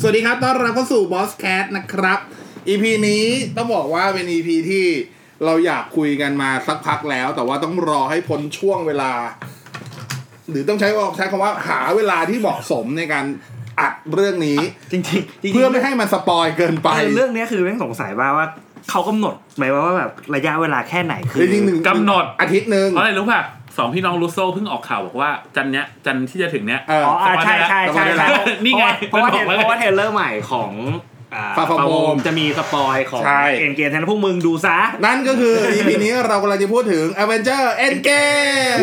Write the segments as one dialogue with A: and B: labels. A: สวัสดีครับ ต้อนรับเข้าสู่ Boss Cat นะครับ EP นี้ต้องบอกว่าเป็น EP ที่เราอยากคุยกันมาสักพักแล้ว แต่ว่าต้องรอให้พ้นช่วงเวลา หรือต้องใช้ว่าใช้คำว่าหาเวลาที่เหมาะสมในการอัดเรื่องนี้
B: จริงๆจริงๆ
A: เพื่อไม่ให้มันสปอยเกินไป
B: เออเรื่องเนี้ยคือแม่งสงสัยว่าว่าเขากำหนดไหมว่าว่าแบบระยะเวลาแค่ไหนคื
A: หรือจริงๆหนึ่ง
C: กำหนด
A: อาทิตย์หนึ่ง
C: เพราะอะไรรู้ป่ะสองพี่น้องรูโซ่เพิ่งออกข่าวบอกว่าจันเนี้ยจันที่จะถึงเนี้ย
A: เออ
B: อ๋ออ่ะใช่ใช่ใช่ใช่
C: นี่ไง
B: เพราะว่า
C: มันบอกแล้ว
B: เพราะว่าเทรลเลอร์ใหม่ของอ่
A: Far From
B: Far From
A: Home
B: Home จะมีสปอยของ
A: ใช่
B: เอ็นเกมแทนพวกมึงดูซะ
A: นั่นก็คือ EP นี้เรากำลังจะพูดถึง Avenger Endgame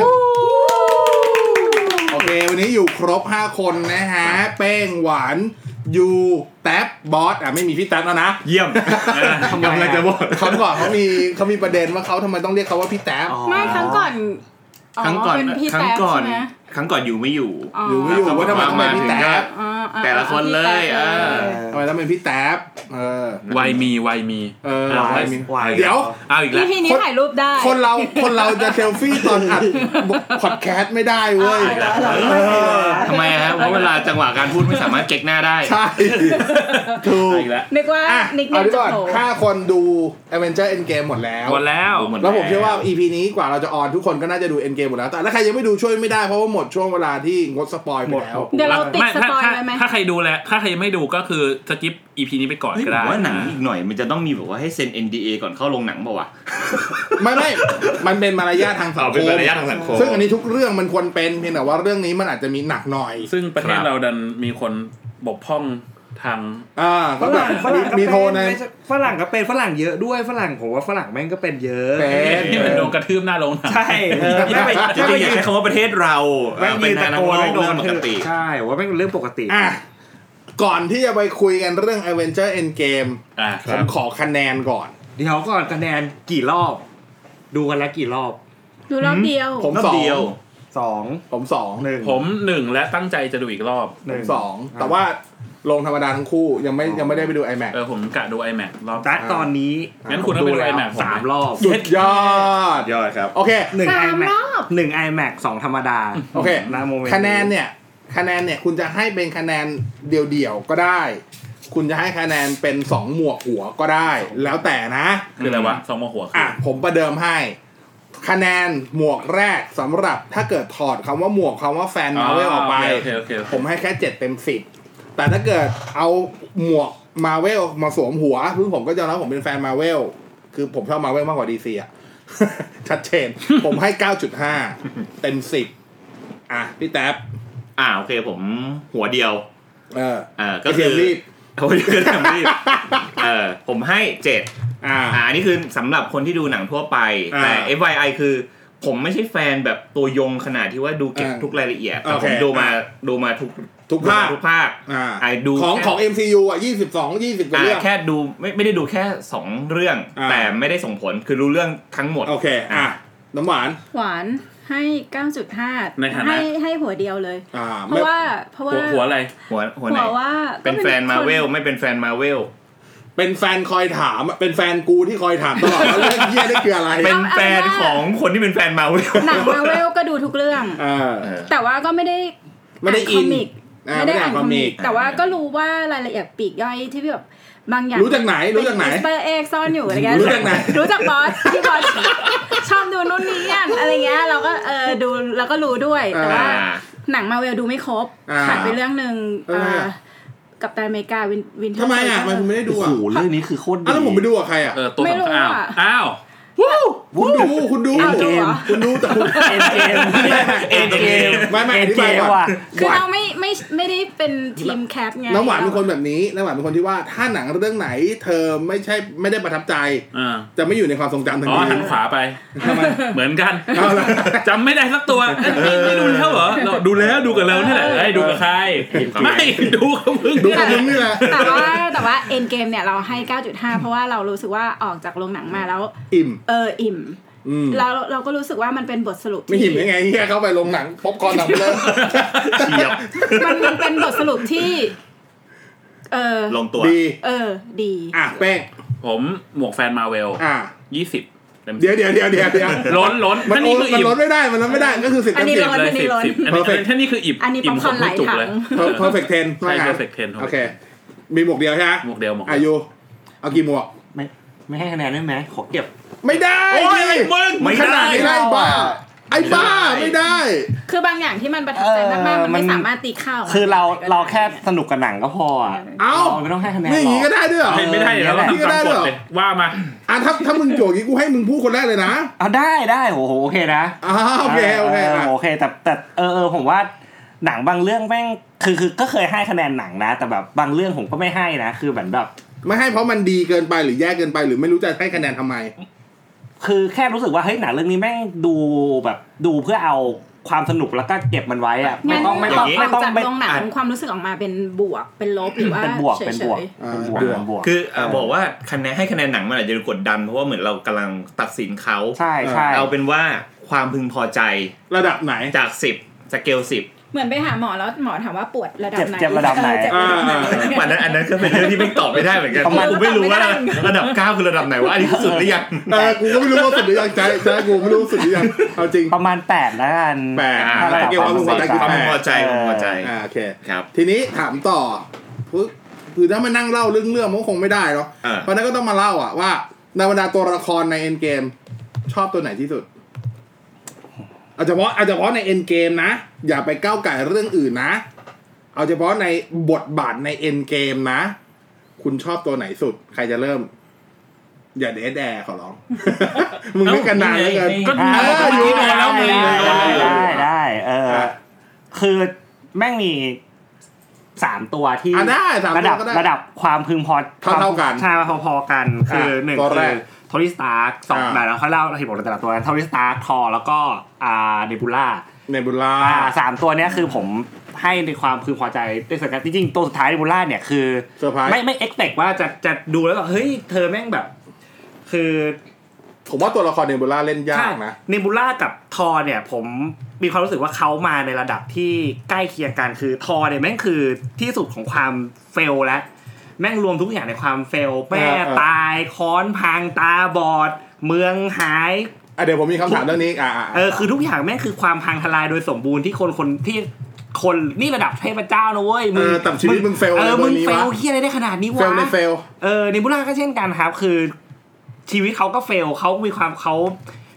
A: โอเค วันนี้อยู่ครบ 5 คนนะฮะ เป้งหวาน ยูแท็บบอสอ่ะ ไม่มีพี่แท็บแล้วนะ
B: เยี่ยมทำไม
A: กำลังจะบอกเขาบอกเขามีเขามีประเด็นว่าเขาทำไมต้องเรียกเขาว่าพี่แท็บ
B: อ๋อ
D: ไม่ครั้งก่อน
E: ครั้งก่อน
D: เป็นพี่
E: ครั้ง
D: แต๊บ
E: ก่อน
D: ใช่ไหม
E: ครั้งก่อนอยู่ไม่อยู่
A: อยู่ไม่อยู่ว่าทำไมต้องเป็นพี่แท็บ
D: อ่าอ่า
E: แต่ละคนเลย
D: อา
E: เออ
A: ทำไมต้องเป็นพี่แท็บเออ
C: วัยมีวัยมี
A: เออ
C: เอาไว้
B: ไว้
A: เดี๋ยว
C: เอาอีก
D: พี่แต๊บ
C: แล้ว
D: พี่พีนี้ถ่ายรูปได้
A: คนเราคนเราจะเซลฟี่ตอนอั ดพอดแคสต์ไม่ได้เว้ย
E: ทำไมฮะเพราะเวลาจังหวะการพูดไม่สามารถเก๊กหน้าได้
A: ใช่ ถูก
C: อีกแล้ว
D: นึกว่า
A: อ่ะ
D: นิกเน
A: เอา
D: ม
A: ดี
D: จะ
A: ก่อน
D: โผล่
A: ห้าคนดู Avenger Endgame หมดแล้ว
C: หมดแล้ว
E: หมด
A: แล้วผมเชื่อว่า EP นี้กว่าเราจะออนทุกคนก็น่าจะดู Endgame หมดแล้ว แต่ถ้าใครยังไม่ดูช่วยไม่ได้เพราะว่าหมดช่วงเวลาที่งดสปอยไปแล้ว
B: หมด
D: เดี๋ยวเราติด
C: ไม่
D: ส
C: ถ้า
D: ปอย
C: ถ้า
D: ไว้ไหม
C: ถ้าใครดูแล้ว ถ้าใครไม่ดูก็คือสกิปอีพีนี้ไปก่อน
E: เฮ้ย
C: ก็
E: ผ
C: ได้
E: มว่าหนังอีกหน่อย มันจะต้องมีแบบว่าให้เซ็น NDA ก่อนเข้าโรงหนังเปล่าวะ
A: ไม่ ไม่ มันเป็นมารยาททางสังคมซึ่งอันนี้ทุกเรื่องมันควรเป็นเพียงแต่ว่าเรื่องนี้มันอาจจะมีหนักหน่อย
C: ซึ่งประเทศเราดันมีคนบกพร่องทาง
A: อ่าก็แบบ
B: ฝรั่งก็เป็
A: มีโทนใน
B: ไม่ใช่ฝรั่งก็เป็นฝรั่งเยอะด้วยฝรั่งผมว่าฝรั่งแม่งก็เป็นเยอะ
A: เป็น
C: ที่มันโดนกระทืบหน้าโรงหนัง
B: ใช่เออไม่ไป
E: จริ
B: ไม่ไป
E: งๆอย่า
B: ยืน
E: ใช้คำว่าประเทศเรา
B: ไม่
E: เอา
B: มี
E: เป็น
B: ตะ
E: นาน
B: โกน
E: น
B: ไม่
E: อก
B: โด
E: เรื่อน งปกติ
B: ใช่ว่าเป็นเรื่องปกติ
A: อ่ะก่อนที่จะไปคุยกันเรื่อง Avenger Endgame
C: อ่ะ
A: ผมขอคะแนนก่อน
B: เดี๋ยวก่อนคะแนนกี่รอบ ดูกันละกี่รอบ
D: ดูรอบเดียว
A: ผม
E: รอบเดียว
B: สอง
A: ผมสอง
B: หนึ่ง
C: ผมหนึ่งและตั้งใจจะดูอีกรอบ
A: ผมสองแต่ว่าลงธรรมดาทั้งคู่ยังไม่ยังไม่ได้ไปดู iMac
C: เออผมกะดู iMac รอบ
B: ณตอนนี้
C: งั้นคุณต้องไปดู
B: ผม
C: iMac
B: สามรอบ
A: สุดยอด
E: ยอดครับ
A: โอเค
B: หนึ่ง
D: สาม
B: iMac
D: รอบ
B: หนึ่ง iMac สองธรรมดา
A: โอเค
B: ณโมเมนต์
A: คะแนนเนี่ย คะแนนเนี่ย คุณจะให้เป็นคะแนนเดี่ยวๆก็ได้ คุณจะให้คะแนนเป็นสองหมวกหัวก็ได้ แล้วแต่นะ
C: คืออะไรวะสองโมหัวคือ
A: อ่ะ
C: อ
A: ผมประเดิมให้ คะแนนหมวกแรกสำหรับถ้าเกิดถอดคำว่าหมวกคำว่าแฟนมาเวลออกไป
C: โอเคโอเคโอเค
A: ผมให้แค่เจ็ดเต็มสิบแต่ถ้าเกิดเอาหมวกมาเวลมาสวมหัวพึ่งผมก็จะรับผมเป็นแฟนมาเวลคือผมชอบมาเวลมากกว่าดีซีอ่ะ ชัดเจน ผมให้เก้าจุดห้าเต็มสิบอ่ะ พี่แท็บ
E: อ่าโอเคผมหัวเดียว
A: เออ
E: อ่าก็คื
A: เทีย
E: อ
A: มรีบ
E: โอ้ยเทียมรีบเออผมให้เจ็ด
A: อ่า
E: อ่าอันนี่คือสำหรับคนที่ดูหนังทั่วไป
A: อ่า
E: แต่ FYI คือผมไม่ใช่แฟนแบบตัวยงขนาดที่ว่าดูเก็บ
A: อ่า
E: ทุกรายละเอียด
A: โอเค
E: แต่ผมดูมาดูมาทุก
A: ทุกภาค
E: ทุกภาค
A: อ่า
E: ไอ้ดู
A: ของ
E: แค่
A: ของ MCU อ่ะยี่สิบสองยี่สิบกว่า
E: อ่า
A: เรื่อง
E: แค่ดูไม่ไม่ได้ดูแค่สองเรื่อง
A: อ่า
E: แต่ไม่ได้ส่งผลคือรู้เรื่องทั้งหมด
A: โอเค อ่ะ
E: อ่ะ
A: น้ำหวาน
D: หวานให้ 9.5
C: ในฐานะ
D: ให้ให้หัวเดียวเลย
A: อ่า
D: เพ
A: ไม่
D: ราะว่าเพราะว่า
C: หัวหัวอะไร
E: หัวหัวไหน
D: หัวว่า
E: เป็นแฟน
D: ก็
E: มาเวล
D: ค
E: ไม่เป็นแฟนมาเวล
A: เป็นแฟนคอยถามอ่ะเป็นแฟนกูที่คอยถามตลอดว่าเรื่องเยี่ยนี่คืออะไร
E: เป็นแฟนของคนที่เป็นแฟนมาเวล
D: หนังมาเวลก็ดูทุกเรื่อง
A: เออ
E: เออ
D: แต่ว่าก็ไม่ได้
A: ไม่ได้
D: าค
A: อิน
D: มิก
A: อ่า
D: ไม่ได้อ่านคอมิก
A: ก
D: แต่ว่าก็รู้ว่ารายละเอียดปลีกย่อยที่แบบบางอย่าง
A: รู้จากไหนรู้จากไหน
D: เปอร์เอ็กซ่อนอยู่อะไรเงี้ย
A: รู้จากไหน
D: รู้จากบอสที่บอส ชอบดูนู่นนี่นั่นอะไรเงี้ยเราก็เออดูแล้วก็รู้ด้วยแต่ว่า
E: อ่า
D: หนังมาเวลดูไม่ครบ
A: อ่า
D: ขาดไปเรื่องหนึ่ง
A: เออ
D: เอ่อกับตันอเมริกาวินวินเทอ
A: ทำ
D: ร์
A: ไมอ่ะ
D: ไซเ
A: มันไม่ได้ดู
B: โอ้
A: อ่ะ
B: โหเรื่องนี้คือโคตรดี
A: อ้าวแล้วผมไปดูกับใครอ่ะ
C: เออตัว
D: ไม่รู้
C: สำคัญอ้าว
D: อะ
C: อ้าว
A: คุณดูคุณดู
D: อ้าวดูเหรอ
A: คุณดูแต่คุณ
B: เอ็นเกมเอ็นเกม
A: ไม่ไม่อ
B: เอ็น
A: ธิ
B: เก
A: บาย
B: ม
A: ก่อน
B: ว่ะ
D: คือเราไม่ไม่ไม่ได้เป็นทีมแคปไง
A: น้ำหวานเป็นคนแบบนี้น้ำหวานเป็นคนที่ว่าถ้าหนังเรื่องไหน เธอไม่ใช่ไม่ได้ประทับใจ
C: อ่า
A: จะไม่อยู่ในความทรงจำทัน
C: อ๋อ
A: ที
C: หันขวาไป
A: ทำไม
C: เหมือนกัน
A: เอา ละ
C: จำไม่ได้สักตัวเอ้ยไม่ไม่ดูแล้วเหรอเราดูแล้วดูกับเราเนี่ยแหละไอ้ยดูกับใคร ไม่ ดูกับมึง
A: ดูกับมึงนี่แหละ
D: แต่ว่าแต่ว่าเอ็นเกมเนี่ยเราให้ 9.5 เพราะว่าเรารู้สึกว่าออกจากโรงหนังมาแล้ว
A: อิ่ม
D: เอออิ่ม
A: อืม
D: เราเราก็รู้สึกว่ามันเป็นบทสรุป
A: ไม่
D: ที่
A: หิมยังไงเฮียเข้าไปลงหนังป๊อปคอร์น หนังไปเลย
E: เฉียบ
D: มันมันเป็นบทสรุปที่ เออ
E: ลงตัว
A: ดี
D: เออ ดี
A: อ่ะแป้ง
C: ผมหมวกแฟนมาเวล
A: อ่ะ
C: ยี่สิบเต็มสิบ
A: เดี๋ยวเดี๋ยวเดี๋ยวเดี๋ยวเดี๋ยว
C: ล้นล้น
A: มัน
C: ถ้า
A: โอน
C: นี่
A: มัน
C: คืออิ่ม
A: ลดไม่ได้มันลดไม่ได้ก็คือสิบ
D: อัน
A: เต็ม
D: นี้
A: สิบ
D: ร้อน
C: เลย
D: อัน
C: สิ
D: นี้
C: บ
D: ร้อน
C: สิบอันนี้
A: Perfect
C: ถ้านี่คืออิ่ม
D: อันนี้
C: อิ่ม
D: popcorn
C: ครบทุกจุก
D: หลายถัง
C: เลย
A: เพอร์เฟกเทน
C: ใช่ perfect ten
A: โอเค
C: perfect
A: มีหมวกเดียวใช่ไหม
C: หมวกเดียวหมวกเดียว
A: อายุเอากี่หมวก
B: ไม่ไม่ให้คะแนนได้ไหมขอเก็บ
A: ไม่ได้
C: โอ้ยอะไรมึง
A: นขนาดนี้ได้ไอ้บ้า ไอ้บ้าไม่ได้
D: คือบางอย่างที่มันประทับใจมากๆมัน
B: เออ
D: ไม่
B: มัน
D: สามารถตีข้าว
B: คือเราเราแค่สนุกกับหนังก็พออะ
A: เอ้า
B: รไม่ต้องให้คะแนน
A: นี่อย่างนี้
B: หร
A: ก็
B: อก
A: ได้ด้วยเหรอ
C: ไม่ไม่ได้แล้ว
B: เออ
A: นี่ก็ได้
C: ตา
A: ด้วย
C: มกฎ
A: เหรอ
C: เลยว่ามา
A: อ่ะถ้าถ้ามึงโจกอย่างนี้กูให้มึงพูดคนแรกเลยนะ
B: เอาได้ได้โอ้โหโอเคนะ
A: อ่าโอเคโอเคอ่ะ
B: โอเคแต่แต่เออเออผมว่าหนังบางเรื่องแม่งคือคือก็เคยให้คะแนนหนังนะ แต่แบบบางเรื่องผมก็ไม่ให้นะ คือเหมือนแบบ
A: ไม่ให้เพราะมันดีเกินไปหรือแย่เกินไปหรือไม่รู้จะให้คะแนนทำไม
B: คือแค่รู้สึกว่าเฮ้ยหนังเรื่องนี้แม่งดูแบบดูเพื่อเอาความสนุกแล้วก็เก็บมันไว้อะไม่
D: งั้น
B: ต้องไม่
D: อ
B: ต้อ
D: อง ก
B: ไม่ต้อง
D: จาก
B: ไม่
D: โร
B: ต้อง
D: ง
B: ไม่
D: หนั
B: ต้อง
D: งความรู้สึกออกมาเป็นบวกเป็นลบหรือว่า
B: เป็นบวก
D: ฉยๆ
B: เป็นบวกเป็นบวก
A: เดือด
B: เป็นบวก
E: คือเอ่อบอกว่าคะแนนให้คะแนนหนังมันอาจจะกดดันเพราะว่าเหมือนเรากำลังตัดสินเขา
B: ใช่ใช่
E: เอาเป็นว่าความพึงพอใจ
A: ระดับไหน
E: จากสิบสเกลสิ บ
D: เหมือนไปหาหมอแล้วหมอถามว่าปวดระดับไหน
B: เจ็บเจ็บระดับไหน
D: เออเจ็บระดับไหน
A: อ่า
E: วันนั้นอันนั้นก็เป็นเรื่องที่ไม่ตอบไม่ได้เหมือนกัน
B: ประมาณ
E: กูไม่รู้ว่า
D: ตอบไม่ได้
E: ระดับเก้าคือระดับไหนว่าอันนี้คือสุดหรือยัง
A: แต่กูก็ไม่รู้ว่าสุดหรือยังใจใจกูไม่รู้สุดหรือยังเอาจริง
B: ประมาณแปดแล้วกัน
A: แปด
E: อ่า
A: ถ้าระดับ
B: เกี่
A: เกี่
B: ย
A: ยว ว
B: กั
A: กั
B: บบ
A: ค
B: คา
A: วาม
B: ว
A: ม
B: รู้
A: รู้สึกได้คือแป
B: สึกได้คื
E: ความพึงพอ
A: ด
E: ใจความพึงพอใจ
A: อ่าโอเค
E: ครับ
A: ทีนี้ถามต่อคือคือถ้ามานั่งเล่าเรื่องเรื่องมันก็คงไม่ได้เนาะ
E: เออ
A: เพราะฉะนั้นก็ต้องมาเล่าอะว่าในบรรดาตัวละครในเอ็นเกมชอบตัวไหนที่สุดเอาเฉพาะเอาเฉพาะในเอ็นเกมนะ อย่าไปก้าวไก่เรื่องอื่นนะ เอาเฉพาะในบทบาทในเอ็นเกมนะ คุณชอบตัวไหนสุด ใครจะเริ่ม อย่าเดทแอร์ขอร้อง มึงนึกกันนานเหลือเกิน
C: ก็
B: อ่า
C: เมื่อกี้โดนแล้วมึง
B: ได้
C: โดน
B: ได้
C: อยู่
B: ได้ได้เออ
A: อ่ะ
B: คือแม่งมีสามตัวที่
A: อ่ะได้สามตัว
B: ระดับ
A: ก็ได้
B: ระดับความพึงพอ
A: เท่าเท่ากัน
B: ใช่พอๆกัน คือหนึ่ง
A: ตัว
B: คื
A: แร
B: อก โทริสตาร์สอง
A: อ่ะ
B: แต่เราค่อยเล่าเหตุผลในแต่ละตัวโทริสตาร์ทอแล้วก็อ่าเนบูล่า
A: ในบุลา
B: อ่าสามตัวเนี้ยคือผมให้ในความพึงพอใจด้วยสักจริงๆตัวสุดท้ายเนบูล่าเนี่ยคือ
A: เซอร์ไพรส์
B: ไม่ไม่เอ็กเว่าจะจะดูแล้วแบบเฮ้ยเธอแม่งแบบ คือ
A: ผมว่าตัวละครในบุลาเล่นยากนะ
B: เนบูล่ากับทอเนี่ยผมมีความรู้สึกว่าเขามาในระดับที่ใกล้เคียงกันคือทอเนี่ยแม่งคือที่สุดของความเฟลและแม่งรวมทุกอย่างในความเฟล
A: เอ
B: แม่
A: อเออ
B: ตายค้อนพังตาบอด เมืองหาย
A: อ่ะเดี๋ยวผมมีคำถามเรื่องนี้อีกอ่า
B: เออคือทุกอย่างแม่งคือความพังทลายโดยสมบูรณ์ที่คนคนที่คนนี่ระดับเทพเจ้านะเว้ย
A: เออแต่ชีวิตมึงเฟล
B: เอ
A: ใน
B: อ
A: เบ
B: มึ
A: อง ร์นี้
B: เฟ
A: วะ
B: ลเฮียอะไรได้ขนาดนี้วะ
A: เฟลในเฟล
B: เออเนบูล่าก็เช่นกันครับ คือชีวิตเขาก็เฟลเขามีความเขา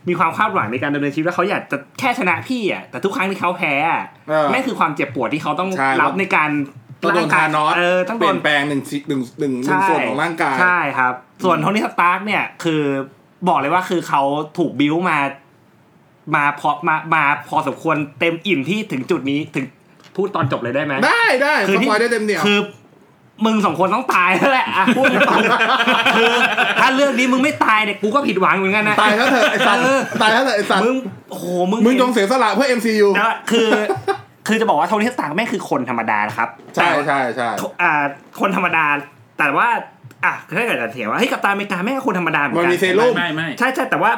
B: มีความคาดหวังในการดำเนินชีวิตแล้วเขาอยากจะแค่ชนะพี่อ่ะแต่ทุกครั้งที่เขาแพ้อะ
A: เออ
B: แม่งคือความเจ็บปวดที่เขาต้อง
A: ใช่
B: รับในการ
A: ต้องโดนทานอส
B: เออต้อง
A: เป
B: โด
A: ลี่ย
B: น
A: นแปลงหนึ่งสิหนึ่งหนึ่งหนึ่ง
B: ใช่
A: ส่วนของร่างกาย
B: ใช่ครับ ส่วนโทนี่สตาร์กเนี่ยคือบอกเลยว่าคือเขาถูกบิ้วมามาพอมามาพอสมควรเต็มอิ่มที่ถึงจุดนี้ถึงพูดตอนจบเลยได้ไหม
A: ได้ได้
B: คื
A: ส
B: อที่
A: ปอยได้เต็มเหนี่ยว
B: คือมึงสองคนต้องตายแล้วแหละอ่ะพูดตรงๆคือถ้าเรื่องนี้มึงไม่ตายเนี่ยกูก็ผิดหวังเหมือนกันนะ
A: ตายแล้วเถอะไอ้สัตว์
B: เออ
A: ตายแล้วเถอะไอ้สัตว์
B: มึงโอ้โหมึง
A: มึงจงเสียสละเพื่อ MCU
B: นะคือ คือจะบอกว่าโทนี่สตาร์กแม่งคือคนธรรมดานะครับ
A: ใช่
B: แต่
A: ใช่ใช่
B: อ่าคนธรรมดา แต่ว่าอ่ะถ้าเกิดจะเถียงว่าเฮ้ยกัปตันอเมริกาแม่งก็คนธรรมดาเหมือน
A: มัน
B: กั
A: มีเซ
C: ไม่ไม่ไม่
B: ใช่ใช่แต่ว่า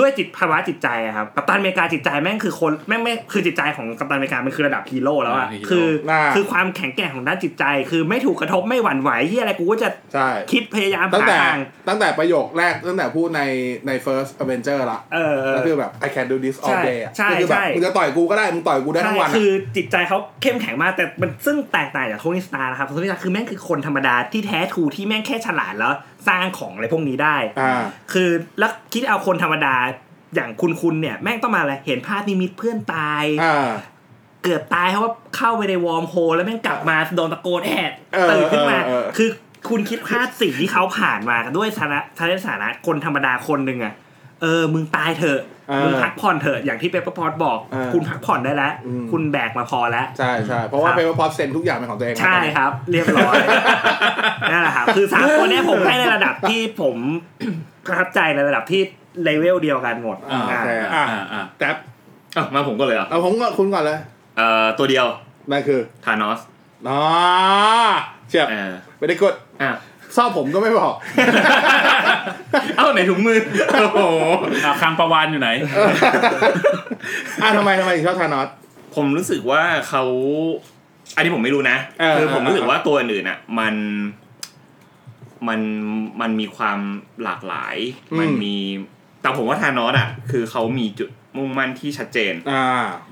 B: ด้วยจิตภาวะจิตใจอะครับกัปตันอเมริกาจิตใจแม่งคือคนแม่งไม่คือจิตใจของกัปตันอเมริกามันคือระดับฮีโร่แล้วอะคือ
A: น่า
B: คือความแข็งแกร่งของด้านจิตใจ คือไม่ถูกกระทบไม่หวั่นไหวที่อะไรกูก็จะ
A: ใช่
B: คิดพยายาม
A: ตั้ง
B: หา
A: แต่
B: ทาง
A: ตั้งแต่ประโยคแรกตั้งแต่พูดในใน first Avenger ละ
B: เออเออ
A: ก็คือแบบ I can do this all
B: ใช่
A: day อะ
B: ใช่
A: ก็คือแบบ
B: ใช่
A: มึงจะต่อยกูก็ได้มึงต่อยกูได้ทั้งวัน
B: ใช่
A: อะ
B: คือจิตใจเขาเข้มแข็งมาก แต่มันซึ่งแตกต่างจากโทนี่สตาร์นะครับโทนี่สตาร์คือแม่งคือคนธรรมดาที่แท้ทรูที่แม่งแค่ฉลาดแล้วสร้างของอะไรพวกนี้ได้
A: อ่า
B: คือแล้วคิดเอาคนธรรมดาอย่างคุณคุณเนี่ยแม่งต้องมาอะไรเห็นภาพนิมิตเพื่อนตาย
A: อ่า
B: เกือบตายเพราะว่าเข้าไปในวอร์มโฮลแล้วแม่งกลับมาโดนตะโกนแอด
A: เออ
B: ตื่นขึ้นมา
A: เออเออ
B: คือคุณคิดภาพสิ่งที่เขาผ่านมาด้วยฐานะฐานะฐานะคนธรรมดาคนหนึ่งอะเออ มึงตายเถอะ
A: เออ
B: มึงพักผ่อนเถอะ อย่างที่เปเปอร์พอตบอก
A: เออ
B: คุณพักผ่อนได้แล้ว
A: อืม
B: คุณแบกมาพอแล้ว
A: ใช่ใช่เพราะว่า
B: ครับ
A: เปเปอร์พอเซ็นทุกอย่างเป็นของตัวเอง
B: ใช่ครับ เรียบ ร้อย นั่นแหละครับ คือสามคนเนี้ยผมให้ในระดับที่ผม ประทับใจในระดับที่เลเวลเดียวกันหมด
A: อ่าโอเค
B: อ่า
A: อ่ะ
C: อ่าอ่า
A: แต่
E: อ้าวมาผมก็เลยเหรอ่ะ
A: เอาผมก่อนคุณก่อนเลย
E: เอ่อตัวเดียว
A: นั่นคือ
E: ทานอส
A: อ๋อเชียบ
E: เออ
A: ไม่ได้กด
E: อ้าว
A: ชอบผมก็ไม่ บอก
E: เอ้าไหนถุงมือโอ้โห
C: อ่าคางประวาน อยู่ไหน
A: อ่ะทำไมทำไมถึงชอบธานอส
E: ผมรู้สึกว่าเขาอันนี้ผมไม่รู้นะ
A: เออ
E: คือผม
A: เออ
E: รู้สึกว่าตัวอื่นอ่ะ มันมันมันมีความหลากหลาย มันมีแต่ผมว่าทานอสอ่ะ คือเขามีจุดมุ่งมั่นที่ชัดเจน
A: อ่า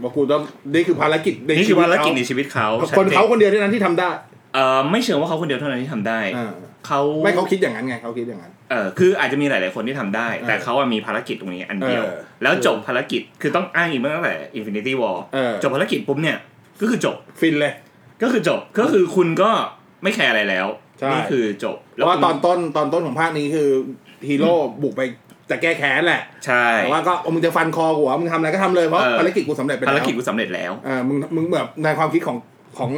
A: บอกกูต้องนี่คือภารกิจใน
E: นี่
A: ชี
E: คือ
A: วิต
E: ภารกิจใน
A: เข
E: ชีวิตเขา
A: าคน
E: ชัดจ
A: เขาคนเดียวเท่านั้นที่ทำได้
E: เออไม่เชิงว่าเขาคนเดียวเท่านั้นที่ทำได้
A: อ่า
E: เขา
A: ไม่เขาคิดอย่างนั้นไงเขาคิดอย่างนั้น
E: เออคืออาจจะมีหลาย ๆ คนที่ทำได้
A: เออ
E: แต่เขาอะมีภารกิจตรงนี้อันเดียว
A: เออ
E: แล้วจบภารกิจคือต้องอ้างอิงมาตั้งแต่ Infinity War
A: เออ
E: จบภารกิจปุ๊บเนี่ยก็คือจบ
A: ฟินเลย
E: ก็คือจบก็คือคุณก็ไม่แคร์อะไรแล้ว
A: ใช่
E: นี่คือจบ
A: เพราะว่า
E: คุณ
A: ตอนต้นตอนต้นของภาคนี้คือฮีโร่บุกไปจะแก้แค้นแหละ
E: ใช่
A: แต่ว่าก็เอามึงจะฟันคอหัวมึงทำอะไรก็ทำเลยเพราะ
E: เออ
A: ภารกิจกูสำเร็จไปแล้ว
E: ภารกิจกูสำเร็จแล้ว
A: เออมึงมึงแบบในความคิดของของ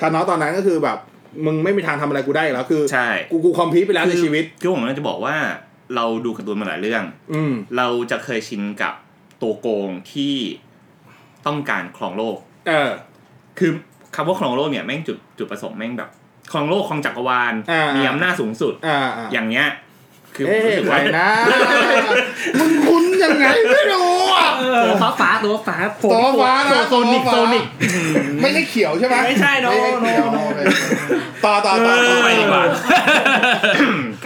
A: ธานอสตอนนั้นก็คือแบบ มึงไม่มีทางทำอะไรกูได้อีกแล้วคือ
E: ใช่
A: กูกูคอมพลีทไปแล้วในชีวิต
E: คือผมกำลังจะบอกว่าเราดูการ์ตูนมาหลายเรื่อง
A: อืม
E: เราจะเคยชินกับตัวโกงที่ต้องการครองโลก
A: เออ
E: คือคำว่าครองโลกเนี่ยแม่งจุดจุดประสงค์แม่งแบบครองโลกครองจักรวาล
A: อ่ามี
E: มีอำนาจสูงสุด
A: อ่าอ่า
E: อย่างเนี้ยคือผม
A: เอ๊ะ
E: รู้สึก
A: ใคร
E: ว่า
A: นะ มึงคุ้นยังไงไม่รู้อ่ะ
B: ตัวฟ้าฟ้าตัวฟ้าโฟ
A: ตัวฟ้านะ
B: โซนิก
A: ตัวฟ้า
B: โซนิก
A: ไม่ใช่เขียวใช่ไหม
B: ไม่ใช่โน้
A: ไม่ใช่เขียว
B: โน้
A: ต่อต่อต่อ
C: เออไปดีกว่า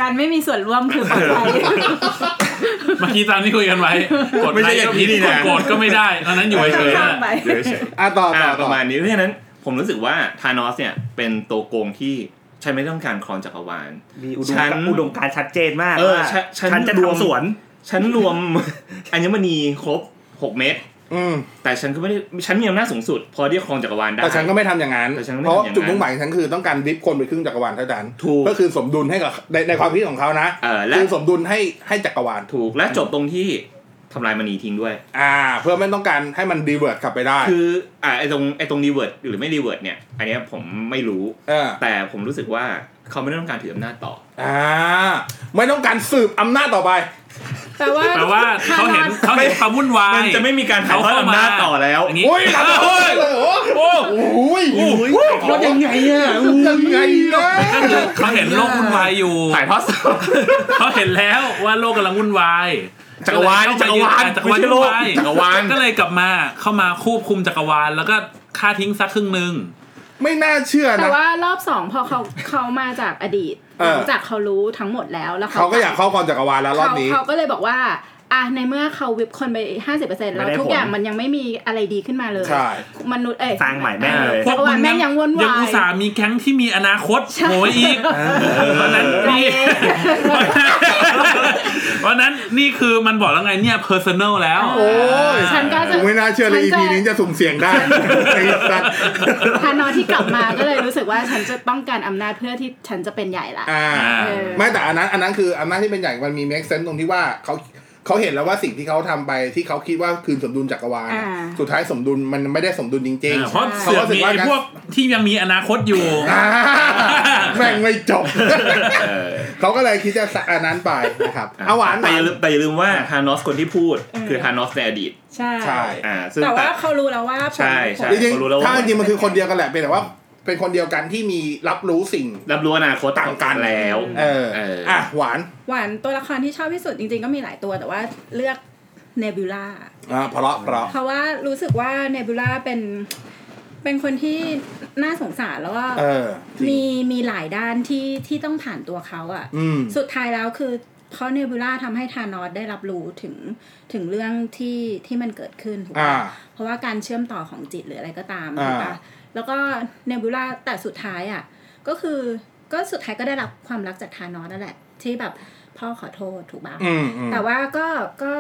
D: การไม่มีส่วนร่วมคือปลอดภัย
C: เมื่อกี้ตามที่คุยกันไว้กด
E: ไม่
C: ไล
E: ใช่
C: ค์
E: อย่า
C: ก็
E: งนี้
C: ผิด
E: นี่
C: ก
E: นะ
C: ดกดก็ไม่ได้อันนั้นอยู่เฉยๆ
D: ข้า
C: นะ
D: มไป
E: เดี๋ยวเฉย
A: อ่ะต่อต่อ
E: อ่า
A: ต่อ
E: ประมาณนี้เพราะฉะนั้นผมรู้สึกว่าธานอสเนี่ยเป็นตัวโกงที่ฉันไม่ต้องการครองจักรวาล
B: มีอุดม
E: ฉัน
B: อุดมการณ์ชัดเจนมาก
E: เออ
B: ว่า
E: ฉันฉัน
B: ฉันจะ
E: รวม
B: ทำสวน
E: ฉันรวม อัญมณีครบหกเม็ด
A: อืม
E: แต่ฉันก็ไม่ได้ฉันมีอำนาจสูงสุด พอที่จะครองจักรวาลได้
A: แต่ฉันก็ไม่ทำอย่างนั้น
E: แต่ฉันก็ไม่
A: เพราะ
E: ทำอย่างนั้น
A: จุดมุ่งหมายของฉันคือต้องการดิฟคนไปครึ่งจักรวาลเท่านั้น
E: ถูก
A: ก็คือสมดุลให้กับในในความคิดของเขานะ
E: เออและ
A: คือสมดุลให้ให้จักรวาล
E: ถูกและจบตรงที่ทำลายมณีทิ้งด้วย
A: อ่า เพื่อไม่ต้องการให้มันดีเวิร์ดกลับไปได้
E: คืออ่าไอตรงไอตรงรีเวิร์ดหรือไม่รีเวิร์ดเนี่ย อันเนี้ยผมไม่รู้
A: เออ
E: แต่ผมรู้สึกว่าเขาไม่ได้ต้องการถืออำนาจต่อ
A: อ่าไม่ต้องการสืบอำนาจต่อไป
D: แต่ว่า
C: แปลว่าเขาเห็นเขาเห็นความวุ่นวาย
E: มันจะไม่มีการถ่ายทอดอำนาจต่อแล้ว
C: อย่างนี้
A: โอ้ยหลับ
C: เอ้ย
A: เลยเหรอ
C: โอ้
A: โอ้ย
B: รถยังไงอะ
A: ยังไงนะ
C: ก็คือเขาเห็นโลกวุ่นวายอยู่
E: ถ่ายทอด สด
C: เขาเห็นแล้วว่าโลกกำลังวุ่นวาย
E: จักรวาล
C: ก็เลยเข้มจั
E: จักรวาล
C: กรวาล
E: ไม่ใช่โลกจักรวาล
C: ก็เลยกลับมาเข้ามาควบคุมจักรวาลแล้วก็ฆ่าทิ้งสักครึ่งหนึ่ง
A: ไม่น่าเชื่อ
D: แต่
A: นะ
D: ว่ารอบสองพอเขาเขามาจากอดีต
A: เออ
D: หลังจากเขารู้ทั้งหมดแล้วแล้ว
A: เขาก็อยากครอบครองจักรวาลแล้วรอบ
D: เขา
A: นี้
D: เขาก็เลยบอกว่าอ่ะในเมื่อเขาวิบคนไป 50%แล้ว
B: ไม่ได้
D: ทุกอย่าง
B: ผล
D: มันยังไม่มีอะไรดีขึ้นมาเลย
A: ใช่
D: มนุษย์เอ้ย
B: สร้างใหม่แม่งเลย
D: จักรวาลแม่งยังวนวาย
C: ยังอุตส่าห์มีแก๊งที่มีอนาคต
D: ใช่
C: โผล่อีกเพราะนั้นนี่เพราะนั้นนี่คือมันบอกแล้วไงเนี่ย personal แล้ว
A: โอ้ย
D: ฉันก็จะ
A: กูไม่น่าเชื่อเลย EP
D: ฉันจะ
A: นี้จะสุ่มเสี่ยงได้ไอ้สัตว์
D: ทานอที่กลับมาก็เลยรู้สึกว่าฉันจะต้องการอำนาจเพื่อที่ฉันจะเป็นใหญ่ละ
A: อ่า
C: เออ
A: ไม่แต่อันนั้นอันนั้นคืออำนาจที่เป็นใหญ่มันมี make sense ตรงที่ว่าเขาเขาเห็นแล้วว่าสิ่งที่เขาทำไปที่เขาคิดว่าคืนสมดุลจักรวาล
D: อ่า
A: สุดท้ายสมดุลมันไม่ได้สมดุลจริง
C: อ่าเพราะ
A: ใช่
C: เสือกมีไอ้พวกที่ยังมีอนาคตอยู่
A: ๆอ่าแม่งไม่จบ
E: เออ
A: เขาก็เลยคิดจะสะอันนั้นไปนะครับ
E: อ่ะ
A: เอาหวานห
E: แต่
A: วา
E: อย่าน ลืมแต่อย่าลืมว่าธานอสคนที่พูด
D: เออ
E: คือธานอสในอดีต
D: ใช่
A: ใช่
E: อ่าซึ่ง
D: แต่ว่าเขารู้แล้วว่าผล
E: ใช่ใช่
A: จริง
E: เขารู้แล้
A: ๆ
E: วว่า
A: ถ้าจริงๆมันคือคนเดียวกันแหละเป็นแต่ว่า เป็นคนเดียวกันที่มีรับรู้สิ่ง
E: รับรู้อนาคตต่างกันแล้ว
A: เออ
E: เออ
A: อ่ะหวาน
D: หวานตัวละครที่ชอบที่สุดจริงๆก็มีหลายตัวแต่ว่าเลือกเนบิวล่า
A: อ่าเพราะเพราะ
D: เพราะว่ารู้สึกว่าเนบิวล่าเป็นเป็นคนที่น่าสงสารแล้วก็
A: เออจริง
D: มีมีหลายด้านที่ที่ต้องผ่านตัวเขาอะ่ะ
A: อืม
D: สุดท้ายแล้วคือเพราะเนบิวล่าทำให้ธานอสได้รับรู้ถึงถึงเรื่องที่ที่มันเกิดขึ้นถูก
A: อ่า
D: ปะเพราะว่าการเชื่อมต่อของจิตหรืออะไรก็ตาม
A: อ่า
D: ถูกปะแล้วก็เนบิวล่าแต่สุดท้ายอ่ะก็คือก็สุดท้ายก็ได้รับความรักจากธานอสนั่นแหละ ที่แบบพ่อขอโทษถูกปะ
A: อืมอืม
D: แต่ว่าก็ก็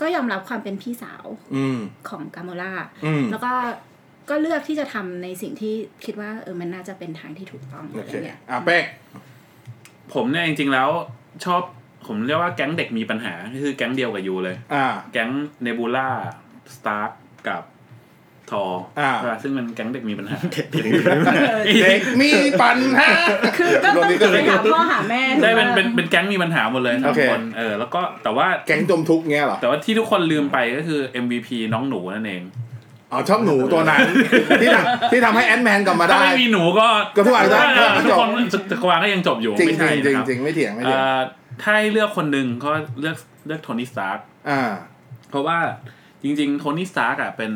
D: ก็ยอมรับความเป็นพี่สาว
A: อืม
D: ของกาโมล่า
A: อืม
D: แล้วก็ก็เลือกที่จะทำในสิ่งที่คิดว่าเออมันน่าจะเป็นทางที่ถูกต้อง
A: โอ
D: อะไร
A: เค
D: เงี้ย
A: อ่ะเป๊ก
C: ผมเนี่ยจริงๆแล้วชอบผมเรียกว่าแก๊งเด็กมีปัญหาคือแก๊งเดียวกับยูเลย
A: อ่า
C: แก๊งเนบูล่าสตาร์กับทอ
A: อ่า
C: ซึ่งมันแก๊งเด็กมีปัญหา
A: เด็กมีปัญหา
D: คือก็ต้อง
A: นี้
D: กลับไป
A: เป็น
D: หาพ่อหาแม่
C: ได้เป็น
D: ว่า
C: เป็นเป็นแก๊งมีปัญหาหมดเลยสามคนเออแล้วก็แต่ว่า
A: แก๊งจมทุกข์เงี้ยเหรอ
C: แต่ว่าที่ทุกคนลืมไปก็คือ MVP น้องหนูนั่นเอง
A: อ๋อชอบหนูตัวนั้น ที่ทำที่ทำให้แอดแมนกลับมา
C: ถ้า
A: ได้
C: ไม่มีหนูก็
A: ก็ทุกอย่างก็
C: เออ
A: จ
C: ทุก
A: บ
C: คนจักรวาลก็ยังจบอยู่
A: จริง
C: ไม่
A: จริงจ
C: ใช่
A: ริง
C: นะครับ
A: จริงไม่เถียงไม่เถียง
C: เอ่อถ้าให้เลือกคนหนึ่งก็เลือกเลือกโทนี่สตาร์
A: อ่า
C: เพราะว่าจริง ๆ โทนี่สตาร์อ่ะเป็น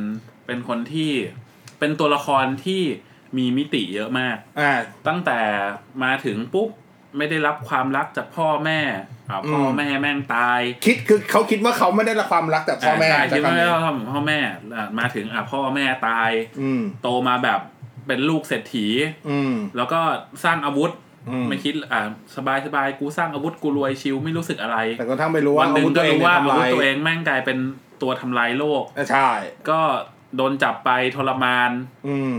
C: เป็นคนที่เป็นตัวละครที่มีมิติเยอะมาก
A: อ่า
C: ตั้งแต่มาถึงปุ๊บ ไม่ได้รับความรักจากพ่อแม่อ่าพ่อ
A: อืม
C: แม่แม่งตาย
A: คิดคือเขาคิดว่าเขาไม่ได้รับความรักจากพ่อแม่
C: ใช่
A: จาก
C: ที่
A: คำ
C: ไม่
A: นี้
C: ได้ทำพ่อแม่อ่ะมาถึงอ่ะพ่อแม่ตาย
A: อืม
C: โตมาแบบ เป็นลูกเศรษฐี
A: อืม
C: แล้วก็สร้างอาวุธ
A: อืม
C: ไม่คิดอ่าสบายสบายกูสร้างอาวุธกูรวยชิลไม่รู้สึกอะไร
A: แต่ก็ทั้งไปรู้ว่า
C: วันหนึ่งก็รู้ว่า
A: อา
C: อา
A: วุ
C: วุ
A: ธ
C: ธ
A: ตั
C: ตัว ว
A: เอ
C: เอง งแม่งกลายเป็นตัวทำลายโลก
A: ทำลายอ่ะใช่
C: ก็โดนจับไปทรมาน
A: อืม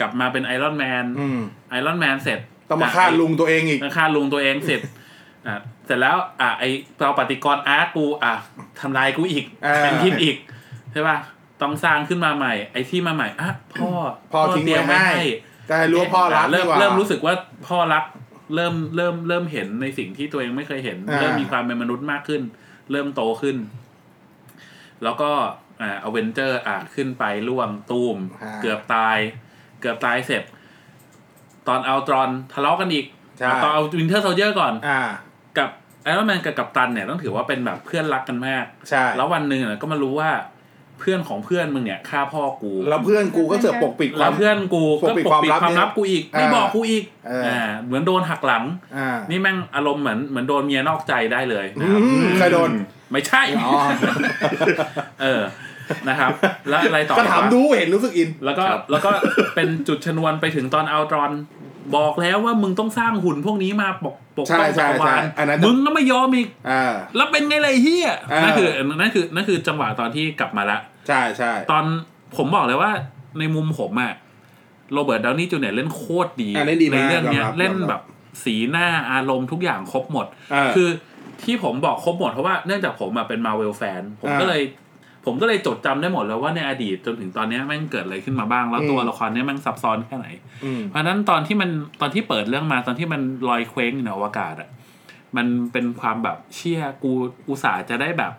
C: กลับมาเป็นไอรอนแมน
A: อืม
C: ไอรอนแมนเสร็จ
A: ต้องมาฆ่าลุงตัวเองอีก
C: มาฆ่าลุงตัวเองเสร็จอ่ะเสร็จแล้วอ่ะไอเราปฏิกรณ์อาร์ตกูอ่ะทำลายกูอีก
A: อ่า
C: เป็นพิษอีกใช่ป่ะต้องสร้างขึ้นมาใหม่ ไอที่มาใหม่อ่ะพ่อ
A: พ่อทิ้งไว้
C: เตรียมไว้
A: ให้
C: ให้
A: ก็ให้รู้ว่าพ่อรัก
C: เริ่ม
A: ดีกว่า
C: เริ่มรู้สึกว่าพ่อรักเริ่มเริ่มเริ่มเห็นในสิ่งที่ตัวเองไม่เคยเห็น
A: อ่า
C: เริ่มมีความเป็นมนุษย์มากขึ้น เริ่มโตขึ้น แล้วก็อ่าอเวนเจอร์อ่าขึ้นไปล่วงตูม เกือบตาย เกือบตายเสร็จ ตอนเอาตรอนทะเลาะกันอีก
A: ใช่
C: อ่ะตอนเอาวินเทอร์โซเยอร์ก่อน
A: อ่า
C: กับไอรอนแมนกับกัปตันเนี่ยต้องถือว่าเป็นแบบเพื่อนรักกันมาก
A: ใช่
C: แล้ววันหนึ่งเนี่ยก็มารู้ว่าเพื่อนของเพื่อนมึงเนี่ยฆ่าพ่อกู
A: แล้วเพื่อนกูก็เสือกปกปิด
C: แล้ว
A: คาว ม
C: เพื่อนกูก็
A: ปกปิด
C: ปกปิด
A: ความลับ
C: ความลับกูอีก
A: อ่า
C: ไม่บอกกูอีก
A: เอออ่
C: าเหมือนโดนหักหลัง
A: อ่า
C: นี่แม่งอารมณ์เหมือนเหมือนโดนเมียนอกใจได้เลย
A: อื
C: นะครับ
A: มใครโดน
C: ไม่ใช่
A: อ๋อ
C: เออนะครับ แล้วอะไรต่อ
A: ก็ถามดูเห็นรู้สึกอิน
C: แล้วก็
E: ครับ
C: แล้วก็เป็นจุดชนวนไปถึงตอนเอาตรอน บอกแล้วว่ามึงต้องสร้างหุ่นพวกนี้มาปกปก
A: ใช่
C: ป้อง
A: ใช่
C: จักร
A: ใช่
C: วาล
A: อันนั้น
C: มึงก็ไม่ยอมอีก
A: อ่า
C: แล้วเป็นไงเลยเฮีย
A: อ่านั่
C: นั่นคือนั่นคือนั่นคือจังหวะตอนที่กลับมาละ
A: ใช่ใช่
C: ตอนผมบอกเลยว่าในมุมผมอะโรเบิร์ตดาวนี่จูเนียร์เล่นโคตรดี
A: อ่ะเล่นดีมาก
C: ในเรื่องเนี้ย
A: ยอมรับ
C: เล่น
A: ยอมรับ
C: แบบสีหน้าอารมณ์ทุกอย่างครบหมด
A: เออ
C: คือที่ผมบอกครบหมดเพราะว่าเนื่องจากผมอะเป็นมาเวลแฟน ผม
A: อ่า
C: ก็เลย ผมก็เลยจดจำได้หมดแล้วว่าในอดีตจนถึงตอนเนี้ยแม่งเกิดอะไรขึ้นมาบ้าง แล้วตัว
A: อืม
C: ละครเนี้ยแม่งซับซ้อนแค่ไหน
A: อืม
C: เพราะฉะนั้นตอนที่มันตอนที่เปิดเรื่องมาตอนที่มันลอยเคว้งอยู่ในอวกาศอะมันเป็นความแบบเชี่ยกูอุตส่าห์จะได้แบบ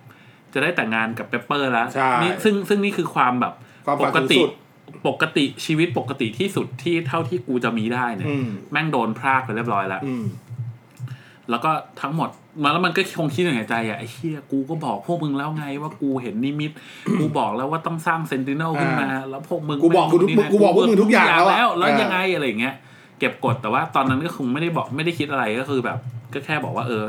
C: จะได้แต่งงานกับเปปเปอร์แล้ว
A: ใช่
C: นี่ซึ่งซึ่งนี่คือความแบบ
A: ความ
C: ป
A: ฝัน
C: ก
A: สูง
C: ติ
A: สุด
C: ปกติชีวิตปกติที่สุดที่เท่าที่กูจะมีได้เนี่ย
A: อืม
C: แม่งโดนพรากไปเรียบร้อยแล้ว
A: อืม
C: แล้วก็ทั้งหมดมาแล้วมันก็คงคิดอยู่ในใจอะไอ้เชี่ยกูก็บอกพวกมึงแล้วไงว่ากูเห็นนิมิต กูบอกแล้วว่าต้องสร้างเซนติเนลขึ้นมา แล้วพวกมึง
A: กูบอกกูทุก
C: แม่
A: กูบอกพวกมึงทุกอย่างแล้วอะ
C: แล้วแล้ว
A: เออ
C: ยังไงอะไรอย่างเงี้ย เก็บกดแต่ว่าตอนนั้นก็คงไม่ได้บอกไม่ได้คิดอะไรก็คือแบบ ก็แค่บอกว่าเออ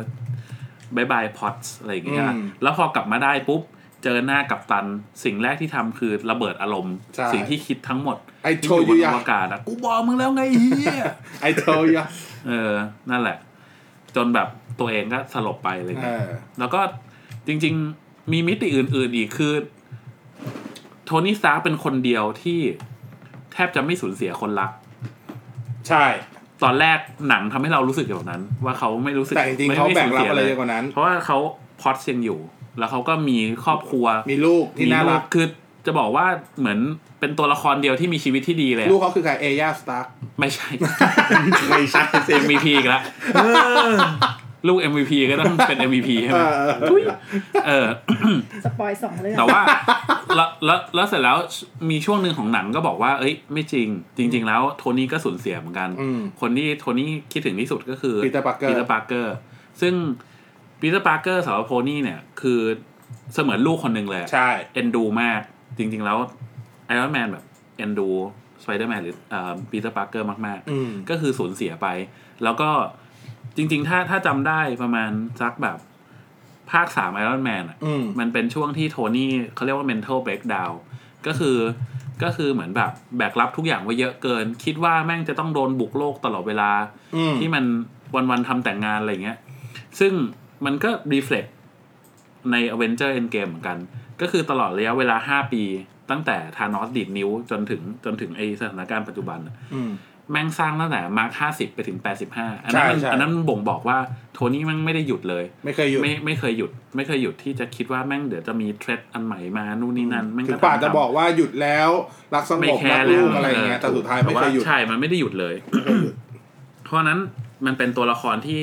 C: บายบายพอตอะไรอย่างเงี้ย
A: อืม
C: แล้วพอกลับมาได้ปุ๊บ เจอหน้ากับตันสิ่งแรกที่ทำคือระเบิดอารมณ์
A: ใช่
C: สิ่งที่คิดทั้งหมด
A: ไอโท
C: ที่อ
A: ยู
C: ยู่บน
A: ยะ
C: อวกาศอะกูบอกมึงแล้วไงเฮีย
A: ไอโทยูยะ
C: เออ นั่นแหละ จนแบบตัวเองก็สลบไปอะไรอย่าง
A: เอ
C: เงี้ย
A: อ
C: แล้วก็จริงๆมีมิติอื่น ๆ อีกคือ โทนี่สตาร์คเป็นคนเดียวที่แทบจะไม่สูญเสียคนรัก
A: ใช่
C: ตอนแรกหนังทำให้เรารู้สึกแบบนั้น ว่าเขาไม่รู้สึก
A: แต่จริงๆ
C: ไม่
A: เขาแบก
C: ม่
A: รับ
C: สูญสีย
A: อะไรเยอะกว่านั้น
C: เพราะว่าเขาพอดเซียงอยู่ แล้วเขาก็มีครอบครัว
A: มีลูกที่น่ารัก
C: มีลูคือจะบอกว่าเหมือนเป็นตัวละครเดียวที่มีชีวิตที่ดีเลยอะ
A: ลูกเขาคือใครเอย่าสตาร์
C: ไม่ใช่
E: ไม่ใช่
C: MVP อีก แล้วลูก MVP ก็ต้องเป็น MVP ใช่ไหมทุยเออ
D: สปอยสองเรื่อง
C: แต่ว่า แล้วแล้วแล้วเสร็จแล้วมีช่วงหนึ่งของหนังก็บอกว่า เอ้ย ไม่จริง จริง ๆ แล้วโทนี่ก็สูญเสียเหมือนกัน
A: อืม
C: คนที่โทนี่คิดถึงที่สุดก็คือ
A: Peter Parker
C: ปีเตอร์ปาร์เกอร์ซึ่งปีเตอร์ปาร์เกอร์สำหรับโทนี่เนี่ย คือเสมือนลูกคนหนึ่งเลยอะ
A: ใช่
C: เอ็นดูมาก จริง ๆ แล้วไอรอนแมนแบบเอ็นดูสไปเดอร์แมนหรือปีเตอร์ปาร์เกอร์มาก ๆ
A: อืม
C: ก็คือสูญเสียไป แล้วก็จริง ๆ ถ้าถ้าจำได้ประมาณสักแบบภาคสามไอรอนแมนอ่ะ
A: อืม
C: มันเป็นช่วงที่โทนี่เขาเรียกว่า mental breakdown ก็คือก็คือเหมือนแบบแบกรับทุกอย่างไว้เยอะเกิน คิดว่าแม่งจะต้องโดนบุกโลกตลอดเวลา
A: อืม
C: ที่มันวันๆทำแต่งงานอะไรอย่างเงี้ย ซึ่งมันก็รีเฟล็กใน Avenger Endgame เหมือนกัน ก็คือตลอดระยะเวลา 5 ปี ตั้งแต่ธานอสดีดนิ้วจนถึงจนถึงไอสถานการณ์ปัจจุบันอะ
A: อืม
C: แม่งสร้างตั้งแต่มาร์คห้าสิบไปถึงแปดสิบห้าอันนั้นมัน
A: ใช่ใช่
C: อันนั้นมันบ่งบอกว่าโทนี่แม่งไม่ได้หยุดเลย
A: ไม่เคยหยุด
C: ไม่ไม่เคยหยุด ไม่เคยหยุดที่จะคิดว่าแม่งเดี๋ยวจะมีเทรดอันใหม่มานู่นนี่นั่นแม่ง
A: ถึงป่าจะ
C: ทำ
A: บอกว่าหยุดแล้ว รักสง
C: ไม่
A: บ
C: แค
A: รัก
C: ร์แล้
A: ลู
C: ว
A: กอะไรอย่างเงี้ยแต่สุดท้ายไม่
C: ว่า
A: เคยหยุด
C: ใช่ มันไม่ได้หยุดเลย เพราะนั้นมันเป็นตัวละครที่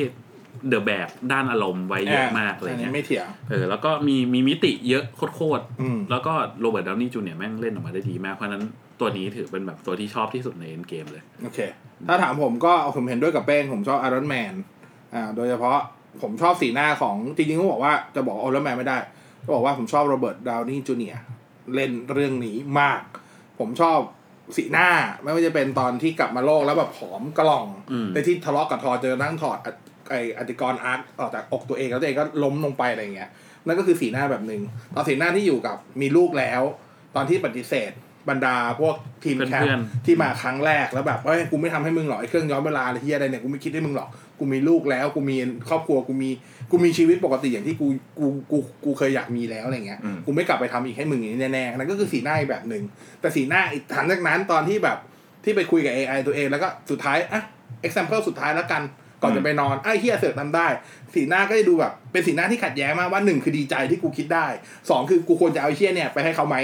C: เดอะแบกด้านอารมณ์ไว้เยอะมากอะไร
A: นนี้
C: เงี้ย
A: ไม่เถียง
C: เออแล้วก็มีมีมิติเยอะโคตร
A: อืม
C: ๆแล้วก็โรเบิร์ตดาวนี่จูเนียร์แม่งเล่นออกมาได้ดีมากเพราะนั้นตัวนี้ถือเป็นแบบตัวที่ชอบที่สุดในเอ็นเกมเลย
A: โอเค ถ้าถามผมก็ผมเห็นด้วยกับเป้ง ผมชอบไอรอนแมน อ่า โดยเฉพาะผมชอบสีหน้าของ จริงๆก็บอกว่าจะบอกไอรอนแมนไม่ได้ ก็บอกว่าผมชอบโรเบิร์ตดาวนี่จูเนียร์เล่นเรื่องนี้มาก ผมชอบสีหน้า ไม่ว่าจะเป็นตอนที่กลับมาโลกแล้วแบบผอมกระหล่อง
C: อืม
A: ในที่ทะเลาะกับทอร์เจอนั่งถอดอะไออติกรณ์อาร์คออกจากอกตัวเองแล้วตัวเองก็ล้มลงไปอะไรอย่างเงี้ย นั่นก็คือสีหน้าแบบหนึ่งตอนสีหน้าที่อยู่กับมีลูกแล้ว ตอนที่ปฏิเสธ บรรดาพวกทีมแคป
C: เพื่อน
A: ที่มาครั้งแรกแล้วแบบเฮ้ยกูไม่ทำให้มึงหรอกไอ้เครื่องย้อนเวลาอะไรที่อะไรเนี่ยกูไม่คิดให้มึงหรอกกูมีลูกแล้วกูมีครอบครัวกูมีกูมีชีวิตปกติอย่างที่กูกูกูกูเคยอยากมีแล้วอะไรเงี้ย
E: อืม
A: กูไม่กลับไปทำอีกให้มึงอย่างนี้แน่ๆนั่นก็คือสีหน้าอีกแบบหนึ่งแต่สีหน้าอีกถังจากนั้นตอนที่แบบที่ไปคุยกับ AI ตัวเองแล้วก็สุดท้ายอ่ะ example สุดท้ายแล้วกัน ก่อนจะไปนอนไอ้เฮียเสือกทำได้ สีหน้าก็จะดูแบบเป็นสีหน้าที่ขัดแย้งมากว่าหนึ่งคือดีใจที่กูคิดได้สองคือกูควรจะเอาไอ้เฮียเนี่ยไปให้เขาไหม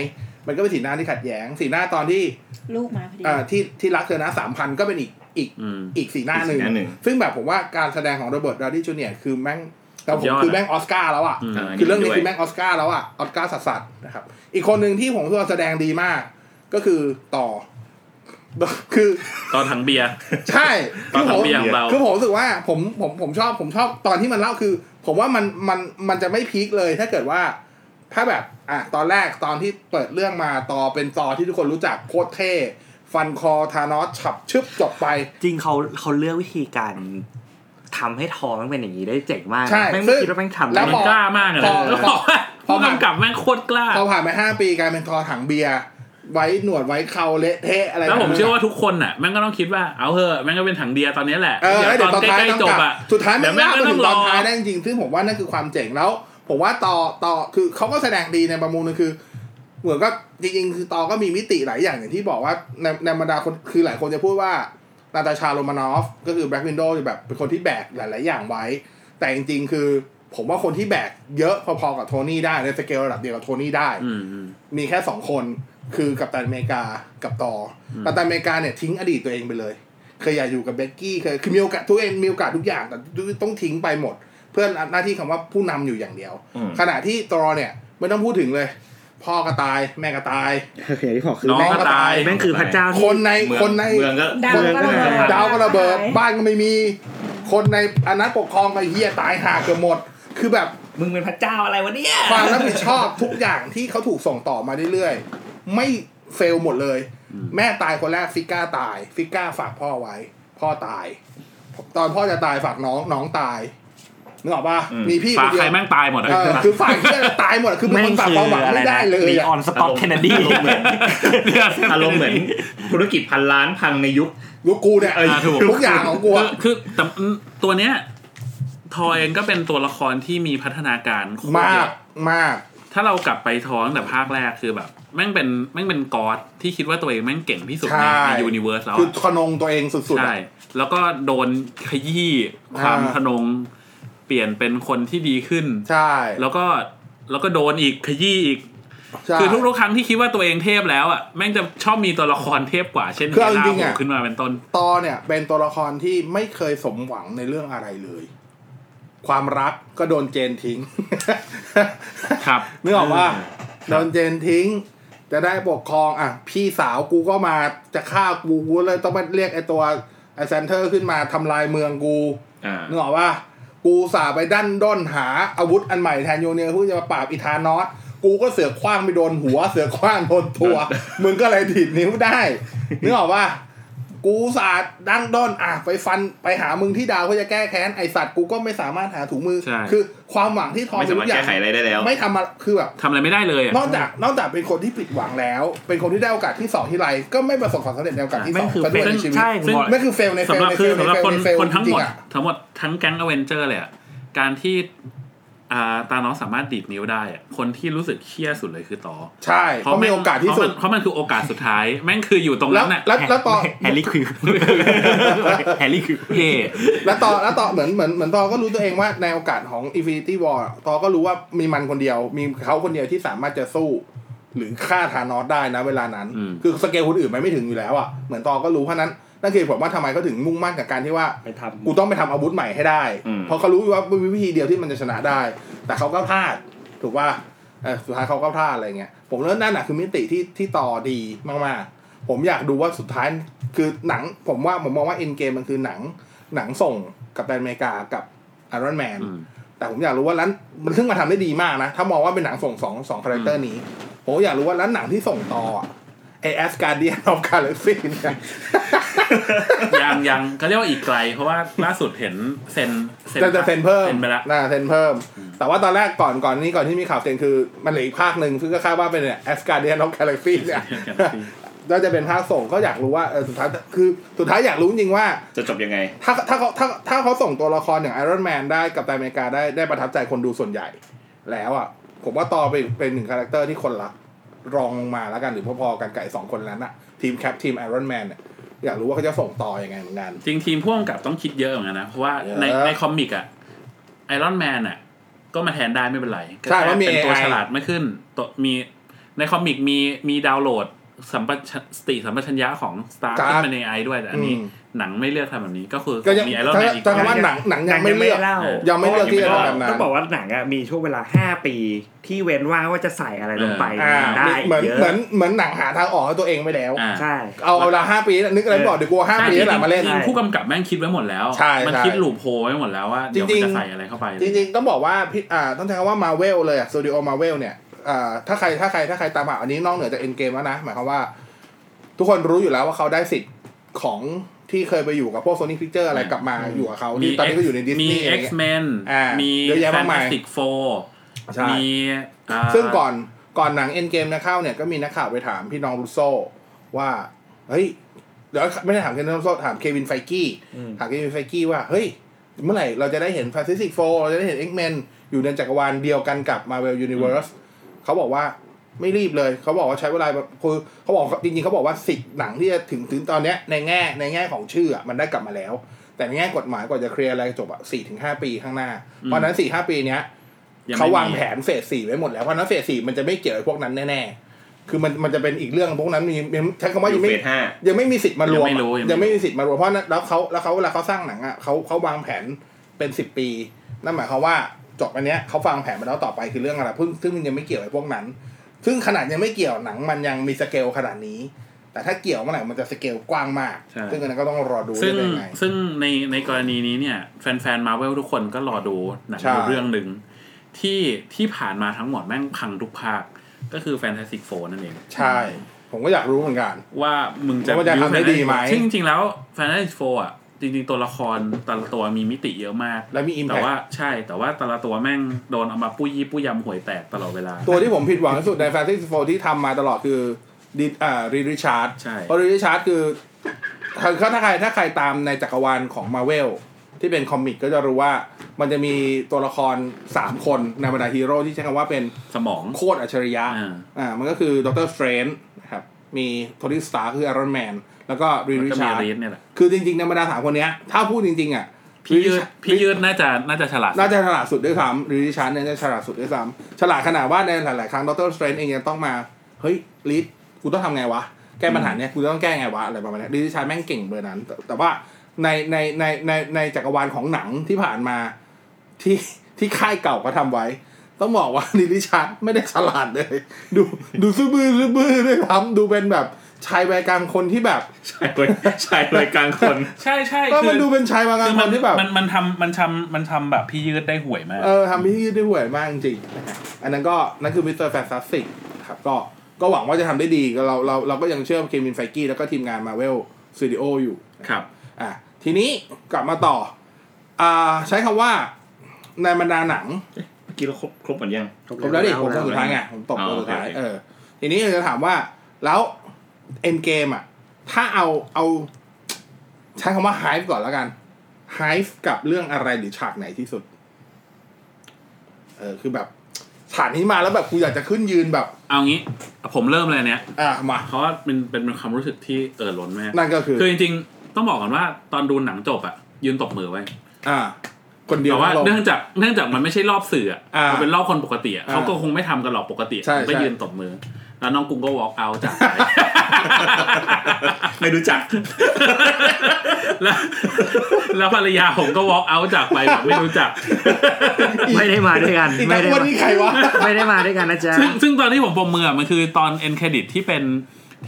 A: มันก็เป็นสีหน้าที่ขัดแย้ง สีหน้าตอนที่
D: ลูกมาพอดี
A: เอ่อที่ที่รักเธอนะสามพันก็เป็นอีกอีก
C: อืม
A: อีกสีหน้าหนึ่ง
E: อีกสีหน้าหนึ่ง
A: ซึ่งแบบผมว่าการแสดงของโรเบิร์ตดาวนี่จูเนียร์คือแม่งแต่ผม
C: สุดยอด
A: คือแม่งออสการ์แล้วอ่ะ
C: อืม
A: คือเรื่องนี้
E: ด้วย
A: คือแม่งออสการ์แล้วอ่ะออสการ์สัสสัสๆนะครับ อีกคนหนึ่งที่ผมรู้สึกว่าแสดงดีมาก ก็คือต่อ คือ
C: ตอนถังเบียร์
A: ใช่
C: ตอน
A: คื
C: ทำ
A: ผม
C: เบียร์ของเรา
A: คือผมรู้สึกว่าผมผมผมชอบผมชอบตอนที่มันเล่าคือ ผมว่ามันมันมันจะไม่พีคเลยถ้าเกิดว่า ถ้าแบบอ่ะตอนแรกตอนที่เปิดเรื่องมาต่อเป็นต่อที่ทุกคนรู้จักโคตรเท่ ฟันคอธานอสฉับชึบจบไป
B: จริงเขาเขาเลือกวิธีการทำให้ทอมันเป็นอย่างนี้ได้เจ๋งมาก
A: ใช่
B: แม่ง
A: ซึ่
B: ไม่
A: ง
B: คิดว่าแม่งทำ
A: แล้
B: ได้
A: ว
C: มัน
A: พอ
C: กล้ามากเลย
A: พ
C: นะ
A: อ
C: แล้วบอกว่า
A: พอ
C: ผู้กำกับแม่งโคตรกล้า
A: พอผ่านไปห้าปีกลายเป็นทอถังเบียร์ไว้หนวดไว้เคราเละเทะอะไร
C: แล้วผมเชื่อว่าทุกคนน่ะแม่งก็ต้องคิดว่าเอาเถอะแม่งก็เป็นถังเดียตอนนี้แหละ
A: เออแล้วเดี๋ยวตอน
C: ใก
A: ท้าย
C: ล้
A: ต้อง
C: ๆจ
A: กลับ
C: บอ่ะ
A: สุดท้ายมั
C: เดี๋ย
A: น
C: วแม่ง
A: ลากไป
C: ก็ต้
A: ถึ
C: อง
A: ง
C: ร
A: ต
C: อ
A: อนท้ายได้จริงๆซึ่งผมว่านั่นคือความเจ๋งแล้ว ผมว่าต่อต่อคือเขาก็แสดงดีในประมูลนึงคือ เหมือนก็จริงๆคือต่อก็มีมิติหลายอย่างอย่างที่บอกว่าในในบรรดาคนคือหลายคนจะพูดว่านาตาชาโรมานอฟ ก็คือแบล็กวินโดว์แบบเป็นคนที่แบกหลาย ๆ อย่างไว้ แต่จริง ๆ คือ ผมว่าคนที่แบกเยอะพอๆกับโทนี่ได้ในสเกลระดับเดียวกับโทนี่ได้
C: อืมอืม
A: มีแค่สองคนคือกัปตันอเมริกากับตออกัปตันอเมริกาเนี่ยทิ้งอดีตตัวเองไปเลย เคยอยากอยู่กับเบ็กกี้เคยคือมีโอกาสทุกเองมีโอกาสทุกอย่างแต่ต้องทิ้งไปหมด เพื่อนหน้าที่คำว่าผู้นำอยู่อย่างเดียว
E: อืม
A: ขณะที่ตอเนี่ยไม่ต้องพูดถึงเลย พ่อก็ตายแม่ก็ตาย
B: อย่างที่บอกคือ
C: น้องก็ตาย
B: แม่งคือพระเจ้าที่
A: คนใน
E: เมือง
A: คนใน
E: เมืองก็
D: ดาวก็ระเบิด
A: ดาวก็ระเบิด
D: บ้า
A: บ้านก็ไม่มี คนในอนัตปกครองไอ้เฮียตายหาเกือบหมด คือแบบ
B: มึงเป็นพระเจ้าอะไรวะเนี่ย
A: ความรับผิดชอบทุกอย่างที่เขาถูกส่งต่อมาเรื่อยๆ ไม่เฟลหมดเลย แม่ตายคนแรกฟิก้าตาย ฟิก้าฝากพ่อไว้ พ่อตาย ตอนพ่อจะตายฝากน้องน้องตายนึกออกปะ
E: อืม
A: มีพี่ค
C: ฝาน
A: เดีย
C: ใคร
A: ว
C: แม่งตายหมดอะ
A: เออคือฝ่ายที่ตายหมดคือเป็นคนฝากความหวังไม่ได้เลย
B: มี
A: อะ
B: ออนสต็อกเคนเนดี
E: อารมณ์เหมือน อารมณ์เหมือนธุรกิจพันล้านพังในยุค
A: ยุคกูเนี่ย
E: เออ
C: อ่าถูก
A: ทุกอย่างของกู
C: คือ
A: อะ
C: คือแต่ตัวเนี้ยทอยเองก็เป็นตัวละครที่มีพัฒนาการโคตร
A: มา
C: เย
A: ก
C: อะ
A: มาก
C: ถ้าเรากลับไปท้องแต่ภาคแรกคือแบบแม่งเป็นแม่งเป็นกอดที่คิดว่าตัวเองแม่งเก่งที่สุดในในยูนิเวอร์สแล้ว
A: คือ
C: อะ
A: ขนงตัวเองสุดๆ
C: ใช่
A: อะ
C: แล้วก็โดนขยี้ความ
A: อ่า
C: ทนงเปลี่ยนเป็นคนที่ดีขึ้น
A: ใช่
C: แล้วก็แล้วก็โดนอีกขยี้อีก
A: ใช่
C: คือทุกๆครั้งที่คิดว่าตัวเองเทพแล้วอ่ะแม่งจะชอบมีตัวละครเทพกว่า เช่น
A: คือเอาจริงๆ
C: เฮล่า
A: อะ
C: โผล่ขึ้นมาเป็นต้น
A: ตอเนี่ยเป็นตัวละครที่ไม่เคยสมหวังในเรื่องอะไรเลย ความรักก็โดนเจนทิ้ง
C: ครับ
A: นึกออกว่าโดนเจนทิ้ง จะได้ปกครองอ่ะ พี่สาวกูก็มาจะฆ่ากูกูเลยต้องมาเรียกไอตัวไอเซนเตอร์ขึ้นมาทำลายเมืองกู
E: อ่า
A: นึกออกว่า กูสาไปดันด้นหาอาวุธอันใหม่แทนโยเนียเพื่อจะมาปราบอิธานอสกูก็เสือกคว้างไปโดนหัว เสือกคว้างโดนตัว มึงก็เลยถีบนิ้วได้นึกออกว่า กูสาดดั้งด้นอ่ะไปฟันไปหามึงที่ดาวเพื่อจะแก้แค้นไอสัตว์กูก็ไม่สามารถหาถุงมือ
C: ใช่
A: คือความหวังที่ทอ
E: ไม่สามารถ
A: ทุ
E: แก้
A: ก
E: ไขอะไรได้แล้ว
A: ไม่ทำมาคือแบบ
C: ทำอะไรไม่ได้เลยอะ
A: นอกจากนอกจากเป็นคนที่ผิดหวังแล้ว เป็นคนที่ได้โอกาสที่สองที่ไรก็ไม่ประสบความสำเร็จในโอกาสที่
B: แม่
A: สอ
B: ง
A: ง
B: คือ
A: ซะด้วยในชีวิต
B: ใช่ผมบอก
A: นั่นคือเฟลในเฟล
C: สำหรับ
A: ในเฟ
C: คือ
A: ลใน
C: สำหรับ
A: เฟล
C: คน
A: ในเฟล
C: คนทั้งหม
A: จ
C: ด
A: ริๆอะ
C: ทั้งหมดทั้งแก๊งอเวนเจอร์เลยอะการที่อ่าตาน้องสามารถดีดนิ้วได้อะคนที่รู้สึกเครียดสุดเลยคือต่อ
A: ใช่เพราะมีโอกาสที่สุด
C: เพราะมันคือโอกาสสุดท้าย แม่งคืออยู่ตรง
A: แล้
C: นั้
A: วน
C: น่ะ
A: แล้วแล้วตอน
B: แฮร์รี่คือแฮร์รี่คือ
C: เย่
A: แล้วตอนแล้วตอนเหมือนเหมือนเหมือนตอนก็รู้ตัวเองว่าในโอกาสของ Infinity War อะตอนก็รู้ว่ามีมันคนเดียว มีเขาคนเดียวที่สามารถจะสู้ หรือฆ่าธานอสได้นะเวลานั้น คือสเกลคนอื่นมันไม่ถึงอยู่แล้วอ่ะเหมือนตอนก็รู้เพราะนั้นนั่นคือเหตุผลว่าทำไมเขาถึงมุ่งมั่นกับการที่ว่า
B: ไปทำ
A: กูต้องไปทำอาวุธใหม่ให้ได้
E: อืม
A: เพราะเขารู้ว่ามีวิธีเดียวที่มันจะชนะได้ แต่เขาก็พลาด ถูกป่ะเออสุดท้ายเขาก็พลาดอะไรเงี้ย ผมเรื่องนั่นน่ะคือมิติที่ที่ต่อดีมากๆ ผมอยากดูว่าสุดท้ายคือหนัง ผมว่าผมมองว่าเอ็นเกมมันคือหนัง หนังส่งกับแปนอเมริกากับอารอนแมน แต่ผมอยากรู้ว่าแล้วมันซึ่งมาทำได้ดีมากนะ ถ้ามองว่าเป็นหนังส่งสองสองคาแรคเตอร์นี้ ผมอยากรู้ว่าแล้วหนังที่ส่งต่อไอแอสการเดียนออฟกาแล็กซี่เนี่ย
C: ยังยังก็เรียกว่าอีกไกล เพราะว่าล่าสุดเห็นเซนซ็
A: จะจะเซ็นเพิ่ม
C: เซ็นไปละ
A: น่าเซ็นเพิ่ม แต่ว่าตอนแรกก่อนก่อนนี้ก่อนที่มีข่าวเซ็นคือมันเหลืออีกภาคหนึ่งซึ่งก็คาดว่าเป็นเนี่ยแอสการ์เดียนออฟกาแล็กซี่เนี่ยก็จะ เป็นภาคส่งก็อยากรู้ว่าเออสุดท้ายคือสุดท้ายอยากรู้จริงๆว่า
E: จะจบยังไง
A: ถ้าถ้าเขาถ้าถ้าเขาส่งตัวละครอย่างไอรอนแมนได้กับไตนอเมริกาได้ได้ประทับใจคนดูส่วนใหญ่ แล้วอ่ะ ผมว่าต่อไปเป็นหนึ่งคาแรคเตอร์ที่คนรัก รองลงมาแล้วกันหรือพอๆกันไก่สองคนนั้นอะทีมแคปทีมไอรอนแมนเนี่ยอยากรู้ว่าเขาจะส่งต่ออยังไงเหมือนกัน
C: จริงทีมพ่วงกับต้องคิดเยอะเหมือนกันนะ เพราะว่าใน
A: เยอะ
C: ในคอมิกอะไอรอนแมนอะก็มาแทนได้ไม่เป็นไร
A: ใช่เพราะมี
C: เป็นตัว
A: AI
C: ฉลาดไม่ขึ้นตัวมีในคอมิกมีมีดาวน์โหลดสัมปชสติสัมปชัญญะของสตาร์
A: Stark
C: ขึ้นมาในไอด้วยแต่อันนี้
A: อืม
C: หนังไม่เลือกทำแบบนี้ก็คือ
A: ก็ยัง
C: มีไอรอน
A: ถ้า
C: แมนอีก
A: ถ้าคำ
C: ค
A: ว่าน หนังหนังยังไม่เลือก
B: หนั
A: ยังไม่เลือกที่จะทำแบบนั้น
B: ต้องบอกว่าหนังอะมีช่วงเวลาห้าปีที่เว้นว่างว่าจะใส่อะไรลงไป
A: อ่า
B: ได้
A: เหมือน
B: เยอะ
A: เหมือนเหมือนหนังหาทางออกให้ตัวเองไปแล้ว
C: อ่า
B: ใช่
A: เอาเอาเวลาห้าปีนึกอะไรไม่ออกเดี๋ยวกลัวห้า
C: ใช่
A: ปีแล้วหลังมาเล่น
C: จริงๆผู้กำกับแม่งคิดไว้หมดแล้ว
A: ใช่
C: มัน
A: ใช่
C: คิดหลูปโพไว้หมดแล้วว่าเดี๋ยว
A: จริงๆ
C: มันจะใส่อะไรเข้าไป
A: จริงๆต้องบอกว่าพี่อ่าต้องใช้คำว่ามาเวลเลยอะสตูดิโอมาเวลเนี่ยอ่าถ้าใครถ้าใครถ้าใครตามหาอันนี้นอกเหนือจากเอ็นเกมแล้วนะ หมายความว่า ทุกคนรู้อยู่แล้วว่าเขาได้สิทธิ์ของที่เคยไปอยู่กับพวกโซนี่พิกเจอร์อะไรกลับมาอยู่กับเขาที่ตอนนี้ก็อยู่ในดิสนี
C: มี
A: ย์อะไรเงี้ย
C: X-Men
A: อ่า
C: มี
A: เยอะแยะมากมาย
C: Fantastic Four
A: ใช่
C: มีอ่า
A: ซึ่งก่อนก่อนหนังเอ็นเกมจะเข้าเนี่ยก็มีนักข่าวไปถามพี่น้องรูโซว่า เฮ้ยเดี๋ยวไม่ได้ถามแค่น้องรูโซถามเควินไฟกี้ถามเควินไฟกี้ว่า เฮ้ย เมื่อไหร่เราจะได้เห็น f a n t a s t i c Four เราจะได้เห็น X-Men อยู่ในจักรวาลเดียวกันกับ Marvel Universe เขาบอกว่าไม่รีบเลย เขาบอกว่าใช้เวลาแบบคือเขาบอกจริงๆเขาบอกว่าสิทธิ์หนังที่จะถึงถึงตอนเนี้ยในแง่ในแง่ของชื่ออะมันได้กลับมาแล้ว แต่ในแง่กฎหมายกว่าจะเคลียร์อะไรจบอะสี่ถึงห้าปีข้างหน้าเพราะฉะนั้นสี่ห้าปีเนี้ย
C: ยังไม่
A: เขาวาง
C: มี
A: แผนเฟสสี่ไว้หมดแล้ว เพราะฉะนั้นเฟสสี่มันจะไม่เกี่ยวกับพวกนั้นแน่ๆ คือมันมันจะเป็นอีกเรื่องพวกนั้นมีมีใช้คำว่า
E: อ
A: ยั
E: ยู่
A: งไม่
E: เฟสห้า
A: ยังไม่มีสิทธิ์มารวม
C: ยังไม่รู้
A: อะ
C: ยังไม่
A: ยังไม่
C: รู้
A: มีสิทธิ์มารวมเพราะนั้นแล้วเขาแล้วเขาเวลาเขาสร้างหนังอ่ะเขาเขาวางแผนเป็นสิบปี นั่นหมายความว่าจบอันเนี้ยเขาฟังแผนมาแล้วต่อไปคือเรื่องอะไรเพิ่งซึ่งมันยังไม่เกี่ยวกับพวกนั้น ซึ่งขนาดยังไม่เกี่ยวหนังมันยังมีสเกลขนาดนี้ แต่ถ้าเกี่ยวเมื่อไหร่มันจะสเกลกว้างมาก
C: ใช่
A: ซึ่งอันนั้นก็ต้องรอดู
C: ซึ่ง
A: ว่าจะเป็นยังไง
C: ซึ่งในในกรณีนี้เนี่ย แฟนๆมาเวลทุกคนก็รอดูหนัง
A: ใช่
C: อยู่เรื่องหนึ่งที่ที่ผ่านมาทั้งหมดแม่งพังทุกภาค ก็คือ Fantastic Four นั่นเอง
A: ใช่ ผมก็อยากรู้เหมือนกัน
C: ว่ามึงจะ
A: ว่าจะทำได้ดีไหม
C: ซึ่งจริงๆแล้ว Fantastic Four อ่ะ จริงๆ ตัวละครแต่ละตัวมีมิติเยอะมาก
A: และมีอิมแพ
C: แต่ว่าใช่แต่ว่าแต่ละตัวแม่งโดนเอามาปุ้ยยี่ปุ้ยยำหวยแตกตลอดเวลา
A: ตัวที่ผมผิดหวังที่สุดในแฟนตาซีโฟที่ทำมาตลอดคือดิอ่ารีริชาร์ด
C: ใช่
A: เพราะรีริชาร์ดคือถ้าถ้าใครถ้าใครตามในจักรวาลของมาเวลที่เป็นคอมิกก็จะรู้ว่ามันจะมีตัวละคร 3 คนในบรรดาฮีโร่ที่ใช้คำว่าเป็น
C: สมอง
A: โคตรอัจฉริยะ
C: อ่า
A: อ่ามันก็คือด r รสเตรนนะครับมีโทนี่สตาร์คือไอรอนแมนแล้วก็รี
C: แล้ว
A: ริ
C: ก็มี
A: ชาร์ด
C: รีดเนี่ยแหละ
A: คือจริงๆในบรรดาสามคนเนี้ยถ้าพูดจริงๆอ่ะ
C: พี่ยืดพี่ยืดน่าจะน่าจะฉลาด
A: น่าจะฉลาดสุดด้วยซ้ำหรือดิฉันเนี่ยจะฉลาดสุดด้วยซ้ำฉลาดขนาดว่าในหลาย ๆ ครั้งดรสเตรนเองยังต้องมา เฮ้ยลิสกูต้องทำไงวะ แก้ปัญหาเนี่ยกูต้องแก้ไงวะ อะไรประมาณเนี้ยดิฉันแม่งเก่งเบอร์นั้น แต่แต่ว่าในในในในในจักรวาลของหนังที่ผ่านมาที่ที่ค่ายเก่าก็ทำไว้ ต้องบอกว่า ลิลิชาร์ดไม่ได้ฉลาดเลย ดูดูซื่อบื้อซื่อบื้อเลยทำดูเป็นแบบชายวัยกลางคนที่แบบ
E: ใช่เลยใช่เลยกลางคน
C: ใช่ใช่
A: ก็
C: คื
A: มันดูเป็นชายวัยกลา
C: คื
A: งค
C: อมัน
A: นที่แบบ
C: มันมันทำมันทำมันทำแบบพี่ยืดได้หวยมาก
A: เออทำให้ยืดได้ห่วยมากจริงๆนะฮะอันนั้นก็นั่นคือมิสเตอร์แฟนตาิกครับก็ก็หวังว่าจะทำได้ดีก็เราเราเราก็ยังเชื่อเคมินไฟกี้แล้วก็ทีมงานมาเวลสตูดิโออยู่
C: ครับ
A: อ่ะทีนี้กลับมาต่ออ่าใช้คำว่าในบรรดาหนัง
E: เมื่อกี้เราครบครบหมดยัง
A: ผมแล้วดิผมคนสุดท้ายไงผมตบ
E: อ๋
A: คน
E: อ
A: สุดท้าย
E: โอเค
A: เออทีนี้เราจะถามว่าแล้วเอ็นเกมอ่ะ ถ้าเอาเอาใช้คำว่าไฮฟ์ก่อนแล้วกันไฮฟ์กับเรื่องอะไรหรือฉากไหนที่สุด เออคือแบบฉากนี้มาแล้วแบบกูอยากจะขึ้นยืนแบบ
C: เอางี้ผมเริ่มเลยเนี่ย
A: อ่ะมา
C: เพราะว่ามันเป็นเป็นความรู้สึกที่เออล้นมาก
A: นั่นก็คือ
C: คือจริงๆ ต้องบอกก่อนว่าตอนดูหนังจบอะยืนตบมือไว้
A: อ่า คนเดียว
C: แต่ว่า
A: ทั้งโลก
C: เนื่องจากเนื่องจากมันไม่ใช่รอบสื่ออะ
A: อ่ามั
C: มันเป็นรอบคนปกติอะ
A: อ่า
C: เขาก็คงไม่ทำกันหรอกปกติ
A: ใช่
C: ผมก็
A: ใช่
C: ยืนตบมือ แล้วน้องกุ้งก็ walk out จาก ไป
E: ไม่รู้จัก
C: แล้วแล้วภรรยาผมก็ walk out จากไปแบบไม่รู้ จัก
B: ไม่ได้มาด้วยกัน
A: อีก
B: ไม่
A: แต่
B: ได้
A: อ้วน
B: มา
A: นี่ใครวะ
B: ไม่ได้มาด้วยกันนะจ๊ะ
C: ซึ่งซึ่งตอนที่ผมปมมืออะมันคือตอน end credit ที่เป็น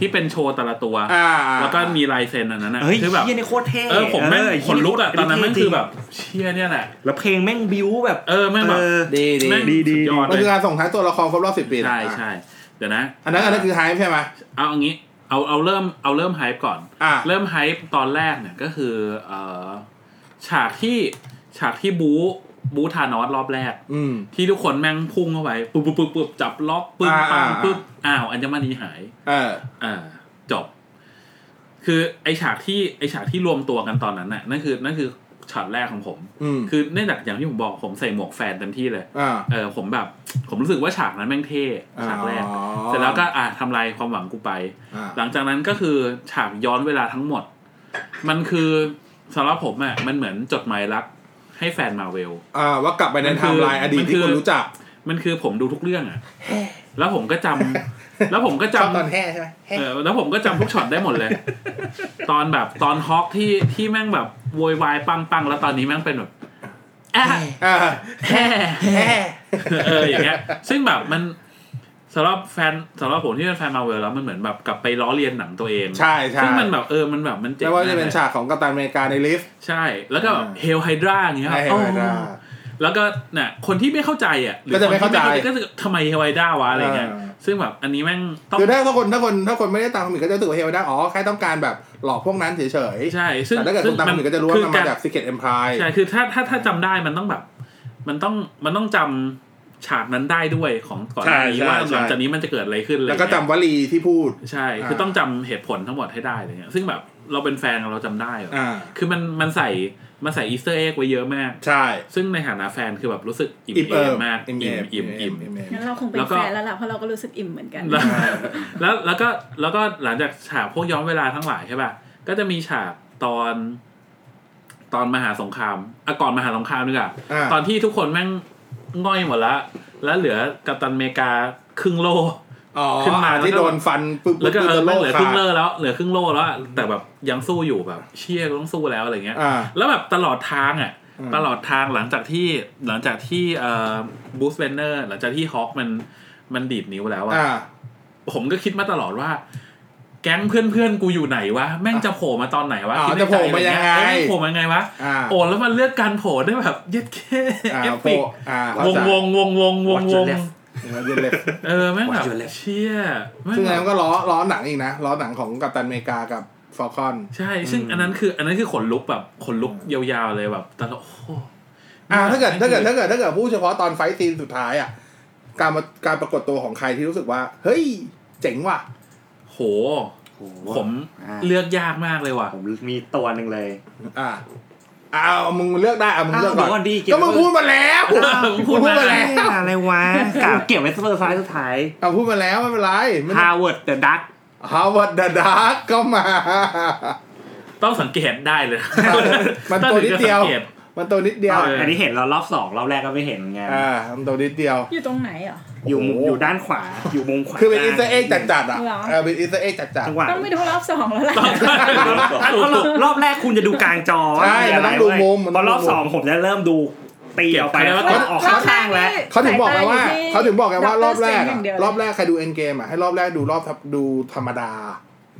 C: ที่เป็นโชว์แต่ละตัว
A: อ่า
C: แล้วก็มีลายเซ็นอันนั้นนะ
B: เฮ้ย
C: คือแบบ
B: เฮียนี่โคตรเท่
C: เออผมแม่ง
B: เ
C: ขนลุกอะตอนนั้นแม่งคือแบบ
B: เฮีย
C: เชี่ยเนี่ยแหละ
B: นี่เท่จริงแล้วเพลงแม่งบิ้วแบบ
C: เออแม่งแบบ
B: เออ
A: ดีดี
C: แม่ง
B: ดีดี
C: สุยอด
A: มัน
C: เล
A: คือย การส่งท้ายตัวละครครบรอบสิบปีนะ
C: ใช่ใช่เดี๋ยวนะ
A: อันนั้นอันนั้นคือไฮฟ์ใช่ไหม
C: เอาเอางี้ เอาเอาเริ่มเอาเริ่มไฮป์ก่อน
A: อ่ะ
C: เริ่มไฮป์ตอนแรกเนี่ยก็คือเอ่อฉากที่ฉากที่บูบูธานอสรอบแรก
A: อืม
C: ที่ทุกคนแม่งพุ่งเข้าไปปุ๊บปุ๊บปุ๊บปุ๊บจับล็อกปึ๊บ
A: อ่า
C: ปัง
A: อ่า
C: ปึ๊บอ้าวอัญมณีหาย
A: เออ
C: อ่าจบ คือไอฉากที่ไอฉากที่รวมตัวกันตอนนั้นน่ะนั่นคือนั่นคือช็อตแรกของผม
A: อืม
C: คือเนื่องจากอย่างที่ผมบอกผมใส่หมวกแฟนเต็มที่เลย
A: อ่า
C: เออผมแบบ ผมรู้สึกว่าฉากนั้นแม่งเท่ฉากแรก
A: อ๋อ
C: เสร็จแล้วก็อ่ะทำลายความหวังกูไป
A: อ่า
C: หลังจากนั้นก็คือฉากย้อนเวลาทั้งหมด มันคือสำหรับผมอ่ะมันเหมือนจดหมายรักให้แฟนมาเวล
A: อ่าว่ากลับไปในไทม์ไลน์อดีตที่คนรู้จัก
C: มันคือผมดูทุกเรื่องอ่ะ แล้วผมก็จำแล้วผมก็
A: ชอ
C: จำ
A: บตอนแห่ใช่ไหมแห่
C: เออแล้วผมก็จำทุกช็อตได้หมดเลย ตอนแบบตอนฮอกที่ที่แม่งแบบโวยวายปังปังแล้วตอนนี้แม่งเป็นแบบแอะ
A: อ่า
C: แฮ่
A: แห่
C: เอออย่างเงี้ย ซึ่งแบบมันสำหรับแฟนสำหรับผมที่เป็นแฟนมาเวลแล้วมันเหมือนแบบกลับไปล้อเลียนหนังตัวเอง
A: ใช่ใช่
C: ซึ่งมันแบบเออมันแบบมันเจ๋ง
A: ไม่ว่าจะเป็น
C: มก
A: ฉากของกัปตันอเมริกาในลิฟต์
C: ใช่ แล้วก็เฮลไฮดราอย่างเงี้ย
A: ในเฮลไวดา
C: โอ้แล้วก็น่ะคนที่ไม่เข้าใจอ่ะหรือ
A: ก็จะไม่เข้าใจ
C: คนที่ก็จะทำไมเฮลไฮดราวะอะไรเงี้ย
A: อ่า
C: ซึ่งแบบอันนี้แม่งต้อง
A: คือถ้าถ้าคนถ้าคนถ้าคนไม่ได้ตามคอมิกก็จะรู้สึกว่าเฮลไวดาอ๋อแค่ต้องการแบบหลอกพวกนั้นเฉยๆ
C: ใช่ซึ่ง
A: แต่ถ้าเกิด
C: ซึ่
A: คุ
C: ง
A: ณตามคอมิกก็จะรู้ว่า
C: คือ
A: มันมา
C: การ
A: จากซิกเก็ตเอ็มพาย
C: ใช่ คือถ้าถ้าถ้าจำได้มันต้องแบบ มันต้องมันต้องจำฉากนั้นได้ด้วยของก่อนหน้านี้
A: ใช่ใช่
C: ว่าหลัง
A: ใช่
C: จากนี้มันจะเกิดอะไรขึ้นอะไร
A: แล้วก็จำ
C: เงี้ยว
A: ลีที่พูด
C: ใช่ คือ
A: อ่า
C: ต้องจำเหตุผลทั้งหมดให้ได้อะไรเงี้ย ซึ่งแบบเราเป็นแฟนเราจำได้เหรออ
A: อ่า
C: คือมันมันใส่มันใส่อีสเตอร์เอ็กไว้เยอะมาก
A: ใช่
C: ซึ่งในฐานะแฟนคือแบบรู้สึกอิ่ม
A: อิ่ม
C: เอ
A: เอิ
C: ม
A: ม
C: มาก
A: อิ่
C: อิ่
A: ม
C: ม
A: เอิม
C: อิ่มอิ่ม
A: อิ่มเอิม
D: งั้นเราคงเป็น
C: แล้วก็
D: แฟนแล้วล่ะเพราะเราก็รู้สึกอิ่มเหมือนกัน
C: แล้วแล้วแล้วก็แล้วก็หลังจากฉากพวกย้อนเวลาทั้งหลายใช่ป่ะ ก็จะมีฉากตอน ตอนมหาสงครามอะก่อนมหาสงครามดีกว่า
A: อ่า
C: ตอนที่ทุกคนแม่งง่อยหมดละแล้วเหลือกัปตันอเมริกาครึ่งโล
A: อ๋อ
C: ขึ้นมา
A: ที่โดนฟันปุ๊บ
C: แล้วก็
A: ปุ๊บ
C: เออ
A: จน
C: แม่งเหลือครึ่งโล
A: ขาด
C: แล้วเหลือครึ่งโลแล้วอะแต่แบบยังสู้อยู่แบบ เชี่ยก็ต้องสู้แล้วอะไรเงี้ย
A: อ่า
C: แล้วแบบตลอดทางอ่ะ
A: อืม
C: ตลอดทางหลังจากที่หลังจากที่เอ่อบูสเบนเนอร์หลังจากที่ฮอคมันมันดีดนิ้วแล้วอะ
A: อ่า
C: ผมก็คิดมาตลอดว่า แก๊งเพื่อนๆกูอยู่ไหนวะ แม่งจะโผล่มาตอนไหนวะ
A: อ๋อ
C: คิดใน
A: จะโผล่มายังไง
C: เอ้แม่โผล่มายังไงวะ
A: อ่า
C: โอ้แล้วมันเลือกการโผล่ได้แบบ เย็ดแค่
A: อ่า
C: เอฟ
A: โฟ
C: ปิก
A: อ่าว เข้างใจ
C: วงวงวงวง
F: Watch
C: ว
F: your
C: ง
F: left
A: เย็นเลย
C: เออแม่งแบบ
F: Watch your left
C: เชี่ยแม่ง
A: ซึ่งอัน
C: แบ
A: นั้
C: บ
A: นก็ล้อล้อหนังอีกนะล้อหนังของกัปตันอเมริกากับฟอลคอน
C: ใช่ ซึ่งอันนั้นคือ อันนั้นคือขนลุกแบบขนลุกยาวๆเลยแบบแต่ละโอ้โห
A: อ่าถ้าเกิด
C: ไม่
A: ถ้าเกิด
C: คือ
A: ถ้าเกิดถ้าเกิดพูดเฉพาะตอนไฟท์ซีนสุดท้ายอ่ะการมาการปรากฏตัวของใครที่รู้สึกว่า เฮ้ย เจ๋งว่ะ
C: โห
F: โอ้โห
C: ผม
F: อ่า
C: เลือกยากมากเลยว่ะ
F: ผมมีตัวหนึ่งเลย
A: อ่าอ่าเอามึงเลือกได้อ่ะมึงเลือก
F: าวดี๋ยว
A: ก่อน
F: ดีเยว
A: ก็มึงพูดมาแล้ว
C: มึงพูดมา
A: มาแล้ว
B: อะไรวะกล่าวเก็บไว้เซอร์ไพรส์สุดท้าย
A: เอาพูดมาแล้วไม่เป็นไร
B: ฮาวเวิร์ดเดอะดัก
A: ฮาวเวิร์ดเดอะดาร์กก็มา
C: ต้องสังเกตได้เลย
A: มัน
C: ต้อง
A: ตัว
C: ถึ
A: นิ
C: ง
A: ด
C: จะ
A: เดีย
C: สั
A: ว
C: งเกต
A: มันตัวนิดเดียว
C: เอ
B: อันนี้เห็นเรารอบสองรอบแรกก็ไม่เห็นไง
A: อ่ามันตัวนิดเดียว
D: อยู่ตรงไหนอ่ะ
B: อยู่มุม
A: โอ้โห
B: อยู่ด้านขวาอยู่มุมขวา
A: คือเป็นอินเตอร์เอ็กจัดจัดๆอ่ะเออเป็นอินเตอร์เอ็กจัดจัดๆ
B: จังหวะ
D: ต้องไปดูรอบสองแล้วแหละ
B: อ่ะเพราะ รอบรอบแรกคุณจะดูกลางจอ
A: ใช่มันต้องดูมุมมัน
B: พ
A: ต้
B: อ
A: องดูมุม
B: รอบสองผมจะเริ่มดูตีออกไป
C: เก็บ
B: แล้ว
C: คะแนน
B: ก็ออกข้างๆแล้ว
A: เขาถึงบอกไงว่า
D: สยตยู่ที่
A: เขาถึงบอกไงว่ารอบแรก
D: ดเตเซนย่า
A: อะ
D: งเดียว
A: รอบแรกใครดูเอ็นเกมอ่ะให้รอบแรกดูรอบทับดูธรรมดา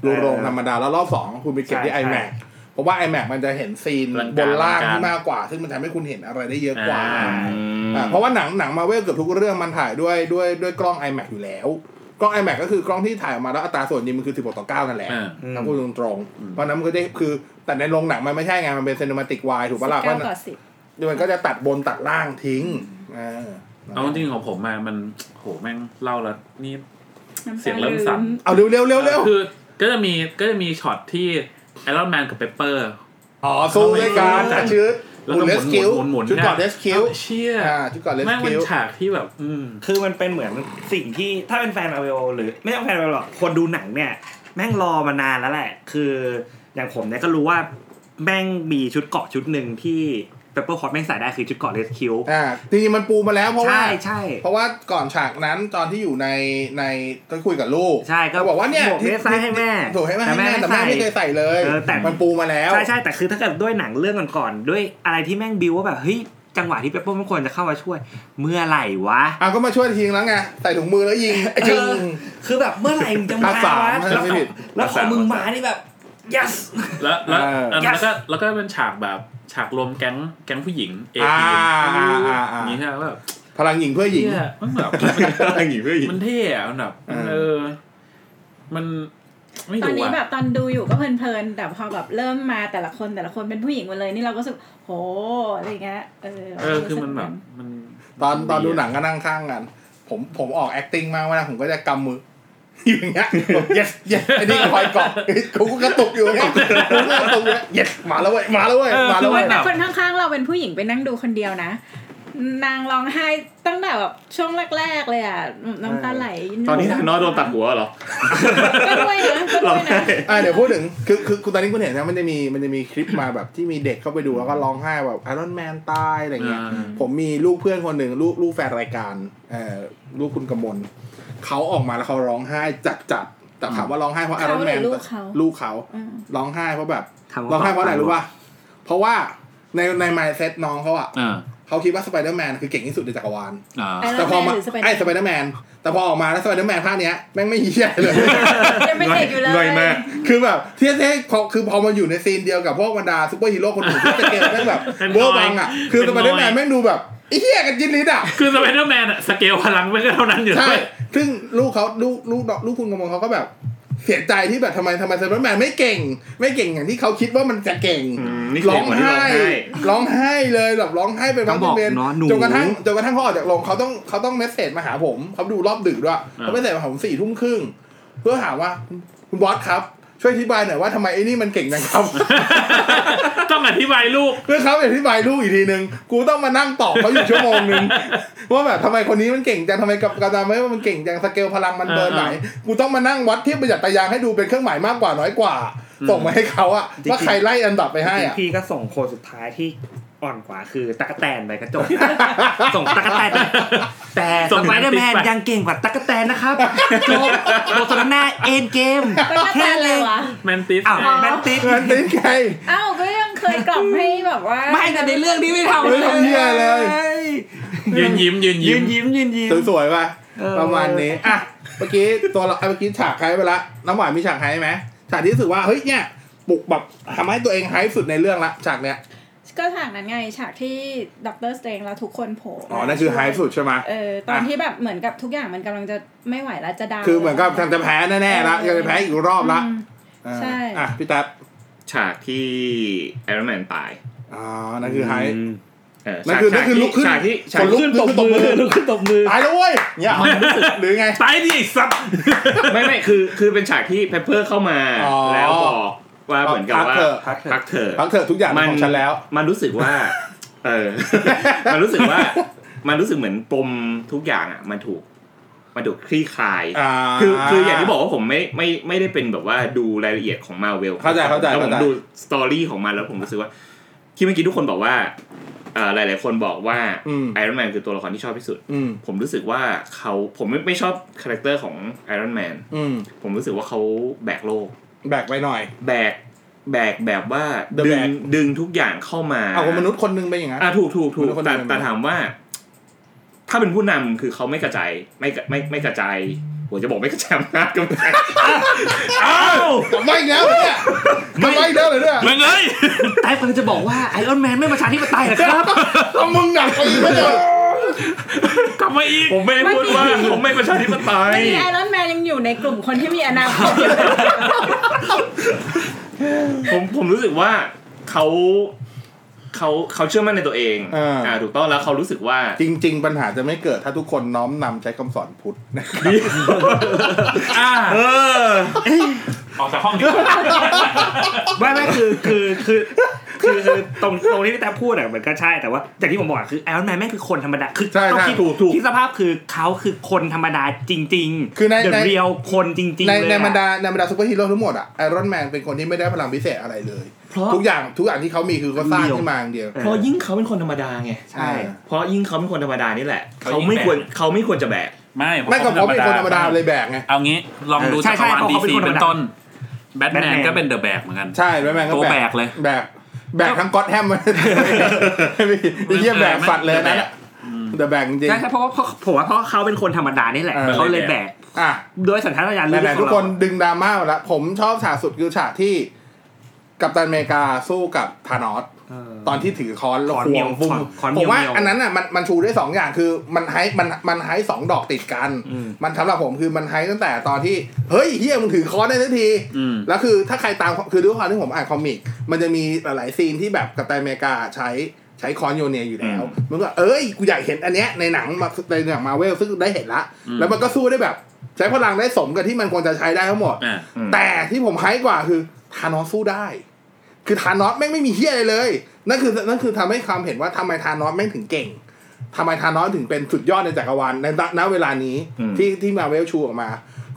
A: ดูโรงธรรมดา แล้วรอบสองคุณไปเก็บที่
B: ใช่ใช่
A: iMac เพราะว่า iMac มันจะเห็นซีน
C: ลัง
A: บ
C: กาน
A: ล่าง
C: ลังกา
A: ที่มากกว่า ซึ่งมันทำให้คุณเห็นอะไรได้เยอะกว่า
C: อ่า
A: อ่าเพราะว่าหนังหนังมาเวลเกือบทุกเรื่องมันถ่ายด้วยด้วยด้วยกล้อง iMac อยู่แล้ว กล้อง iMac ก็คือกล้องที่ถ่ายออกมาแล้วอัตราส่วนนี้มันคือ 16 ต่อ 9 นั่นแหละ
C: อ่า
A: ถ้าพูดตรงๆเพราะนั้นมันก็ได้คือแต่ในโรงหนังมันไม่ใช่ไงมันเป็นซีนิมาติกวายถูกปะล่ะเพ
D: เก้า
A: ราะ
D: ต่อสิบ
A: มันก็จะตัดบนตัดล่างทิ้งอ่า
C: เอาจริงๆของผมมามันโหแม่งเล่าแล้วนี่
D: น้ำตา
C: เสียงเริ่มสั่น
D: ลื
A: เอาเร็วเร็วเร็วเร็ว
C: คือก็จะมีก็จะมีช็อตที่ไอรอนแมนกับเปเปอร์
A: อ๋อสู้ด้วยกัน
C: จัด
A: ชุด
C: แล้วก็หมุน
A: เลสคิว
C: หมุนหมุนหมุน
A: ชุดก่อน
C: ได้
A: เลสคิว
C: เชี่ย
A: อ่าชุดก่อนเลส
C: แม่งมั
A: คิ
C: น
A: ว
C: ฉากที่แบบ อืม
B: คือมันเป็นเหมือนสิ่งที่ถ้าเป็นแฟนมาเวลหรือไม่ต้องแฟนมาเวลหรอกคนดูหนังเนี่ย แม่งรอมานานแล้วแหละ คืออย่างผมเนี่ยก็รู้ว่าแม่งมีชุดเกาะชุดหนึ่งที่เปเปอร์คอร์แม่งใส่ได้คือชุดเกาะเรสคิว
A: อ่าจริงๆมันปูมาแล้วเพราะว่า
B: ใช่ใช่
A: เพราะว่าก่อนฉากนั้นตอนที่อยู่ในในก็คุยกับลูก
B: ใช่ก็
A: ก็บอกว่าเนี่ย
B: บอกให้ใส่ให้แม่
A: ถูกให้แม่
B: แต่
A: ให้
B: แม่
A: แม่
B: ไม่
A: แต่แม่ไม่เค
B: ใส่
A: ยใส่เลย
B: เออแต่
A: มันปูมาแล้ว
B: ใช่ใช่แต่คือถ้าเกิดด้วยหนังเรื่องก่อนๆด้วยอะไรที่แม่งบิวว่าแบบเฮ้ยจังหวะที่เปเปอร์มันควรจะเข้ามาช่วย เมื่อไหร่วะ
A: อ่ะก็มาช่วยทีงแล้วไงใส่ถุงมือแล้วยิงไอ้จึง
B: เออคือแบบเมื่อไหร่มึงจะมา
A: ภาษาว
B: ะ
A: ไม่
B: แล้ว
A: ผิด
B: แล้วพอมึงมานี่แบบ yes
C: แล้วแล้ว
A: เออ
C: แล้วก็แล้วก็เป็นฉากแบบฉากรวมแก๊งแก๊งผู้หญิงเอ
A: อ่า
C: ที
A: อ่าอ่าอ่า
C: นี้ใช่ไหมแบบ
A: พลังหญิงเพื่อหญิง
C: เชี่ยมันแบบ
F: อย่างงี้เพื่ออีก
C: มันเท่อะมันแบบ
A: เออ
C: เออ มัน ไม่
D: ตอน
C: รู้
D: นี้แบ
C: อ่ะ
D: บตอนดูอยู่ก็เพลินๆ แต่พอแบบเริ่มมาแต่ละคนแต่ละคนเป็นผู้หญิงหมดเลยนี่เราก็รู้สึกโหอะไรอย่างเงี้ยเออ
C: เออคือมันแบบ
D: รู้สึก
C: มัน
A: ตอนตอนดูหนังก็นั่งข้างกัน ผมผมออก acting มากเวลาผมก็จะกำมือ อยู่อย่างเงี้ยผม yes yes ไอ้นี่ก็คอยเกาะกูก็กระตุกอยู่อย่างเงี้ยกูก็กระตุกอยู่อย่างเงี้ย yes มาแล้วเว้ยมาแล้วเว้ยมาแล้ว
D: เหมื
A: เว้
D: อย นแต่คนข้างๆ เราเป็นผู้หญิงไปนั่งดูคนเดียวนะ นางร้องไห้ตั้งแต่แบบช่วงแรกๆเลยอ่ะน้ำตาไหล
E: ตอนนี้ทานอสโดนตัดหัวเหรอ
D: ก็ด้วยนะก็
E: หร
D: ด้
E: อ
D: วยนะ
A: อ่าเดี๋ยวพูดถึงคือคือคือตอนนี้คุณเห็นนะมันจะมีมันจะมีคลิปมาแบบที่มีเด็กเข้าไปดูแล้วก็ร้องไห้แบบไอรอนแมนตายอะไรเงี้ย
C: อ่า
A: ผมมีลูกเพื่อนคนหนึ่งลูกลูกแฟนรายการเอ่อลูกคุณกมลเขาออกมาแล้วเขาร้องไห้จัดจัดๆแต่ถามว่าร้องไห้เพราะไอรอนแมน
D: เขาหรือลูกเขา
A: ลูกเขา
D: อืม
A: ร้องไห้เพราะแบบ
B: คำว่า
A: ร้องไห้เพราะอะไรรู้ป่ะเพราะว่าในในมายเซ็ตน้องเขาอะ
C: อ่า
A: เขาคิดว่าสไปเดอร์แมนคือเก่งที่สุดในจักรวาล
C: อ่า
D: ไอร
A: แต่
D: อน
A: พ
D: แม
A: อน มา
D: หรือสไปเดอ
A: ไอ้
D: ร์
A: สไปเด
D: แมน
A: อร์แมนแต่พอออกมาแล้วสไปเดอร์แมนภาคเนี้ยแม่งไม่เหี้ย เลย
D: ยังเป็นเด็กอยู่เลย
E: ง่อยมาก
A: คือแบบเทียบให้พอคือพอมาอยู่ในซีนเดียวกับพวกบรรดาซูเปอร์ฮีโร่คนอื่นที่จะเกมแม่งแบบ
C: เป็น
A: เวอร์
C: น้อย
A: บังอ่ะ คือ
C: เป็
A: ส
C: นน้
A: ไป
C: อย
A: เดอร์แมนแม่งดูแบบไอ้เหี้ยกันยินลิด อ่ะ
C: คือสไปเดอร์แมนอะสเกลพลังมันก็เท่านั้นอยู่แล้ว
A: ใช่
C: เว้ย
A: ซึ่งลูกเขาลูกลูกลูกคุณกมลเขาก็แบบ เสียใจที่แบบทำไมทำไมสไปเดอร์แมนไม่เก่ง ไม่เก่งอย่างที่เขาคิดว่ามันจะเก่ง
E: อืมนี่
A: ร้อง
E: เก่งกว่าที่ร้อ
A: ไห้
E: งไห้
A: ร้องไห้เลยแบบร้องไห้เป็น
B: ต้องบอก
A: เป็
B: เนอะหนู
A: จนกระทั่งจนกระทั่งเขาออกจากโรงเขาต้องเขาต้องเมสเซจมาหาผมเขาดูรอบดึกด้วยเขาเมสเซจมาหาผมสี่ทุ่มครึ่งเพื่อหาว่าคุณบอสครับ ช่วยอธิบายหน่อยว่าทำไมไอ้นี่มันเก่งจังครับ
C: ต้องอธิบายลูก
A: เพื่อเขาอธิบายลูกอีกทีนึง กูต้องมานั่งตอบเขาอยู่ชั่วโมงนึง ว่าแบบทำไมคนนี้มันเก่งจังทำไมกับกาตาไม่ว่ามันเก่งจังสเกลพลังมันเบอร์ไหน
C: เออ
A: กูต้องมานั่งวัดเทียบประหยัดตายางให้ดูเป็นเครื่องหมายมากกว่าน้อยกว่า ส่งมาให้เขาอะ
B: จริงๆ
A: ว่าใครไล่อันดับไปให้
B: จริง
A: อะ
B: ๆพี่ก็ส่งคนสุดท้ายที่อ่อนกว่าคือตะกแตนไปกระจก ส่งตะกแตนไปแต่
C: ส่
B: ส
C: ง
B: ไปเดอร์แมน
C: ติ๊กไป
B: ยังเก่งกว่าตะกแตนนะครับจบโบสถนาเอ็นเกม
D: ตะกั่วแตนอะไรวะ
C: แมนติส
B: อ้าว
D: อ๋อ
B: แมนติส
A: เงินติ๊กไง
D: อ้าวก็ยังเคยกล่อมให้แบบว่า
B: ไม่แต่ในเรื่องนี้ไม่ทำ
A: ไม่ทำเหี้ยเลย
C: ยืนยิ้มยืน
B: ยื
C: ยิ้ม
B: นยิ้มยืนยิ้ม
A: สวยๆป่ะ
B: เออ
A: ประมาณนี้อ่ะเมื่อกี้ตัวเราเอาเมื่อกี้ฉากไฮไปละน้ำหวานมีฉากไฮไหมฉากที่รู้สึกว่าเฮ้ยเนี่ยปลุกแบบทำให้ตัวเองไฮสุดในเรื่องละฉากเนี้ย
D: ก็ฉากนั้นไงฉากที่ด็อกเตอร์สเตงแล้วทุกคนโผล่
A: อ๋อนั่นคือไฮสุดใช่ไหม
D: เออตอน
A: อ่ะ
D: ที่แบบเหมือนกับทุกอย่างมันกำลังจะไม่ไหวแล้วจะดาว
A: คือเหมือนกับทางจะแพ้แน่ๆละยังจะแพ้อีกรอบละ
D: อืม
A: อ่า
D: ใช่
A: อ่ะพี่แท็บ
E: ฉากที่ไอรอนแมนตาย
A: อ๋อ นั่นคือไฮ
E: เ
A: นั่นคือนั่
E: ฉา
A: น
E: ก
A: คือลุกขึ้น
E: ฉากที่ฉาก
A: คนลุกขึ้
E: ที่
A: นตบมือ
E: ลุกขึ้นตบมือ
A: ตายแล้วเว้ยเนี่ยมันรู้สึกหรือไง
C: ตายดิไอ้สัตว์
E: ไม่ไม่คือคือเป็นฉากที่เพเปอร์เข้ามา
A: อ๋อ
E: แล้วบอกว่าเหมือนกับ
A: พั
E: ว่าก
A: เถอะ
E: พักเถอะ
A: พักเถอะทุกอย่างเป็
E: มัน น
A: ของฉันแล้ว
E: มันรู้สึกว่า เออ มันรู้สึกว่า มันรู้สึกเหมือนปมทุกอย่างอ่ะ มันถูก มันถูกคลี่คลาย
A: อ่า
E: คือคืออย่างที่บอกว่าผมไม่ไม่ไม่ได้เป็นแบบว่าดูรายละเอียดของมาเวล
A: เข้าใจเข้าใจ
E: แล้วผ
A: เข้าม ใจ
E: ดูสตอรี่ของมันแล้วผมรู้สึกว่าที่เมื่อกี้ทุกคนบอกว่าเอ่อหลาย ๆ คนบอกว่า
A: อืม
E: ไอรอนแมนคือตัวละครที่ชอบที่สุด
A: อืม
E: ผมรู้สึกว่าเขาผมไม่ไม่ชอบคาแรคเตอร์ของไอรอนแมน
A: อืม
E: ผมรู้สึกว่าเขาแบกโลก
A: แบกไปหน่อย
E: แบกแบกแบบว่า
A: The
E: ดึง
A: bag
E: ดึงทุกอย่างเข้ามา
A: เอาคนมนุษย์คนหนึงไปนอย่างนั้น
E: อ่ะถูกถูกถูก
A: มนุษย์คน
E: แต่
A: เดียว
E: แต่ถามว่า ถ้าเป็นผู้นำคือเขาไม่กระจายไม่กระไม่ไม่กระจายผมจะบอกไม่กระจายอำนาจก็ไม่ได้
C: อ้าว
A: ทำไมอีกแล้วเนี่ยทำไมอีกแล้วเหรอเนี่ย
C: มึงเอ้ย
B: ตายกำลังจะบอกว่าไอรอนแมนไม่ประชาธิปไตยนะครับ
A: ทำมึงหนักไปอีกแล้วเนี่ย
C: กลับมาอีก
E: ผมไม่ได้พูดว่าผมไม่ประชาธิปไตย
D: ไม่มีไอรอนแมนยังอยู่ในกลุ่มคนที่มีอนาคตอยู่นะ
E: ผมผมรู้สึกว่าเขาเขาเขาเชื่อมั่นในตัวเองอ่าถูกต้องแล้วเขารู้สึกว่า
A: จริง ๆ ปัญหาจะไม่เกิดถ้าทุกคนน้อมนำใช้คำสอนพุทธนะครับ
C: อ่า
E: เออ
C: ออกจากห้องดีกว่า
B: ไม่ไม่คือคือคือคือคือตรงตรงที่พี่แต้พูดอะมันก็ใช่แต่ว่าอย่างที่ผมบอกอะคือไอรอนแมนแม่งคือคนธรรมดาคือ
A: ใช่
B: ต้อง
A: ใช่
B: คิด
A: ถูกถูก
B: คิดสภาพคือเขาคือคนธรรมดาจริงๆ
A: คือในใน
B: เรียวคนจริงๆ
A: ใน
B: เลย
A: ในบรร
B: อะ
A: ดาในบรรดาซูเปอร์ฮีโร่ทั้งหมดอะไอรอนแมนเป็นคนที่ไม่ได้พลังพิเศษอะไรเลย
E: เพราะ
A: ทุกอย่างทุกอย่างที่เขามีคือเขาสร้างขึ้นมาอย่างเดียว
E: เพราะยิ่งเขาเป็นคนธรรมดาไง
A: ใช่
E: เพราะยิ่งเขาเป็นคนธรรมดานี่แหละ
C: เขา
E: เขา
C: ยิ่ง
E: ไม่
C: แบก
E: ควรเขาไม่ควรจะแบก
C: ไม่
A: ไม่ก็เพราะเป็นคนธรรมดาเลยแบกไง
C: เอางี้ลองดู
B: ใช่
C: จัก
B: ใช่
C: รวาล
B: เพราะ
C: ดี
B: เขาเป็น
C: ซี
B: คนธรร
C: เป็
B: ม
C: น
B: ดา
C: ต้นแบทแมน
B: Batman
C: ก็เป็นเดอะแบกเหมือนกัน
A: ใช่แบทแมนก็
C: ตัวแบกเลย
A: แบกแบกทั้งก๊อตแฮม เลยไอ้เหี้ยแบกสัตว์เลยนะเดอะแบกจริง
B: ใช่ใช่เพราะว่าเพราะผมว่าเพราะเขาเป็นคนธรรมดานี่แหละ
C: เออ
B: เขาเลยแบก
A: ๆอ่ะ
B: โดยสัญชาตญาณ
A: ไห
B: ลึก
A: นๆ
B: ข
A: ทุ
B: อก ง
A: ค
B: เรา
A: นดึงดราม่ามาแล้วผมชอบฉากสุดคือฉากที่ กัปตันอเมริกาสู้กับธานอส
B: เออ
A: ตอนที่ถือค้อนแล้ว
B: ค้อน
A: คว
B: เมีย
A: ง
B: ว
A: ปุ้ม
B: ค้อน
A: ผ
B: เมี
A: ม
B: ยว
A: ว่า
B: เมียว
A: อันนั้นอ่ะมันมันชูได้สองอย่างคือมันไฮมันมันไฮสองดอกติดกัน
B: อืม
A: มันสำหรับผมคือมันไฮตั้งแต่ตอนที่เฮ้ยเฮียมึงถือค้อนได้ทันที
C: อืม
A: แล้วคือถ้าใครตามคือด้วยความที่ผมอ่านคอมิก มันจะมีหลายๆซีนที่แบบกัปตันอเมริกาใช้ใช้คอนโยเนียอยู่แล้ว มันก็เอ้ยกูอยากเห็นอันเนี้ยในหนังมาในหนังมาเวลซึ่งได้เห็นละ
C: อืม
A: แล้วมันก็สู้ได้แบบ ใช้พลังได้สมกับที่มันควรจะใช้ได้ทั้งหมด
C: อ่า
A: แต่ที่ผมไฮกว่าคือธานอสสู้ได้ คือธานอสแม่งไม่มีเฮี้ยอะไรเลย นั่นคือนั่นคือทำให้ความเห็นว่าทำไมธานอสแม่งถึงเก่งทำไมธานอสถึงเป็นสุดยอดในจักรวาลในณณเวลานี้
E: อืม
A: ที่ที่มาเวลชูออกมา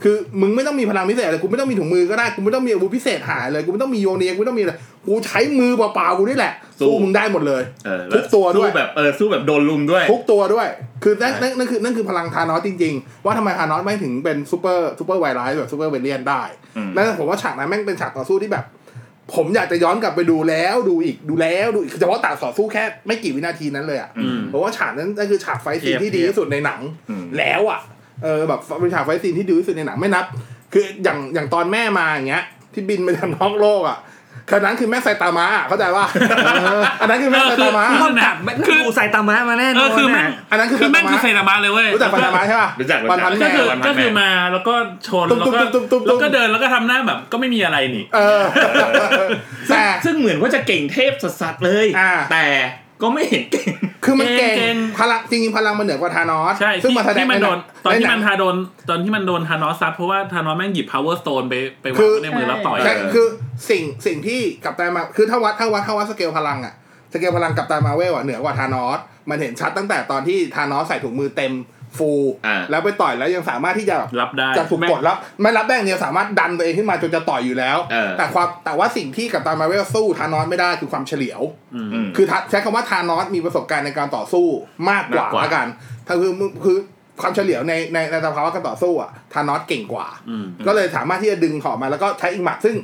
A: คือมึงไม่ต้องมีพลังพิเศษเลยกูไม่ต้องมีถุงมือก็ได้กูไม่ต้องมีอาวุธพิเศษหายเลยกูไม่ต้องมีโยเนียกูไม่ต้องมีอะไรกูใช้มือเปล่าๆกูนี่แหละสู้มึงได้หมดเลย
E: เออ
A: ทุกตัวด้วย
E: สู้แบบเออสู้แบบโดนลุมด้วย
A: ทุกตัวด้วย คือนั่นนั่นนั่นคือนั่นคือพลังธานอสจริงๆ ว่าทำไมธานอสไม่งถึงเป็นซูเปอร์ซูเปอร์ไวรัสแบบซูเปอร์เวเลียนได้
E: อืม
A: นั่นผมว่าฉากนั้นแม่งเป็นฉากต่อสู้ที่แบบ ผมอยากจะย้อนกลับไปดูแล้วดูอีกดูแล้วดูอีกเฉพาะตากต่อสู้แค่ไม่กี่วินาทีนั้นเลยอ่ะ
C: อืม
A: ผมว่าฉากนั้นนั่นคือฉากไฟท์ซีนที่ดีที่สุดในหนัง
E: อืม
A: แล้วอ่ะ เออแบบเป็นฉากไฟท์ซีนที่ดีที่สุดในหนังไม่นับ คืออย่างอย่างตอนแม่มาอย่างเงี้ย ที่บินไปทำนอกโลกอ่ะครั้นั้นคือแม่ไซตามะเข้าใจว่า อันนั้นคือแม่ไซตามะ
C: เออ
B: คนหนัก
C: คื
B: คือ อกูใส่ตามะมาแน่นอน
C: เออคือแม่ง
B: ะ
A: อันนั้นคือ
C: คือ
A: ไซ
C: แม่ง
A: ตามะ
C: คือไซตามะเลยเว้ย
A: รู้จักปันธมาใช่ป่ะ
E: รู้จักรู้จัก
A: ปันธม
C: ก็
A: แม่
C: คือ
E: วันพันแม่
C: ก็คือมาแล้วก็ชน
A: ตุ้ม
C: แล้ว
A: ตุ้ม
C: ก็
A: ตุ้มตุ้ม
C: แล้
A: ตุ้
C: ว
A: ม
C: ก็เดินแล้วก็ทำหน้าแบบก็ไม่มีอะไรนี่
A: เออ แต่
E: ซึ่งเหมือนว่าจะเก่งเทพสัสๆเลย
A: อ่า
E: แต่ก็ไม่เห็นเก่ง
A: คือมันเก่ง
C: เก่ง
A: พลังจริงๆพลังมันเหนือกว่าธานอส
C: ใช่
A: ซึ่ง
C: ที่
A: มาแสดง
C: ที่มัน
A: ให
C: โด
A: ง
C: นตอนที่มัน
A: ใหง
C: ทาโดนตอนที่มันโดนทานอสซัดเพราะว่าทานอสแม่งหยิบ power stone ไปไปวา
A: คื
C: ง
A: อ
C: ไว้ในมือแล้วต่อย
A: ใช่
E: เออ
A: คือสิ่งสิ่งที่กับตายมาคือถ้าวัดถ้าวัดถ้าวัดสเกลพลังอะสเกลพลังกับตายมาเวลอะเหนือกว่าธานอสมันเห็นชัดตั้งแต่ตอนที่ธานอสใส่ถุงมือเต็มฟู
E: อ่า
A: แล้วไปต่อยแล้วยังสามารถที่จะแบบ
C: รับได้
A: จากถูกกดแล้วไม่รับแบงเดียวสามารถดันตัวเองขึ้นมาจนจะต่อยอยู่แล้ว
E: เออ
A: แต่ความแต่ว่าสิ่งที่กับตานมาเวลสู้ธานอสไม่ได้คือความเฉลียว
E: อืม
A: คือทะใช้คำว่าธานอสมีประสบการณ์ในการต่อสู้มากกว่าม
E: ากกว่า
A: ละกันถ้าคือมึงคือความเฉลียวในในในสภาวะการต่อสู้อ่ะธานอสเก่งกว่า
C: อืม
A: ก็เลยสามารถที่จะดึงเขอมาแล้วก็ใช้อีกหมัดซึ่ง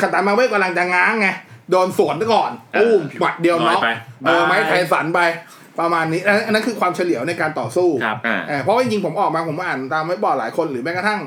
A: ขันตามาเวทกำลังจะง้างไง โดนสวนไปก่อนอู้มหมัดเดียว
C: ลอย
A: เนาะ
C: ไป
A: เออไม้
C: บาย
A: ไทสันไปประมาณนี้อันนั้นอันนั้นคือความเฉลียวในการต่อสู้
C: ครับ
E: อ่า
A: เอ่อเพราะว่าจริงๆผมออกมาผมอ่านตามไม่บอร์ดหลายคนหรือแม้กระทั่ง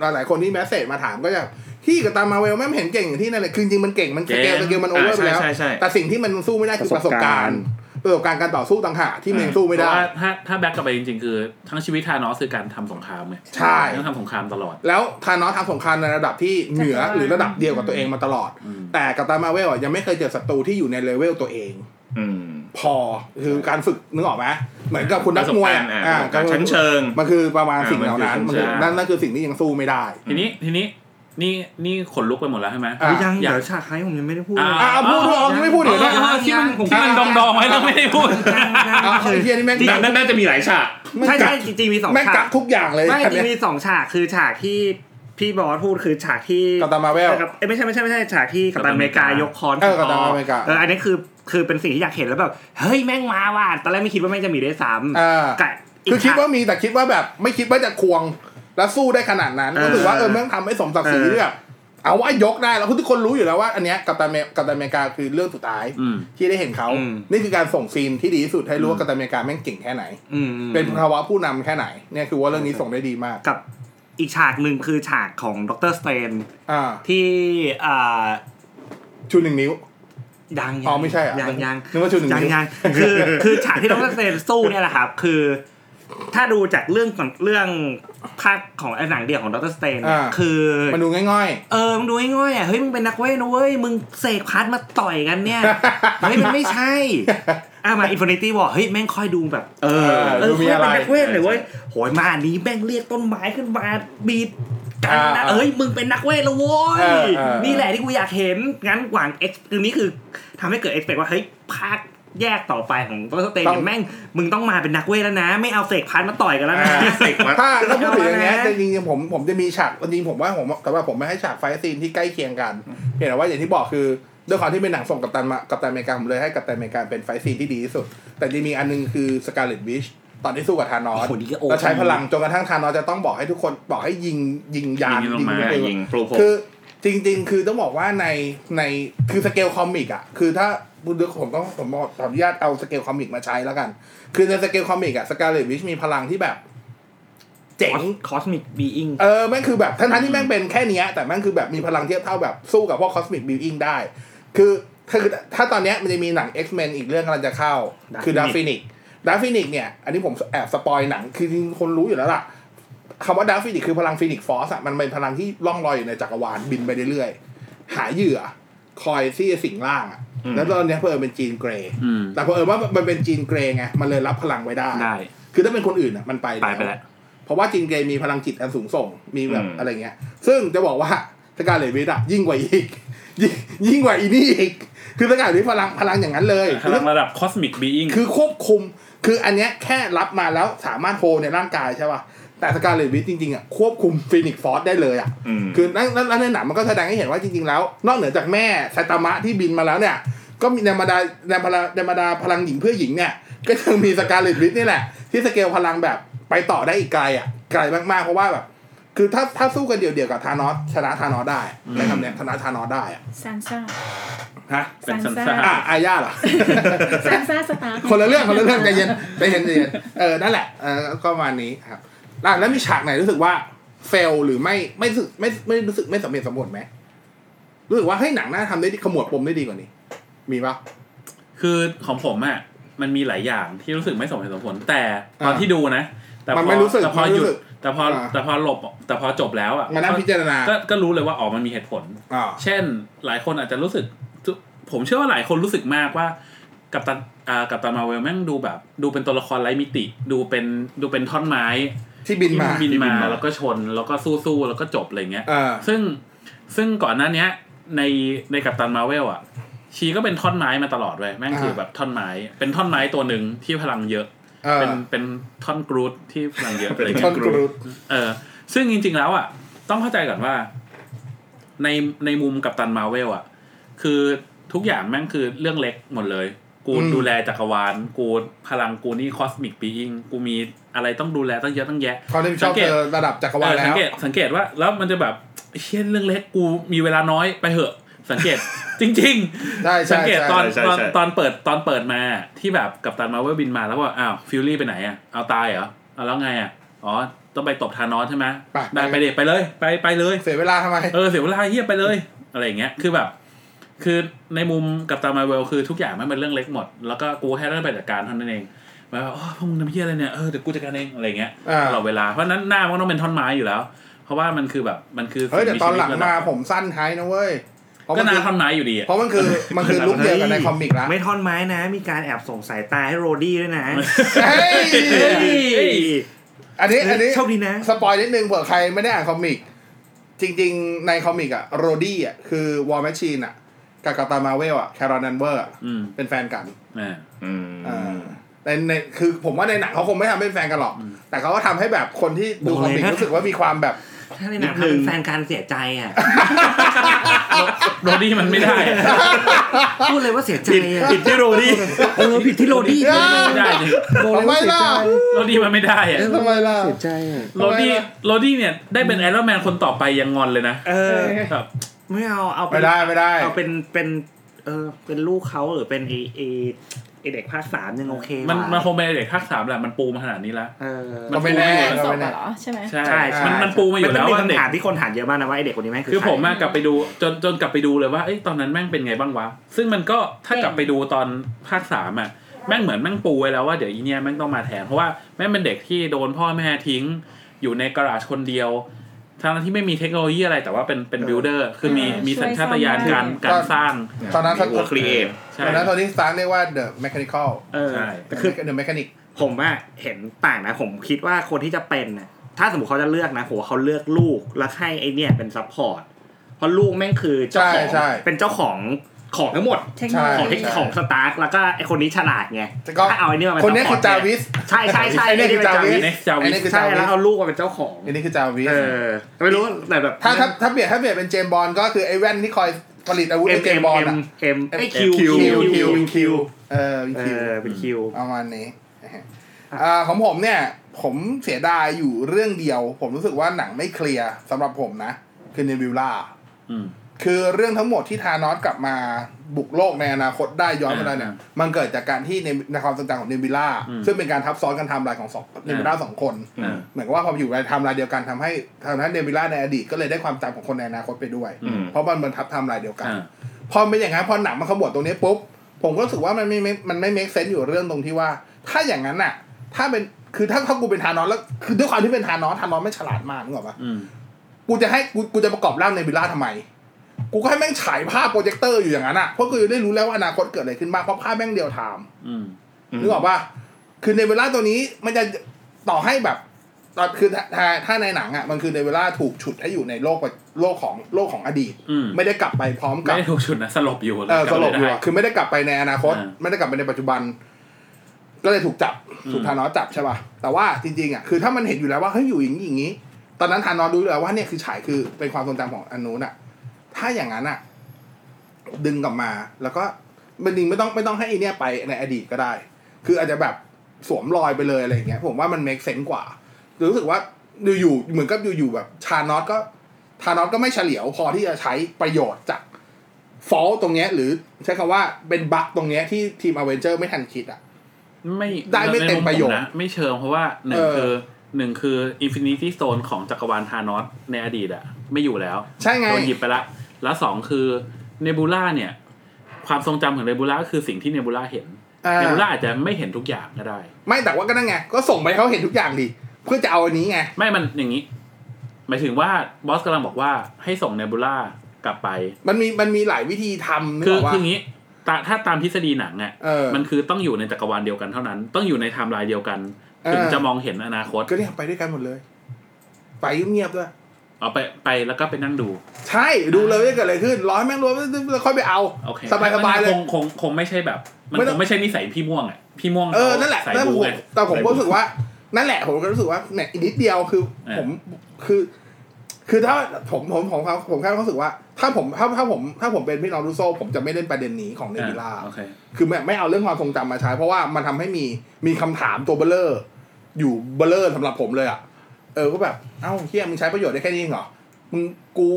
A: หลายๆคนที่แมสเซจมาถามก็จะพี่กับตามมาเวลแม่งเห็นเก่งอย่างที่นั่นเลยคือจริงๆมันเก่งมันสเกล
E: เก่ง
A: สเกลมันโอเวอร์
E: อ่า
A: ไปแล้ว
E: ใช่ใช่ใช่
A: แต่สิ่งที่มันสู้ไม่ได้คือป
F: ประ ระ
A: ส
F: ส
A: บบ กา
F: การ รณ์
A: ณ์ประสบการณ์การต่อสู้ต่างหากที่มันยังสู้ไม่
C: เพ
A: ได้
C: ราะว่าถ้าถ้าแบ็กกลับไปจริงๆ คือทั้งชีวิตทานอสคือการทำสงครามไง
A: ใช่
C: ต้องทำสงครามตลอด
A: แล้วทานอสทำสงครามในระดับที่เหนือหรือระดับเดียวกับตัวเองมาตลอด
C: อืม
A: แต่กับตามมาเวลอ่ะยังไม่เคยเจอศัตรูที่อยู่ในเลเวลตัวเอง
E: อืม
A: พอคือการฝึกนึกออกไหมเหมือนกับคุณนักมวย
E: ป
A: อ่ะ
E: ระสบการณ์
A: อ่า
E: อ่าการชั้นเชิง
A: มันคือประมาณ
E: อ่า
A: สิ่งเหล่านั้น
E: มั
A: มัน
E: นคื
A: คือ
E: อ
A: นั่นนั่นคือสิ่งที่ยังสู้ไม่ได้
C: ทีนี้ทีนี้นี่นี่ขนลุกไปหมดแล้วใช่ไหม
A: อ่ะ
B: เฮ้ยยัง
C: อ
B: เดี๋
C: ยาก
B: ยวฉากไฮผมยังไม่ได้พูด
C: อ่ะ
B: เลย
A: อ่ะเอาพูดด้วยเอาไม่พูด
C: เอ
A: เดี๋ยว
C: อ
A: นะ
C: ที่มัน
B: ยัง
C: ที่มันดองดองๆไว้แล้วไม่ได้พูด
A: เอาไอ้เฮียนี่แม่ง
E: จริง
A: กัก
E: ๆน่าจะมีหลายฉาก
B: ใช่ใช่จริงๆมีสอง
A: แม่ง
B: ฉา
A: กั
B: ก
A: กทุกอย่างเลย
B: ไม่
A: แบบ
B: จริงๆ
A: เนี้ย
B: มีสองฉากคือฉากที่พี่บอสพูดคือฉากที่
A: กัปตันมาร์เวล
B: กับเอ้ยไม่ใช่ไม่ใช่ไม่ใช่ฉากที่กัปตันอเมริกา
C: กัปตันอเมริ
B: ยก
C: กาย
B: คอน
A: เออกัปตันอเมริกา
B: เอออันนี้คือคือเป็นสิ่งที่อยากเห็นแล้วแบบเฮ้ยแม่งมาว่ะตอนแรกไม่คิดว่าแม่งจะมีด้วยซ้
A: อ่า
B: ำกับอีก
A: คือคิด
B: ฉาก
A: ว่ามีแต่คิดว่าแบบ ไม่คิดว่าจะควงแล้วสู้ได้ขนาดนั้น
B: เออ
A: รู้สึกว่าเออแม่งทำให้สมศักดิ์ศรี
B: เออ
A: ที่แบบเอาว่ายกได้แล้วทุกคนรู้อยู่แล้วว่า อันเนี้ยกับตันอเมกับตันอเมริกาคือเรื่องสุดท้าย
C: อืม
A: ที่ได้เห็นเขา
B: อืม
A: นี่คือการส่งซีนที่ดีที่สุดให้รู้ว่ากับตันอเมริกาแม่งเก่งแค่ไหน
B: อืมอืม
A: เป็นภาวะผู้นำแค่ไหนเนี่ยคือว่าเรื่องนี้ส่งได้ดีมาก
B: กับอีกฉากหนึ่งคือฉากของดรสเตน
A: อ่า
B: ที่อ่า
A: ชูหนึ่งนิ้ว
B: ยัง
A: อ๋อไม่ใช่เหรอ
B: ยังยัง
A: นึกว่าชูหนึ่ง
B: ยัง
A: นิ้ว
B: ยังคือคือฉากที่ดรเซนสู้เนี่ยแหละครับคือ ถ้าดูจากเรื่องของเรื่องภาคของไอ้หนังเดี่ยวของดรสเตนเนี่ย
A: อ่า
B: คือ
A: มันดูง่าย
B: เออมึงดูง่ายๆอ่ะเฮ้ยมึงเป็นนักเวทนะเว้ยมึงเสกพัดมาต่อยกันเนี่ยเฮ้ยมันไม่ใช่อ่ะมาอินฟินิตี้วอเฮ้ยแม่งค่อยดูแบบ
A: ๆเออ
B: เออ
A: ดู
B: ค่
A: มี
B: อย
A: อะ
B: เป็
A: ไร
B: นนักเวทเลยเว้ยโหยมาอันนี้แม่งเรียกต้นไม้ขึ้นมาบีดกัน
A: อ่า
B: นะเอ้ยมึงเป็นนักเวทและโว้ย
A: เออเออ
B: นี่แหละที่กูอยากเห็นงั้นหวังเอ็กซ์คือนี่คือทำให้เกิดเอ็กซ์ว่าเฮ้ยภาคแยกต่อไปของตัวสเตน
A: ต้
B: เนี่ย
A: อง
B: แม่งมึงต้องมาเป็นนักเวทแล้วนะ ไม่เอาเสกพันมาต่อยกันแล้วนะ
A: ถ้าถ้าพูดถึงอย่างเงี้ย
B: เอา
A: จ
B: แล้วนะ
A: ริงๆผมผมจะมีฉากจริงๆผมว่าผมแต่ว่าผมไม่ให้ฉากไฟท์ซีนที่ใกล้เคียงกันเพียงแต่ว่าอย่างที่บอกคือด้วยความที่เป็นหนังส่งกับตันมากับตันอเมริกาผมเลยให้กับตันอเมริกาเป็นไฟท์ซีนที่ดีที่สุด แต่จะมีอันนึงคือสกาเลตวิชตอนที่สู้กับธานอส
B: โอ้โหนี่ก็โอ้
A: แล้วใช้พลังจนกระทั่งธานอสจะต้องบอกให้ทุกคนบอกให้ยิงยิงยาน
C: ยิงลงมา
A: ตัวเอง
E: ยิงปลูกผม
A: คือจริง ๆ คือต้องบอกว่าในในคือสเกลคอมิกอ่ะคือถ้าผมต้องผมขออนุญาตเอาสเกลคอมิกมาใช้แล้วกัน คือในสเกลคอมิกอ่ะสกาเลตวิชมีพลังที่แบบ เจ๋ง
B: คอสมิกบีอิง
A: เออแม่งคือแบบทั้งๆที่แม่งเป็นแค่เนี้ยแต่แม่งคือแบบมีพลังเทียบเท่าแบบสู้กับพวกคอสมิกบิวอิงได้ คือ คือถ้าตอนเนี้ยมันจะมีหนัง X-Men อีกเรื่องกำลังจะเข้า
B: Dark
A: คือดา
B: Phoenix
A: ฟินิกดาฟินิกเนี่ย อันนี้ผมแอบสปอยหนัง คือจริงๆคนรู้อยู่แล้วล่ะคำว่าดาฟินิกคือพลังฟินิกฟอสอะมันเป็นพลังที่ล่องลอยอยู่ในจักรวาลบินไปเรื่อยๆ หาเหยื่อ คอยที่จะสิงร่างอะ
E: อืม
A: แล้วตอนเนี้ยเพิ่มเป็นจีนเกรย์
C: อืม
A: แต่เพิ่มว่ามันเป็นจีนเกรย์ไงมันเลยรับพลังไว้ได้
C: ได้
A: คือถ้าเป็นคนอื่นอะมันไป
C: ตายไปแล้ว
A: เพราะว่าจีนเกรย์มีพลังจิตอันสูงส่งมีแบบ
E: อืม
A: อะไรเงี้ย ซึ่งจะบอกว่าสกาเลตวิทอะยิ่งกว่า อีก ยิ่งยิ่งกว่าอีนี่อีก คือสกาเลตวิทพลังพลังอย่างนั้นเลย
C: พลังระดับคอสมิกบีอิง
A: คือควบคุมคืออันเนี้ยแค่รับมาแล้วสามารถโฮในร่างกายใช่ป่ะแต่สกาเลตวิทจริงๆอ่ะควบคุมฟินิกฟอร์สได้เลยอ่ะ
E: อืม
A: คือนั่นนั่นนั่นในหนังมันก็แสดงให้เห็นว่าจริงๆแล้ว นอกเหนือจากแม่ไซตามะที่บินมาแล้วเนี่ย ก็มีในบรรดาในบรรดาในบรรดาพลังหญิงเพื่อหญิงเนี่ย ก็ยังมีสกาเลตวิทนี่แหละ ที่สเกลพลังแบบไปต่อได้อีกไกลอ่ะไกลมากๆเพราะว่าแบบคือถ้าถ้าสู้กันเดี่ยวๆกับธานอสชนะธานอสได้ใช้คำเนี้ยชนะธานอสได้อ่ะ
D: ซานซ่า
A: ฮะ
C: เป็นซัน
D: ซันซ่า
C: ซ่า
A: อ่ะอาญาเหรอ
D: ซานซ่าสตาร์
A: คนละเรื่องคนละเรื่องใจเย็นใจเย็นใจเย็นเออนั่นแหละเออก็ประมาณนี้ครับอ่ะแล้วมีฉากไหนรู้สึกว่าเฟลหรือไม่ไม่รู้สึกไม่ไม่รู้สึกไม่สำเร็จสมบูรณ์ไหมรู้สึกว่าให้ยหนังน่าทำได้ดีขมวดปมได้ดีกว่านี้ มีปะ
C: คือของผมอ่ะมันมีหลายอย่างที่รู้สึกไม่สมเหตุสมผล แต่ตอน
A: อ่า
C: ที่ดูนะ แต่พ
A: มัน
C: อ
A: ไม่รู้สึก
C: แต่พอ
A: มันไม่รู้
C: หยุด
A: สึก
C: แต่พออา แต่พอหลบแต่พอจบแล้วอ่ะ
A: มานั่งพิจารณา
C: ก็ก็รู้เลยว่าอ๋อมันมีเหตุผล
A: อ่า
C: เช่นหลายคนอาจจะรู้สึก ผมเชื่อว่าหลายคนรู้สึกมากว่ากับตันอ่ากับตันมาเวลแม่งดูแบบ ดูเป็นตัวละครไร้มิติ ดูเป็นดูเป็นท่อนไม้
A: ที่บินมา
C: ที่บินมา
E: ที่บินมา
C: แล้วก็ชนแล้วก็สู้ๆแล้วก็จบอะไรเงี้ย
A: เออ
C: ซึ่งซึ่งก่อนหน้าเนี้ยในในกัปตันมาเวลอ่ะ ชีก็เป็นท่อนไม้มาตลอดเลยแม่งคือแบบท่อนไม้ เป็นท่อนไม้ตัวหนึ่งที่พลังเยอะ
A: เออ
C: เป็นเป็นท่อนกรูดที่พลังเยอะอะไร
E: เป็น
C: เงี้ย
A: ท่อนกรุด
C: เออซึ่งจริงๆแล้วอ่ะ ต้องเข้าใจก่อนว่า ในในมุมกับตันมาเวลอ่ะ คือทุกอย่างแม่งคือเรื่องเล็กหมดเลย กูดูแลจักรวาล กูพลังกูนี่คอสมิกปีอิงกูมีอะไรต้องดูแลตั้งเยอะตั้งแยะ
A: เขาได้ชอบเจอระดับจักรวาล
C: เออ
A: แล้
C: สั
A: ว
C: งเกตสังเกตว่าแล้วมันจะแบบเชี่ยเรื่องเล็กกูมีเวลาน้อยไปเถอะ สัง เกต จริง
A: ใช่ใช่
C: ๆ สังเกตตอน
E: ใช่
C: ตอน
E: ใช่
C: ตอนเปิดตอนเปิดมาที่แบบกับตันมาเวอร์บินมาแล้วว่าอ้าวฟิลลี่ไปไหนอ่ะเอาตายเหรอเอาแล้วไงอ่ะอ๋อต้องไปตบทานอสใช่ไหม
A: ไป
C: ได้ไปเด็ไปเลยไปไปเลย
A: เสียเวลาทำไม
C: เออเสียเวลาเฮียไปเลย อะไรอย่างเงี้ยคือแบบ คือในมุมกับตามาเวลคือทุกอย่างมันเป็นเรื่องเล็กหมด แล้วก็กูแค่ต้องไปจัดการเท่านั้นเองหมายความว่าโอ้พวกมึงทำเฮียอะไรเนี่ยเออเดี๋ยวกูจัดการเองอะไรอย่างเงี้ย
A: อ่า
C: ตลอดเวลาเพราะฉะนั้นหน้ามันก็ต้องเป็นท่อนไม้อยู่แล้ว เพราะว่ามันคือแบบมันคือ
A: เฮ้ยแต่ตอนหลังมา
C: ระดับ
A: ผมสั้นไฮนะเว้ยเพราะ
C: ก็
A: มัน
C: ห
A: คื
C: นา
A: อ
C: ท่อนไม้อยู่ดีอะ
A: เพราะมันคือมันคือลุกเดียวกันในคอมิกละ
B: ไม่ท่อนไม้นะ มีการแอบส่งสายตาให้โรดี้ด้วยนะ
A: เฮ้ย
B: เฮ้ย
A: อันนี้อันนี้
B: โชคดีนะ
A: สปอยนิดนึงเผื่อใครไม่ได้อ่านคอมิก จริงๆ ในคอมิกอะโรดี้อะคือวอร์แมชชีนอะกับกัปตันมาร์เวลอะแครอนแอนเวอร์
C: อืม
A: เป็นแฟนกัน
C: อ่า
E: อืม
A: อ่าในในคือผมว่าในหนังเขาคงไม่ทำเป็นแฟนกันหรอก แต่เขาก็ทำให้แบบคนที่ดู
B: บ
A: ค
B: อกเล
A: อย มิก
B: นะ
A: รู้สึกว่ามีความแบบ
B: ถ้าในหนังเป็นแฟนการเสียใจอ่ะ
C: โรดี้มันไม่ได้อะ
B: พูดเลยว่าเสียใจอะผิดที่โรดี้เออผิดที่โรดี้
A: เออ
C: ไม่ได้เลย
B: บอกเลย
A: ทำไม
B: ว่าเสีย
A: ล่ะ
B: ใจ
C: โรดี้มันไม่ได้อะ
A: ทำไมล่ะ
F: เสียใจอ่ะ
C: โรดี้
A: ทำไมล่ะ
C: โรดี้เนี่ยได้เป็นไอรอนแมนคนต่อไปยังงอนเลยนะ
B: เออ
C: แบบ
B: ไม่เอาเอาเป็
A: ไม่
B: น
A: ได้ไม่ได้
B: เอาเป็นเป็นเออเป็นลูกเขาหรือเป็นเอเอเอเด็กภาคสามยังโอเค
C: มัน
B: กว่า
C: มันคงเป็นเด็กภาคสามแหละมันปูมาขนาดนี้แล้ว
B: เออ
A: ก็ไม่แน่ก็
D: สอบ
A: ไม่แน่
D: เหรอใช่ไหม
C: ใช่
B: ใช่ใช่
C: มันมันปูมาอยู่แล้ว
B: นต้ง
C: ว่า
B: มี
C: เด็
B: คำ
C: ก
B: ถามที่คนถามเยอะมากนะว่าไอเด็กคนนี้แม่ง
C: คือผมอะ
B: ใร
C: กลับไปดูจนจนกลับไปดูเลยว่าเอ้ยตอนนั้นแม่งเป็นไงบ้างวะ ซึ่งมันก็ถ้ากลับไปดูตอนภาคสามอะแม่งเหมือนแม่งปูไว้แล้วว่าเดี๋ยวอีเนี่ยแม่งต้องมาแทนเพราะว่าแม่งเป็นเด็กที่โดนพ่อแม่ทิ้ง อยู่ในกระดาษคนเดียวทั้งที่ไม่มีเทคโนโลยีอะไรแต่ว่าเป็นเป็นบิลดเออร์คือมี
D: เออ
C: มีสัญชาตญาณ
D: ช่
C: กา
D: วยสร้าง
C: รการสร้าง
A: ตอนนั้น
E: หัวครีเอท
C: ใช่
A: ตอนนั้นตอนนี้สตาร์เรียกว่า The Mechanical
B: เออ
C: ใช่
B: แต่คือ
A: The Mechanic
B: ผมว่าเห็นต่างนะ ผมคิดว่าคนที่จะเป็นน่ะถ้าสมมติเขาจะเลือกนะผมว่าเขาเลือกลูกแล้วให้ไอเนี่ยเป็นซัพพอร์ตเพราะลูกแม่งคือเจ้าของ
A: ใช่ใช่
B: เป็นเจ้าของของทั้งหมด
D: เทคโนโล
B: ของ
A: ใช่
B: ที่
D: ยี
B: ของสตาร์กแล้วก็ไอคนนี้ฉลาดไง
A: แต่ก็
B: ถ้าเอาไอเนี่ยมาเป็
A: คนเนี้ยคือ
B: ซั
A: จา
B: พพร์ต
A: วิ
B: เนี่ย
A: ส
B: ใช่ใช่ใช่
A: ไอ้เนี่ยคือ
B: ไเป็
A: จาวิส
C: เน็กซ์จา
A: อัน
C: วิ
A: นี้
C: ส
A: คือ
B: ใช่
A: จาวิ
B: แล้
A: ส
B: วเอาลูกมาเป็นเจ้าของ
A: อันนี้คือจาวิส
B: เออไม่รู้แต่แบบ
A: ถ้าถ้าถ้าเปรียบถ้าเปรียบเป็นเจมส์บอลก็คือไอ้แว่นที่คอยผลิตอาวุธ
B: เอ็
A: ใน
B: ม
A: เจ
B: เอ็
A: ม
B: ม
A: ส์บอล
B: เอ็
A: อะ
B: มเอ็มไอยคิว
A: คิว
B: คิว
A: คิ
B: คิ
A: ว
B: ว
A: คิวเออ
B: เอ
A: คิว
B: อเป็นคิว
A: ประมาณนี้เอ่อของผมเนี่ย ผมเสียดายอยู่เรื่องเดียว ผมรู้สึกว่าหนังไม่เคลียร์สำหรับผมนะ คือเนวิลล่า
C: อืม
A: คือเรื่องทั้งหมดที่ทานอสกลับมาบุกโลกในอนาคตได้ย้อนเวลาเนี่ย
C: อ่า
A: มันเกิดจากการที่ในในความทรงจำของเนวิลล่า
C: อืม
A: ซึ่งเป็นการทับซ้อนกันไทำลายของสองเนวิลล่าสองคน
C: อ่า
A: เหมือนกับว่าพออยู่ในไทำลายเดียวกันทำให้ทำให้เนวิลล่าในอดีตก็เลยได้ความจำของคนในอนาคตไปด้วย
E: อืม
A: เพราะมันมันทับไทำลายเดียวกัน
C: อ่า
A: พอเป็นอย่างนั้นพอหนังมันขมวดตรงนี้ปุ๊บผมก็รู้สึกว่ามันไม่มันไม่เมคเซนต์อยู่เรื่องตรงที่ว่า ถ้าอย่างนั้นน่ะ ถ้าเป็นคือถ้าถ้ากูเป็นทานอสแล้วคือด้วยความที่เป็นทานอสทานอสไม่ฉลาดมากนึกออกปะ
C: อืม
A: กูจะให้กูกูจะประกอบร่างในบิลล่าทำไม กูก็ให้แม่งฉายภาพโปรเจคเตอร์อยู่อย่างนั้นอ่ะเพราะกูจะได้รู้แล้วว่าอนาคตเกิดอะไรขึ้นบ้างเพราะภาพแม่งเดียวไทม์
C: อืม
E: ม
A: นึกออกป่ะ คือในเวลาตัวนี้มันจะต่อให้แบบตอนคือถ้าถ้าถ้าในหนังอ่ะมันคือในเวลาถูกฉุดให้อยู่ในโลกปัจโลกของโลกของอดีต
C: อืม
A: ไม่ได้กลับไปพร้อม
C: ไม่
A: กับ
C: ได้ถูกชุดนะสลบอยู่
A: เออสลบอยู่
C: ได้
A: อะคือไม่ได้กลับไปในอนาคต
C: อ่า
A: ไม่ได้กลับไปในปัจจุบัน ก็เลยถูกจับ
C: อืม
A: ถูกธานอสจับใช่ป่ะแต่ว่าจริงๆอ่ะคือถ้ามันเห็นอยู่แล้วว่าเฮ้ยอยู่อย่างนี้อย่างนี้ ตอนนั้นธานอสรู้แล้วว่าเนี่ยคือฉายคือเป็นความทรงจำของอันนู้นอ่ะ ถ้าอย่างนั้นอ่ะ ดึงกลับมา แล้วก็มันจริงไม่ต้องไม่ต้องให้ไอเนี่ยไปในอดีตก็ได้ คืออาจจะแบบสวมรอยไปเลยอะไรอย่างเงี้ย ผมว่ามัน make sense กว่า รู้สึกว่าอยู่ๆเหมือนกับอยู่ๆแบบชานอสก็ทานอสก็ไม่เฉลียวพอที่จะใช้ประโยชน์จากฟอลตรงเนี้ย หรือใช้คำว่าเป็นบั๊กตรงเนี้ยที่ทีมอเวนเจอร์ไม่ทันคิดอ่ะ
C: ไม่
A: ได้ไม่เต็มประโยชน์
C: ในมุมผไม่เชิงเพราะว่าหนึ่ง
A: เออ
C: คือหนึ่งคืออินฟินิตี้โซนของจักรวาลธานอสในอดีตอะไม่อยู่แล้ว
A: ใช่ไง
C: โดนหยิบไปละ แล้วสองคือเนบูล่าเนี่ย ความทรงจำของเนบูล่าก็คือสิ่งที่เนบูล่าเห็น
A: อ่า
C: เนบูล่าอาจจะไม่เห็นทุกอย่างก็ได้
A: ไม่แต่ว่าก็นั่นไง ก็ส่งไปให้เขาเห็นทุกอย่างดิเพื่อจะเอาอันนี้ไง
C: ไม่มันอย่างนี้ หมายถึงว่าบอสกำลังบอกว่าให้ส่งเนบูล่ากลับไป
A: มันมีมันมีหลายวิธีทำนึก
C: คือ
A: ออกว่า
C: คืออย่างนี้ตาถ้าตามทฤษฎีหนังเนี่ย
A: เออ
C: มันคือต้องอยู่ในจักรวาลเดียวกันเท่านั้น ต้องอยู่ในไทม์ไลน์เดียวกัน ถึง
A: เออ
C: จะมองเห็นอนาคต
A: ก็เนี่ยไปด้วยกันหมดเลย ไปเงียบๆด้วย
C: เอาไปไปแล้วก็ไปนั่งดู
A: ใช่ดูเลยว่าเกิดอะไรขึ้นร้อยแม่งรวมแล้วค่อยไปเอา
C: โอเค
A: สบายสบายๆเลย
C: คงคงคงไม่ใช่แบบ มัน
A: ไม่ต้
C: ค
A: อง
C: งไม่ใช่นิสัยพี่ม่วงอ่ะพี่ม่วง
A: เออ นั่นแหละ
C: เขาสาย
A: แต่
C: บู
A: ผม
C: ไง
A: แต่ผมก็รู้สึกว่า นั่นแหละ ผมก็รู้สึกว่าเนี่ยอีกนิดเดียวคือ
C: เออ
A: ผมคือ คือถ้าผมผมผมผมผมแค่รู้สึกว่า ถ้าผมถ้าถ้าผมถ้าผมเป็นพี่น้องรูโซผมจะไม่เล่นประเด็นนี้ของเนบิล่า
C: อ่ะโอเค
A: คือไม่ไม่เอาเรื่องความทรงจำมาใช้ เพราะว่ามันทำให้มีมีคำถามตัวเบลเลอร์ อยู่เบลเลอร์สำหรับผมเลยอ่ะ เออก็แบบ เอ้าเฮียมึงใช้ประโยชน์ได้แค่นี้เองเหรอมึงกู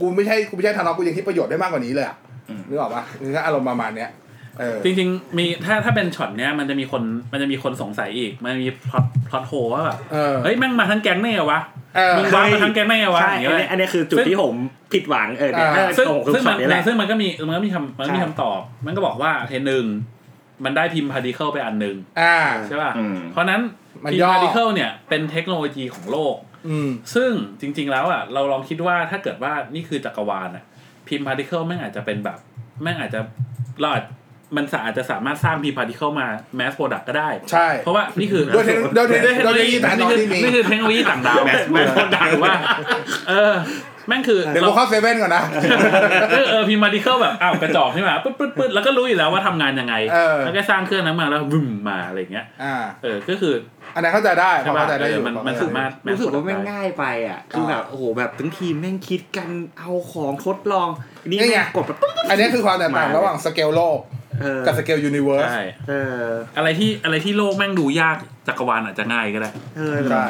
A: กูไม่ใช่กูไม่ใช่ทานอสกูยังคิดประโยชน์ได้มากกว่านี้เลยอ่ะ
E: อืม
A: นึกออกปะนึกอารมณ์ประมาณเนี้ยเออ
C: จริงๆ มีถ้าถ้าเป็นช็อตเนี้ยมันจะมีคนมันจะมีคนสงสัยอีก มันมีพล็อตพล็อตโฮว่าแบบ
A: เออ
C: เฮ้ยแม่งมาทั้งแก๊งได้ไงวะ
A: เออ
C: มึงวางมาทั้งแก๊งได้ไงวะ
B: ใช่
C: อย่าง
B: อัน
C: เงี้ยเล
B: เนี้
C: ย
B: ยอันเนี้ยคือจุดที่ผมผิดหวังเออเนี่ย
A: อ่า
B: ซึ่ง
C: ซึ่ง
B: คือ
C: ซึ่ง
B: ช็อ
C: มั
B: ต
C: น
B: นี้แหละ
C: ซึ่งมันก็มีมันก็มีคำมันก็มี
B: ใช่
C: คำตอบ มันก็บอกว่าโอเคหนึ่งมันได้พิมพ์พาร์ติเคิลไปอันหนึ่ง
A: อ่า
C: ใช่ป่ะ
E: อืม
C: เพราะนั้น
A: มัน
C: พิม
A: ย่อ
C: พ์พาร์ติเคิลเนี่ยเป็นเทคโนโลยีของโลก
A: อืม
C: ซึ่งจริง ๆ แล้วอ่ะเราลองคิดว่าถ้าเกิดว่านี่คือจักรวาลอ่ะพิมพ์พาร์ติเคิลแม่งอาจจะเป็นแบบแม่งอาจจะเราอาจมันสาอาจจะสามารถสร้างพิมพ์พาร์ติเคิลมาแมสโปรดักก็ได้
A: ใช่
C: เพราะว่านี่คือ
A: โดยเทคโดยเทคโดยเทคโนโลยีต่าง
C: นี่
A: ดาว
C: คื
A: ที่
C: อ
A: มี
C: นี่คือเทคโนโลยีต่างดาว
E: แมส
C: โปรดักว่า เออ แม่งคือ
A: เดี๋ยวกูเข้าเซเว่นก่อนนะ
C: เออเออพิมพ์พาร์ติเคิลแบบอ้าวกระจอกใช่ไหมปึ๊ดปึ๊ดปึ๊ดแล้วก็รู้อยู่แล้วว่าทำงานยังไง
A: เออ
C: แล้วก็สร้างเครื่องนั้นมาแล้วบึ้มมาอะไรอย่างเงี้ย
A: อ่า
C: เออก็คือ
A: อันนั้นเข้าใจได้พ
C: ใช่
A: อ
C: ป่ะ
A: เข้าใจได้อ
C: เอยู่ อมัน
A: พอ
C: มัน
A: เข้ใจ
C: สามารถ mass
F: รู้สึกว่าแม่ง
C: product ได้
F: ง่ายไปอ่ะ คือแบบโอ้โหแบบทั้งทีมแม่งคิดกันเอาของทดลอง นี่
A: นี่ไง
F: แม่งกดแบบปุ๊บ
A: อันนี้คือความแตกต่างระหว่างสเกลโลก
F: เออ
A: กับสเกลยูนิเวิร์ส
C: ใช่
F: เออ
C: อะไรที่อะไรที่โลกแม่งดูยากจักรวาลอาจจะง่ายก็ได้
F: เออ
A: ใช่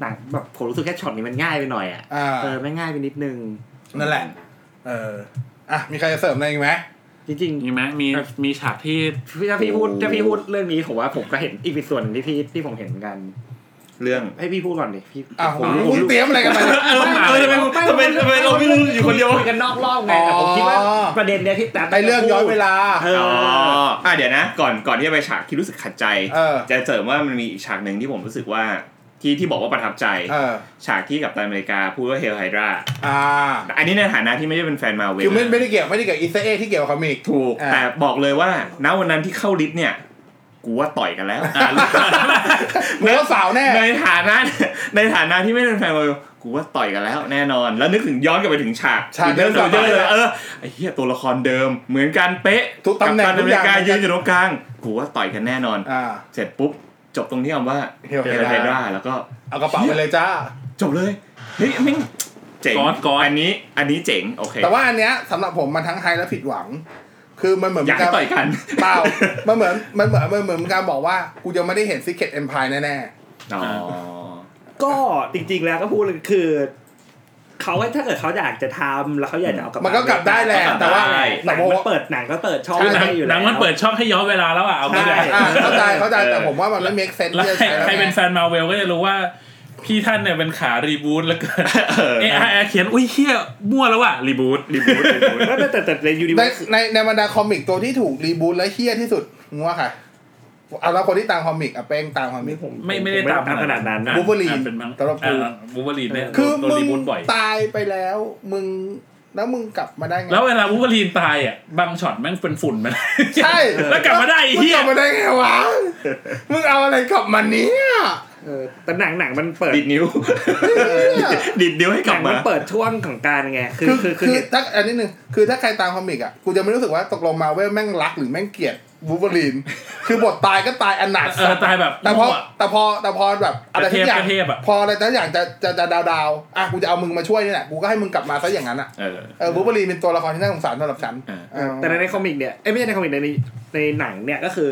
F: หนังแบบผมรู้สึกแค่ช็อตนี้มันง่ายไปหน่อยอ่ะ
A: อ่า
F: เออแม่งง่ายไปนิดนึง
A: นั่นแหละ เออ อ่ะ มีใครจะเสริมอะไรอีกไหม
F: จริง
C: มีไหมมีมีฉากที่
F: ๆถ้าพี่พูดถ้าพี่พูดเรื่องนี้ผมว่าผมก็เห็นอีกส่วนหนึ่งที่พี่ที่ผมเห็นเหมือนกัน
E: เรื่อง
F: ให้พี่พูดก่อนดิพี่
A: อ่ะ
F: ผม
A: ผมคุณเตรียมอะไรกันมาเนี่ย
E: เออทำไมทำไมทำไมเราไม่รู้อยู่คนเดียว
F: คุกันนอกรอบไงแต่ผมคิดว่าประเด็นเนี้ยที่แต่
A: ไอเรื่องย้อนเวลา
F: เอ
E: อ๋อ
F: อ
E: อ่ะเดี๋ยวนะ ก่อนก่อนที่จะไปฉากที่รู้สึกขัดใจ
A: เออ
E: จะเสริมว่ามันมีอีกฉากหนึ่งที่ผมรู้สึกว่าที่ที่บอกว่าประทับใจ
A: เออ
E: ฉากที่กับตันอเมริกาพูดว่าเฮลไฮดรา
A: อ่า
E: อันนี้ในฐานะที่ไม่ได้เป็นแฟนมาเวล
A: คือไม่ไม่ได้เกี่ยวไม่ได้เกี่ยวอีสเอที่เกี่ยวกับคอมิก
E: ถูก
A: อ่า
E: แต่บอกเลยว่าณวันนั้นที่เข้าลิฟต์เนี่ย กูว่าต่อยกันแล้ว
C: อ่ารู้สึก
A: เนื้อสาวแน่
E: ในฐานะในฐานะที่ไม่ได้เป็นแฟนมาเวลกูว่าต่อยกันแล้วแน่นอน แล้วนึกถึงย้อนกลับไปถึงฉาก
A: ฉาก
E: เดิม
A: เดิม
E: เดิมเลยเออไอ้เหี้ยตัวละครเดิม เหมือนกันเป๊ะ
A: ทุกตำแหน่ง
E: กัปตัอเมริกา
A: ทุกอย่าง
E: ยืนอยู่ตรงกลางกูว่าต่อยกันแน่นอน
A: อ่า
E: เสร็จปุ๊บ จบตรงที่คำว่า
A: เฮลไฮดรา
E: ไฮดราแล้วก็
A: เอากระเป๋าไปเลยจ้า
E: จบเลยเฮ้ยแม่งเจ๋ง
C: ก่อนก่อน
E: อันนี้อันนี้เจ๋งโอเค
A: แต่ว่าอันเนี้ยสำหรับผมมันทั้งไฮและผิดหวัง คือมันเหมือน
E: อยากให้ต่อยกัน
A: เปล่ามันเหมือนมันเหมือนมันเหมือนการบอกว่ากูยังไม่ได้เห็นซิกเก็ตเอ็มพายแน่
E: อ๋อ
B: ก็จริงๆแล้วก็พูดเลยคือเขาก็ถ้าเกิดเขาอยากจะทำแล้วเขาอยากจะเอากลับ
A: ๆมันก็กลับได้แหละแต่ว่า
E: ได้
B: หนั
A: แต่
B: ง
A: ว่า
B: มันเปิดหนังก็เปิดช่อง
A: ใช่
C: หนัง
B: ให้อยู่
C: ห
B: แล้
C: นั
B: ว
C: งมันเปิดช่องให้ย้อนเวลาแล้วอ่ะเอาไม่ได้
B: ใช่
A: อ่าเข้าใจเข้าใจแต่
E: เออ
A: ผมว่ามันไม่ make sense
C: แล้ว
A: ที่จะ
C: ใคร
A: ใช้แล้ว
C: ใครเป็นแฟนมาเวลก็จะรู้ว่า พี่ท่านเนี่ยเป็นขารีบูทแล้วเกิน
E: เออ
C: เอไอเขียนอุ้ยเฮียมั่วแล้วว่ะรีบูทรีบูทรีบูท
B: แล้วแต่แต่แต่ในยูนิ
A: ใน
B: เวิร์ส
A: ในในบรรดาคอมิกตัวที่ถูกรีบูทและเฮี้ยที่สุดมึงว่าใครเอาแล้วคนที่ตามคอมิกอ่ะเป้งตามคอมิก
C: ไม่ไม่ได้ตาม
B: ผขนาดนั้น
A: บูเบอรีน
C: เป็นมั้ง
A: สำหรับกู
C: อ่าบูเบอรีนเนี่ย
A: คือ
C: โด
A: มึ
C: นรี
A: ง
C: บูทบ่อย
A: ตายไปแล้ว มึงแล้วมึงกลับมาได้ไง
C: แล้วเวลาบูเบอรีนตายอ่ะบางช็อตแม่งเป็นฝุ่นมา
A: ใช่
C: แล้วกลับมาได้ไอ้
A: มึง
C: เฮี
A: ก
C: ย
A: ลับมาได้ไงวะมึงเอาอะไรกลับมาเนี้ย
B: เออแต่หนังหนังมันเปิด
E: ดิดนิ้ว ดิดนิ้วให้ก
B: ห
E: ลั
B: นั
E: บ
B: ง
E: มา
B: มันเปิดช่วงของการไงคือ
A: คือคื
B: คือคืออ
A: ถ้าอันนี้หนึ่งคือถ้าใครตามคอมิกอ่ะกูจะไม่รู้สึกว่าตกลงมาเว้ยแม่งรักหรือแม่งเกลียดบูเบอรีน คือบทตายก็ตายอนาถ
C: เอ
A: สัต
C: อ
A: ว์
C: ตายแบบ
A: แต่พอ
C: มั่ว
A: แต่พอแต่พอแบบอะไรทุกอย่าง
C: กระเทพกระเทพอะ
A: พออะไรทุกอย่างจะจะจะดาวดาวๆอ่ะกูจะเอามึงมาช่วยนี่แหละกูก็ให้มึงกลับมาซะอย่างนั้นอ่ะ
E: เออ
A: เออบูเบอรีนเป็นตัวละครที่น่าสงสารสำหรับฉัน
E: อ่า
A: เออ
B: แต่ในคอมิกเนี่ยเอ้ยไม่ใช่ในคอมิกในในในหนังเนี่ยก็คือ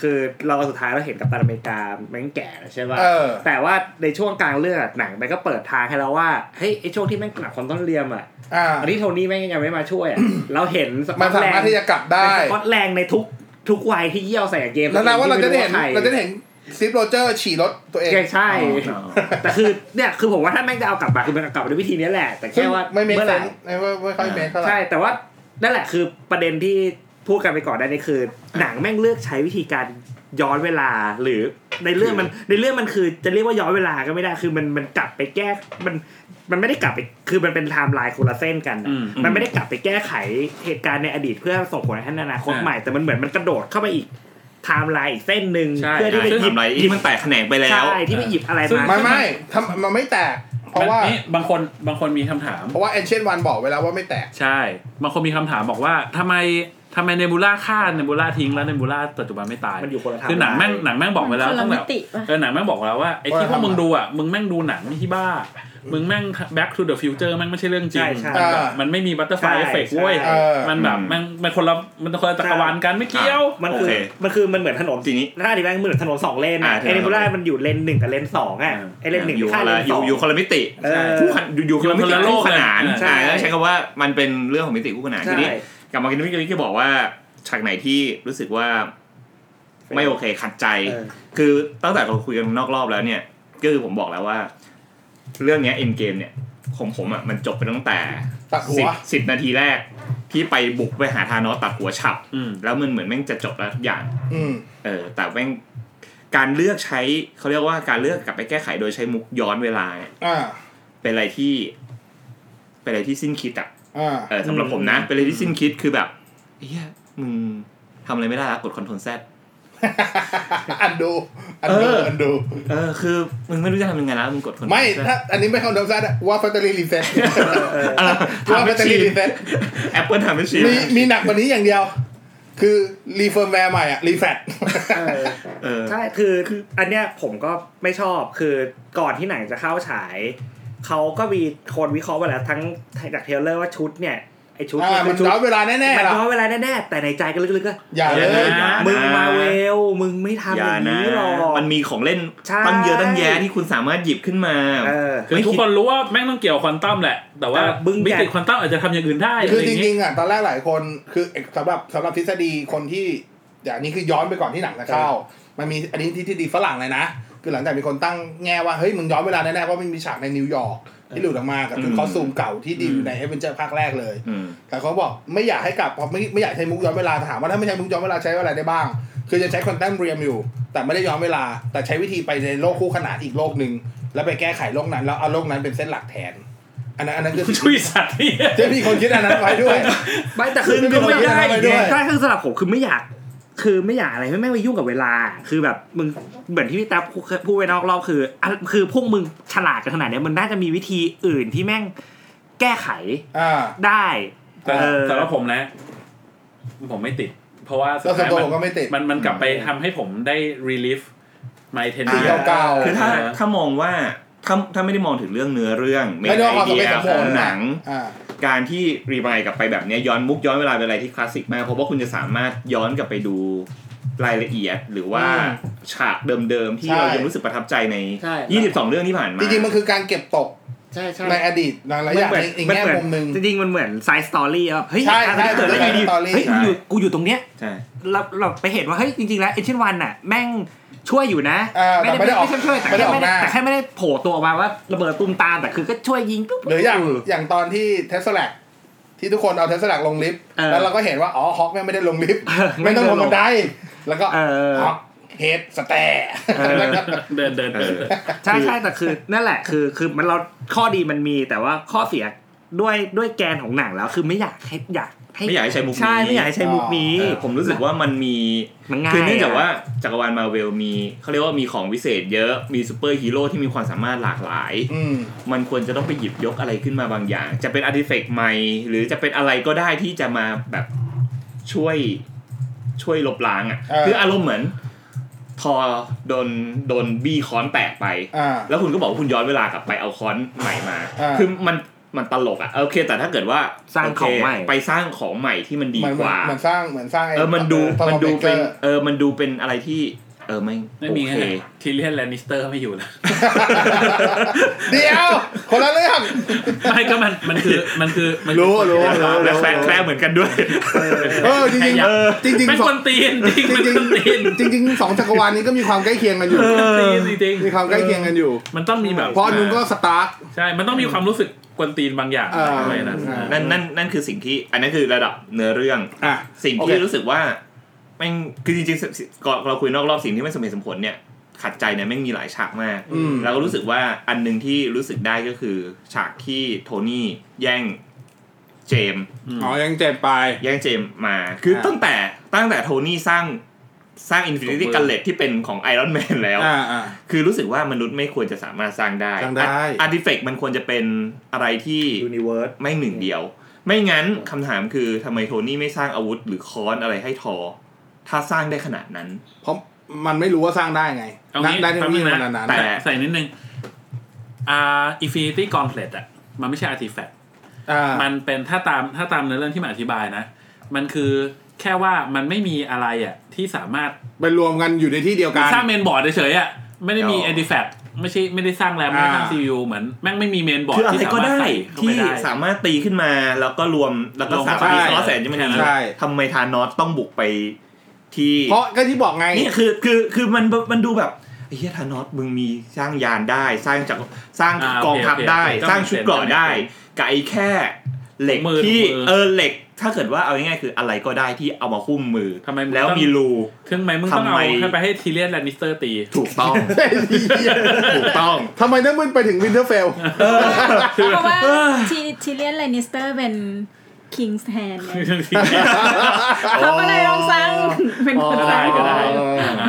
B: คือเราสุดท้ายเราเห็นกับตันอเมริกาแม่งแก่แล้วใช่ป่ะ
A: เออ
B: แต่ว่าในช่วงกลางเรื่องอะหนังมันก็เปิดทางให้เราว่าเฮ้ยไอช่วงที่แม่งกลับความต้นเรียมอ่ะ
A: อ่า
B: ตอนที่โทนี่แม่งยังไม่มาช่วยอะ เราเห็นสก
A: มั
B: อน ต
A: สา
B: แลน
A: มารถที่
B: ด์
A: จะกลับได้
B: เป็นสกอตแลนด์ในทุกทุกวัยที่เยี่ยวใส่กางเกม
A: แล้วนะว่าเราจะได้เห็น
B: ไม่
A: เรา
B: ว่า
A: จะได้เห็นซิปโรเจอร์ฉี่รถตัวเอง
B: ใช่ใช่
C: อ๋อ
B: แต่คือเนี่ยคือผมว่าถ้าแม่งจะเอากลับมาคือมันเอากลับมาด้วยวิธีนี้แหละ แต่
A: ซึ่ง
B: แค่ว่า
A: ไม่เมค
B: เมื่อ
A: เซ
B: ไหร่
A: นไม่ไม่ไม่ค่อยเมคเท่าไหร่
B: ใช่แต่ว่านั่นแหละคือประเด็นที่พูดกันไปก่อนได้นี่คือ หนังแม่งเลือกใช้วิธีการย้อนเวลาหรือในเรื่องมันในเรื่องมันคือจะเรียกว่าย้อนเวลาก็ไม่ได้คือมันมันกลับไปแก้มันมันไม่ได้กลับไปคือมันเป็นไทม์ไลน์คนละเส้นกันอะ
C: อืม
B: มันไม่ได้กลับไปแก้ไขเหตุการณ์ในอดีตเพื่อส่งผลให้อนาคตใหม่แต่มันเหมือนมันกระโดดเข้าไปอีกไทม์ไลน์อีกเส้นหนึ่ง
C: ใช่
B: เพื่อที่จะ
E: ซึ่ง
B: หยิบ
E: ทำไร
B: หยิ
E: อีก
B: บ
E: มันแตกแขนงไปแล้ว
B: ใช่ที่ไปหยิบอะไร
C: ซึ่ง
B: มา
A: ไม่ไม่ทำมันไม่แตก เพราะว่า
C: แบบนี้บางคนบางคนมีคำถาม
A: เพราะว่าเอนเชนวันบอกไว้แล้วว่าไม่แตก
C: ใช่ บางคนมีคำถามบอกว่าทำไมทำไมเนบูล่าฆ่าเนบูล่าทิ้งแล้วเนบูล่าปัจจุบันไม่ตาย
B: มันอยู่คนละทาง
C: คือหนังแม่งหนังแม่งบอกไว้แล้ว
D: มันคนละ
C: ต้องแบ
D: มิ
C: บ
D: ติปะ
C: เออหนังแม่งบอกไว้แล้วว่าไอ้ที่พวกมึงดูอ่ะมึงแม่งดูหนังที่บ้า มึงแม่ง back to the future แม่งไม่ใช่เรื่องจริง
B: ใช่ใช่
C: มันแบบมันไม่มีบัตเตอร์ฟลายเอฟเฟกต์เว้ย
B: ใช่
A: เออ
C: มันแบบแม่งมันคนละมันคนละจักรวาลกันไม่เกี่ยว
B: มันคือ
E: โอเค
B: มันคือมันเหมือนถนน
E: ทีนี้
B: ถ้าดีแบงค์มันเหมือนถนนสองเลน
E: อ่า
B: อะ
E: ถนนส
B: ไอ
E: องเล
B: เล
E: น
B: นบูล่ามันอยู่เลนหนึ่งกับเลนสองอ่ะไอเลนหนึ่ง
E: อยู่
B: ข้า
E: ค
B: ม
E: น
B: เล
E: ละ
B: นส
E: อ
B: อยู่ ง
E: อยู่คนละมิติ
B: เออ
E: คู่ขันอยู่อยู่คนละ
C: อ
E: มิ
C: ยู่คน
E: ติ
C: ละโล
E: คู่
C: ก
E: ขนาน
C: เลยนะ
E: ใช่
B: ใช่
E: แล้วใช้คำว่ามันเป็นเรื่องของมิติคู่ขนาน
B: ใช่
E: ทีนี้กลับมาที่พี่กิ๊กบอกว่าฉากไหนที่รู้สึกว่าไม่โอเคขัดใจ
B: เออ
E: คือตั้งแต่เราคุยกันนอกรอบแล้วเนี่ย ก็คือผมบอกแล้วว่า เรื่องเนี้เอ็นเกมเนี่ยของผมอ่ะมันจบไปตั้งแต่
A: ตัดหั
E: สิ
A: ว
E: บสิบนาทีแรก ที่ไปบุกไปหาธานอสตัดหัวฉับ
C: อืม
E: แล้วมันเหมือนแม่งจะจบแล้วทุกอย่าง
A: อืม
E: เออแต่แม่งการเลือกใช้เขาเรียกว่าการเลือกกลับไปแก้ไขโดยใช้มุกย้อนเวลาเนี่ย
A: อ่า
E: เป็นอะไรที่ เป็นอะไรที่สิ้นคิดอ่ะ
A: อ่า
E: เออสำหรับผมนะ เป็นอะไรที่สิ้นคิดคือแบบเฮียมึงทำอะไรไม่ได้ละกดคอนโทรลแซด
A: อันดู อันดู
E: เอออั
A: อันดู
E: เออคือมึงไม่รู้จะทำยังไงแล้วมึงกดคอนโทรล
A: ไม่ถ้าอันนี้ไม่คอนโดมซัดว่าแฟตเตอรี่รีเซ็ตว่าแฟ
E: ทำไม่
A: ตเตอ
E: ชี
A: รี่รีเซ็ต
E: แอปเปิลทำไม่ชี
A: มีมีหนักกว่านี้อย่างเดียว คือรีเฟิร์มแวร์ใหม่อ่ะรีแฟต
B: เออ
E: เออ
B: ใช่คือคืออันเนี้ยผมก็ไม่ชอบคือก่อนที่หนังจะเข้าฉาย เขาก็มีคนวิเคราะห์มาแล้วทั้งจากเทรลเลอร์ว่าชุดเนี่ยไอชุด
A: อ่ามัน
B: ชุ
A: ย้อนเวลาแน่ๆ
B: มัน
A: ล่ะ
B: ย้อนเวลาแน่ๆแต่ในใจก็ลึกๆก็
A: อย่าเลย
C: อย่า
B: มึงมาเวลมึงไม่ทำอย่
E: อา
B: ย่าง
E: นะ
B: นี้หรอก
E: มันมีของเล่น
B: ใช่
E: ตั้งเยอะตั้งแยะที่คุณสามารถหยิบขึ้นมา
B: เออ
C: คือทุกคนรู้ว่าแม่งต้องเกี่ยวควอนตัมแหละ แต่ว่า
B: แต่บึ้ง
C: มิ
B: ใหญ่
C: ติควอนตัมอาจจะทำอย่างอื่นได้
A: คือ
C: อะ
A: จ
C: ไย่าเย
A: ริงๆอ่ะตอนแรกหลายคนคือสำหรับสำหรับทฤษฎีคนที่อย่างนี้คือย้อนไปก่อนที่หนังจะเข้า มันมีอันนี้ทฤษฎีฝรั่งเลยนะ คือหลังจากมีคนตั้งแง่ว่า เฮ้ย มึงย้อนเวลาแน่ๆเพราะมันมีฉากในนิวยอร์กที่หลุดออกมากับคือ
E: ม
A: คอสตูมเก่าที่ดีอยู่ในเอเวนเจอร์ภาคแรกเลย
E: อืม
A: แต่เขาบอกไม่อยากให้กลับเพราะไม่ไม่อยากใช้มุกย้อนเวลาถามว่าถ้าไม่ใช้มุกย้อนเวลาใช้อะไรได้บ้าง คือจะใช้คอนแทมเรียมอยู่ แต่ไม่ได้ย้อนเวลา แต่ใช้วิธีไปในโลกคู่ขนานอีกโลกหนึ่งแล้วไปแก้ไขโลกนั้นแล้วเอาโลกนั้นเป็นเส้นหลักแทน อันนั้นอันนั้นคือ
C: ช่วยสัตว์นี่
A: จะมีคนคิดอันนั้นไว้ด้วย
B: ไม่แต่คือ
A: คือ
B: คือไม่
A: ไม่
B: ได้
A: ได้ด้
B: ด้
A: ว
B: วย ยใช่คือสำหรับผมคือไม่อยาก คือไม่อยากอะไรไม่ไม่งไปยุ่งกับเวลา คือแบบมึงเหมือนที่พี่แท็บพูดไว้นอกรอบคืออ่ะคือพวกมึงฉลาดกันขนาดเนี้ยมันน่าจะมีวิธีอื่นที่แม่งแก้ไข
A: อ่า
B: ได้
C: แต่
B: เออ
C: สำหรับผมนะ ผมไม่ติด เพราะว่า
A: ก็ส่วนตัวผมก็
C: น
A: ไม่ติด
C: มันมันกลับไปทำให้ผมได้ relief my
A: ปี
C: tenure
A: เก่าๆ
E: คือถ้า
C: เออ
E: ถ้ามองว่าถ้าถ้าไม่ได้มองถึงเรื่องเนื้อเรื่องเมน
A: ไม่ได้
E: ไอ
A: ว่าความ
E: เดีย
A: สำเร็จของ
E: ข
A: ผ
E: อ
A: ม
E: งหนัง
A: อ่า
E: การที่รีมายกลับไปแบบเนี้ยย้อนมุกย้อนเวลาเป็นอะไรที่คลาสสิกมาก เพราะว่าคุณจะสามารถย้อนกลับไปดูรายละเอียด หรือว่า
A: อื
E: ฉากเดิมๆที่
A: ใช่
E: เรายังรู้สึกประทับใจใน
B: ใช่
E: 22 เรื่องที่ผ่านมา
A: จริงๆมันคือการเก็บตก
B: ใช่ใช่
A: ในอดีตหลายๆอย่างในอีกแง่มุมหนึ่ง
B: จริงๆมันเหมือนไซส์สตอรี่อะแบบเฮ้ย
A: ใช่ใช่
B: อะไรเกิดอะไรอยู่ดี
A: story
B: เฮ้ยกูอยู่
E: ใช่
B: กูอยู่ตรงเนี้ย
E: ใช่
F: เราเราไปเห็นว่าเฮ้ยจริงๆแล้วเอเชียนวันน่ะแม่งช่วยอยู่นะ
A: อ่าแต่ไม่ได้ออก
F: ไม่ใช่ช่วยแต่
A: ไม่
F: แค่
A: ได้ออก
F: ไม่ได้
A: หน้า
F: แต่แค่ไม่ได้โผล่ตัวออกมาว่าระเบิดตุ้มตามแต่คือก็ช่วยยิงปุ๊บ
A: หรืออย่างอย่างตอนที่เทสลาที่ทุกคนเอาเทสลาลงลิฟต์
F: เออ
A: แล้วเราก็เห็นว่า อ๋อฮอกแม่งไม่ได้ลงลิฟต์
F: เออ
A: ไม่ต้องลงบันไดแล้วก็
F: เออ
A: ฮอกเฮดสแตร์แล้วก็
C: เดินเดินเดินเดิน
F: ใช่ ใช่แต่คือนั่นแหละคือคือมันเราข้อดีมันมีแต่ว่าข้อเสียด้วยด้วยแกนของหนังแล้ว คือไม่อยากให้อยากให้
E: ไม่อยากให้ใช้มุกนี้
F: ใช่ไม่อยากให้ใช้มุกนี้
E: เออผมรู้สึกว่ามันมี
F: มันง่าย
E: คือเนื่องจากว่าจักรวาลมาเวลมีเขาเรียกว่ามีของวิเศษเยอะมีซูเปอร์ฮีโร่ที่มีความสามารถหลากหลาย
A: อืม
E: มันควรจะต้องไปหยิบยกอะไรขึ้นมาบางอย่าง จะเป็นอาร์ติแฟกต์ใหม่ หรือจะเป็นอะไรก็ได้ที่จะมาแบบช่วยช่วยลบล้าง
A: เออ
E: อะ่ะ คืออารมณ์เหมือนทอโดนโดนบี้ค้อนแตกไป
A: อ่า
E: แล้วคุณก็บอกว่าคุณย้อนเวลากลับไปเอาค้อนใหม่มา
A: อ่า
E: คือมันมันตลกอะ่ะโอเค แต่ถ้าเกิดว่า
F: สร้างของใหม่
E: โเคไปสร้างของใหม่ที่มันดี
A: เหมือน
E: กว่า
A: เหมือนสร้างเหมือนสร้างไ
E: เออ มันดู
A: ตอ
E: มันดู
A: บรกก
E: เป็น
A: อร์
E: เออ มันดูเป็นอะไรที่ เออ ไม่
C: ไม่
E: โอ
C: มี
E: เค
C: ไงทีเลียนแลนนิสเตอร์ไม่อยู่แล้ว
A: เดี๋ยวคนละเรื่อง
C: ไม่ก็มันมันคือมันคือมันคือ
A: รู้รู้รู้
E: และแฟร์แฟร์เหมือนกันด้วย
A: เออจริงๆ
C: เออ
A: จริง จริง
C: เป็น
A: ๆสอ
C: ค
A: ง
C: นตีนจริงเป็นคนตีน
A: จริงๆจริงๆสองจักรวาลนี้ก็มีความใกล้เคียงกันอยู่
C: ตีนจริง
A: มีความใกล้เคียงกันอยู่
C: มันต้องมีแบบ
A: เพราะอันนุ่นก็สตาร์ค
C: ใช่ มันต้องมีความรู้สึกกวนตีนบางอย่าง
A: เอออ
C: อะไรนั้น
E: นั่นนั่นนั่นคือสิ่งที่ อันนั้นคือระดับเนื้อเรื่อง
A: อ่ะ
E: สิ่ง
A: โอเค
E: ที่รู้สึกว่าแม่งคือจริงๆสิก่อนเราคุยนอกรอบสิ่งที่ไม่สมเหตุสมผลเนี่ย ขัดใจเนี่ยแม่งมีหลายฉากมาก
A: อืม
E: แล้วก็รู้สึกว่าอันหนึ่งที่รู้สึกได้ก็คือ ฉากที่โทนี่แย่งเจมส์
A: อ๋อยังเจ็บไป
E: แย่งเจมส์มา คือ
A: ครับ
E: ตั้งแต่ตั้งแต่โทนี่สร้างสร้างอินฟินิตี้กันเลตที่เป็นของไอรอนแมนแล้ว
A: อ่าอ่า
E: คือรู้สึกว่ามนุษย์ไม่ควรจะสามารถสร้างได้
A: สร้างได้
E: อาร์ติเฟกต์มันควรจะเป็นอะไรที่
F: ยูนิเวิร์ส
E: ไม่หนึ่งเดียว ไม่งั้นคำถามคือทำไมโทนี่ไม่สร้างอาวุธหรือค้อนอะไรให้ทอ ถ้าสร้างได้ขนาดนั้น
A: เพราะมันไม่รู้ว่าสร้างได้ไง
C: เอา
A: นัก
C: งี้
A: ได้เทคโน
C: แป๊บ
A: โล
C: นึ
A: ยี
C: ง
A: ข
C: นะ
A: นาดนั้น
E: แต่
C: ใส่นิดนึงอ่าอินฟินิตี้กอนเพลตอ่ะมันไม่ใช่อาร์ติแฟก
A: อ่า
C: มันเป็นถ้าตามถ้าตามในเรื่องที่มันอธิบายนะ มันคือแค่ว่ามันไม่มีอะไรอ่ะที่สามารถ
A: ไปรวมกันอยู่ในที่เดียวกัน
C: สร้างเมนบอร์ดเฉยๆอ่ะไม่ได้มี
E: อ๋อ
C: แอนติแฟกไม่ใช่ไม่ได้สร้างแรมไม่ได้สร้างซีอูเหมือนแม่งไม่มีเมนบอร์ด
E: คืออะไร
C: ที่สา
E: ก็
C: มารถ
E: ได้
C: ใส่เข้าไป
E: ที่
C: ได้
E: สามารถตีขึ้นมาแล้วก็รวมแล้วก็
C: ลง
E: สาม
C: ใช่
E: มีซอสแสนจะมัน
C: ใช่
E: ทำไมทานอสต้องบุกไปที่
A: เพราะก็ที่บอกไง
E: นี่คือคือคือมันมันดูแบบไอ้เฮียทานอสมึงมีสร้างยานได้ สร้างจากสร้าง
C: อ่าก
E: องทัพ
C: โอเค
E: ได้
C: โอเค
E: สร้างชุดเกราะได้กับไอ้แค่เหล็ก
C: ถุงมือ
E: ที่
C: ถุงมือ
E: เออเหล็ก ถ้าเกิดว่าเอาง่ายๆคืออะไรก็ได้ที่เอามาหุ้มมือ
C: ทำไมมึง
E: แล้ว
C: ต้อง
E: มีรู
C: เครื่องไม้มึงต้อง
E: ทำ
C: เอา
E: ไม
C: ให้ไปให้ทีเรียนแลนนิสเตอร์ตี
E: ถูก ต้อง ถูกต้อง
A: ทำไมนั่นมันไปถึงวินเทอร์เฟล
D: เพราะว่าทีทีเลียนไลนิสเตอร์เป็นคิงส์แฮนเขาก็เลยต้องสร้างเป็นคน
C: ได้ก็ได้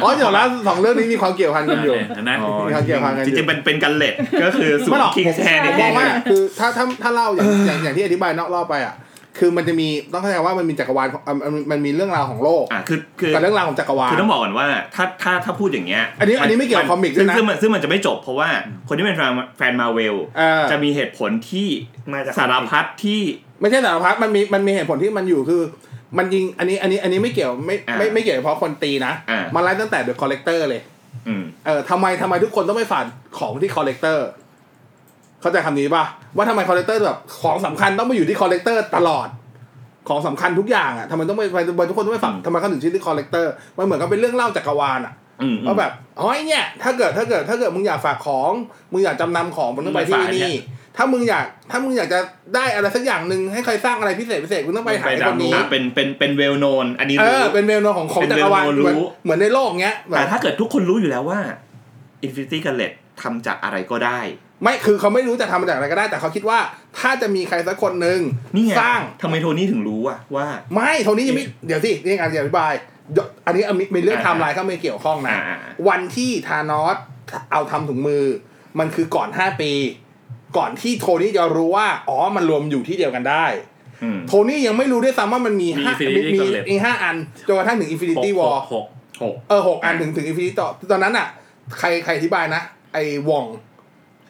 A: อ๋อเดี๋ยวนะสองเรื่องนี้มีความเกี่ยวพันกันอยู่
C: เห็นไหม
E: อ๋อ
A: มีความเกี่ยวพันกันอยู่
E: จริงๆเป็นเป็นกันเล็ดก็คือสู
A: ไม่
E: ต
A: หร
E: ร
A: อก
E: คิง
A: ผม
E: แทน
A: ผมม
E: เนี่ย
A: องว่าคือถ้าถ้าถ้าเล่าอย่างอย่างอย่างที่อธิบายนอกรอบไปอ่ะ คือมันจะมีต้องเข้าใจว่ามันมีจักรวาลของอ่ะมันมันมีเรื่องราวของโลก
E: อ่ะคือคือ
A: กับเรื่องราวของจักรวาล
E: คือต้องบอกก่อนว่าถ้าถ้าถ้าพูดอย่างเงี้ย
A: อันนี้อันนี้ไม่เกี่ยวกับคอมิกด้วยนะ
E: ซึ่งซึ่งซึ่งมันจะไม่จบเพราะว่าคนที่เป็นแฟนแฟนมาเวล
A: เออ
E: จะมีเหตุผลที่
F: มาจาก
E: สารพัดที่
A: ไม่ใช่สารพัดมันมีมันมีเหตุผลที่มันอยู่คือ มันยิงอันนี้อันนี้อันนี้ไม่เกี่ยวไม่
E: อ่า
A: ไม่ไม่เกี่ยวเฉพาะคนตีนะ
E: อ่ามั
A: มันไล่ตั้งแต่เดอะคอลเลกเตอร์เลย
E: อืม
A: เออทำไมทำไมทุกคนต้องไปฝันของที่คอลเลกเตอร์ เข้าใจคำนี้ป่ะ ว่าทำไมคอลเลกเตอร์แบบของสำคัญต้องมาอยู่ที่คอลเลกเตอร์ตลอด ของสำคัญทุกอย่างอ่ะทำไมต้องไปทำไมทุกคนต้องไปฝัง
E: อืม
A: ทำไมเขาถึงชื่อที่คอลเลกเตอร์มันเหมือนกับเป็นเรื่องเล่าจักรวาลอ่ะ
E: อืม
A: ว่าแบบอ๋อไอ้เนี่ย ถ้าเกิดถ้าเกิดถ้าเกิดมึงอยากฝากของมึงอยากจำนำของมึงต้องไปที่
C: มึงไปฝากเนี่
A: นี่
C: ย
A: ถ้ามึงอยากถ้ามึงอยากจะได้อะไรสักอย่างหนึ่งให้ใครสร้างอะไรพิเศษพิเศษมึงต้องไปหาไอ้คนนี้
E: อ่ะเป็นเป็นเป็นเวลโนนอันนี้
A: เอ
E: รู้
A: อเป็นเวลโนของของจักรวาล
E: เป็นเวลโนรู้
A: เหมือนเหมือนในโลกเงี้ยแบบ
E: แต่ถ้าเกิดทุกคนรู้อยู่แล้วว่า Infinity Gauntlet ทำจากอะไรก็ได้
A: ไม่ คือเขาไม่รู้จะทำมาจากอะไรก็ได้ แต่เขาคิดว่าถ้าจะมีใครสักคนหนึ่ง
E: นี่ไง
A: สร้าง
E: ทำไมโทนี่ถึงรู้อะว่า
A: ไม่โทนี้ยังไม่ เดี๋ยวสินี่การอธิบายเดี๋ยวอันนี้มีมีเรื่องไทม์ไลน์เข้ามาเกี่ยวข้องนะ
E: อ่า
A: วันที่ธานอสเอาทำถุงมือ มันคือก่อน 5 ปี ก่อนที่โทนี่จะรู้ว่า อ๋อ มันรวมอยู่ที่เดียวกันได้
E: อืม
A: โทนี่ยังไม่รู้ด้วยซ้ำว่ามันมี
C: มี
A: ห้า
C: Infinity
A: มี
C: Gauntlet
A: อีกห้าอันจนกระทั่งถึงอินฟินิตี้วอล
C: หก
E: หก
A: เออหกอันถึงถึงอินฟินิตี้ตอนนั้นอ่ะ ใครใครอธิบายนะ ไอ้วอง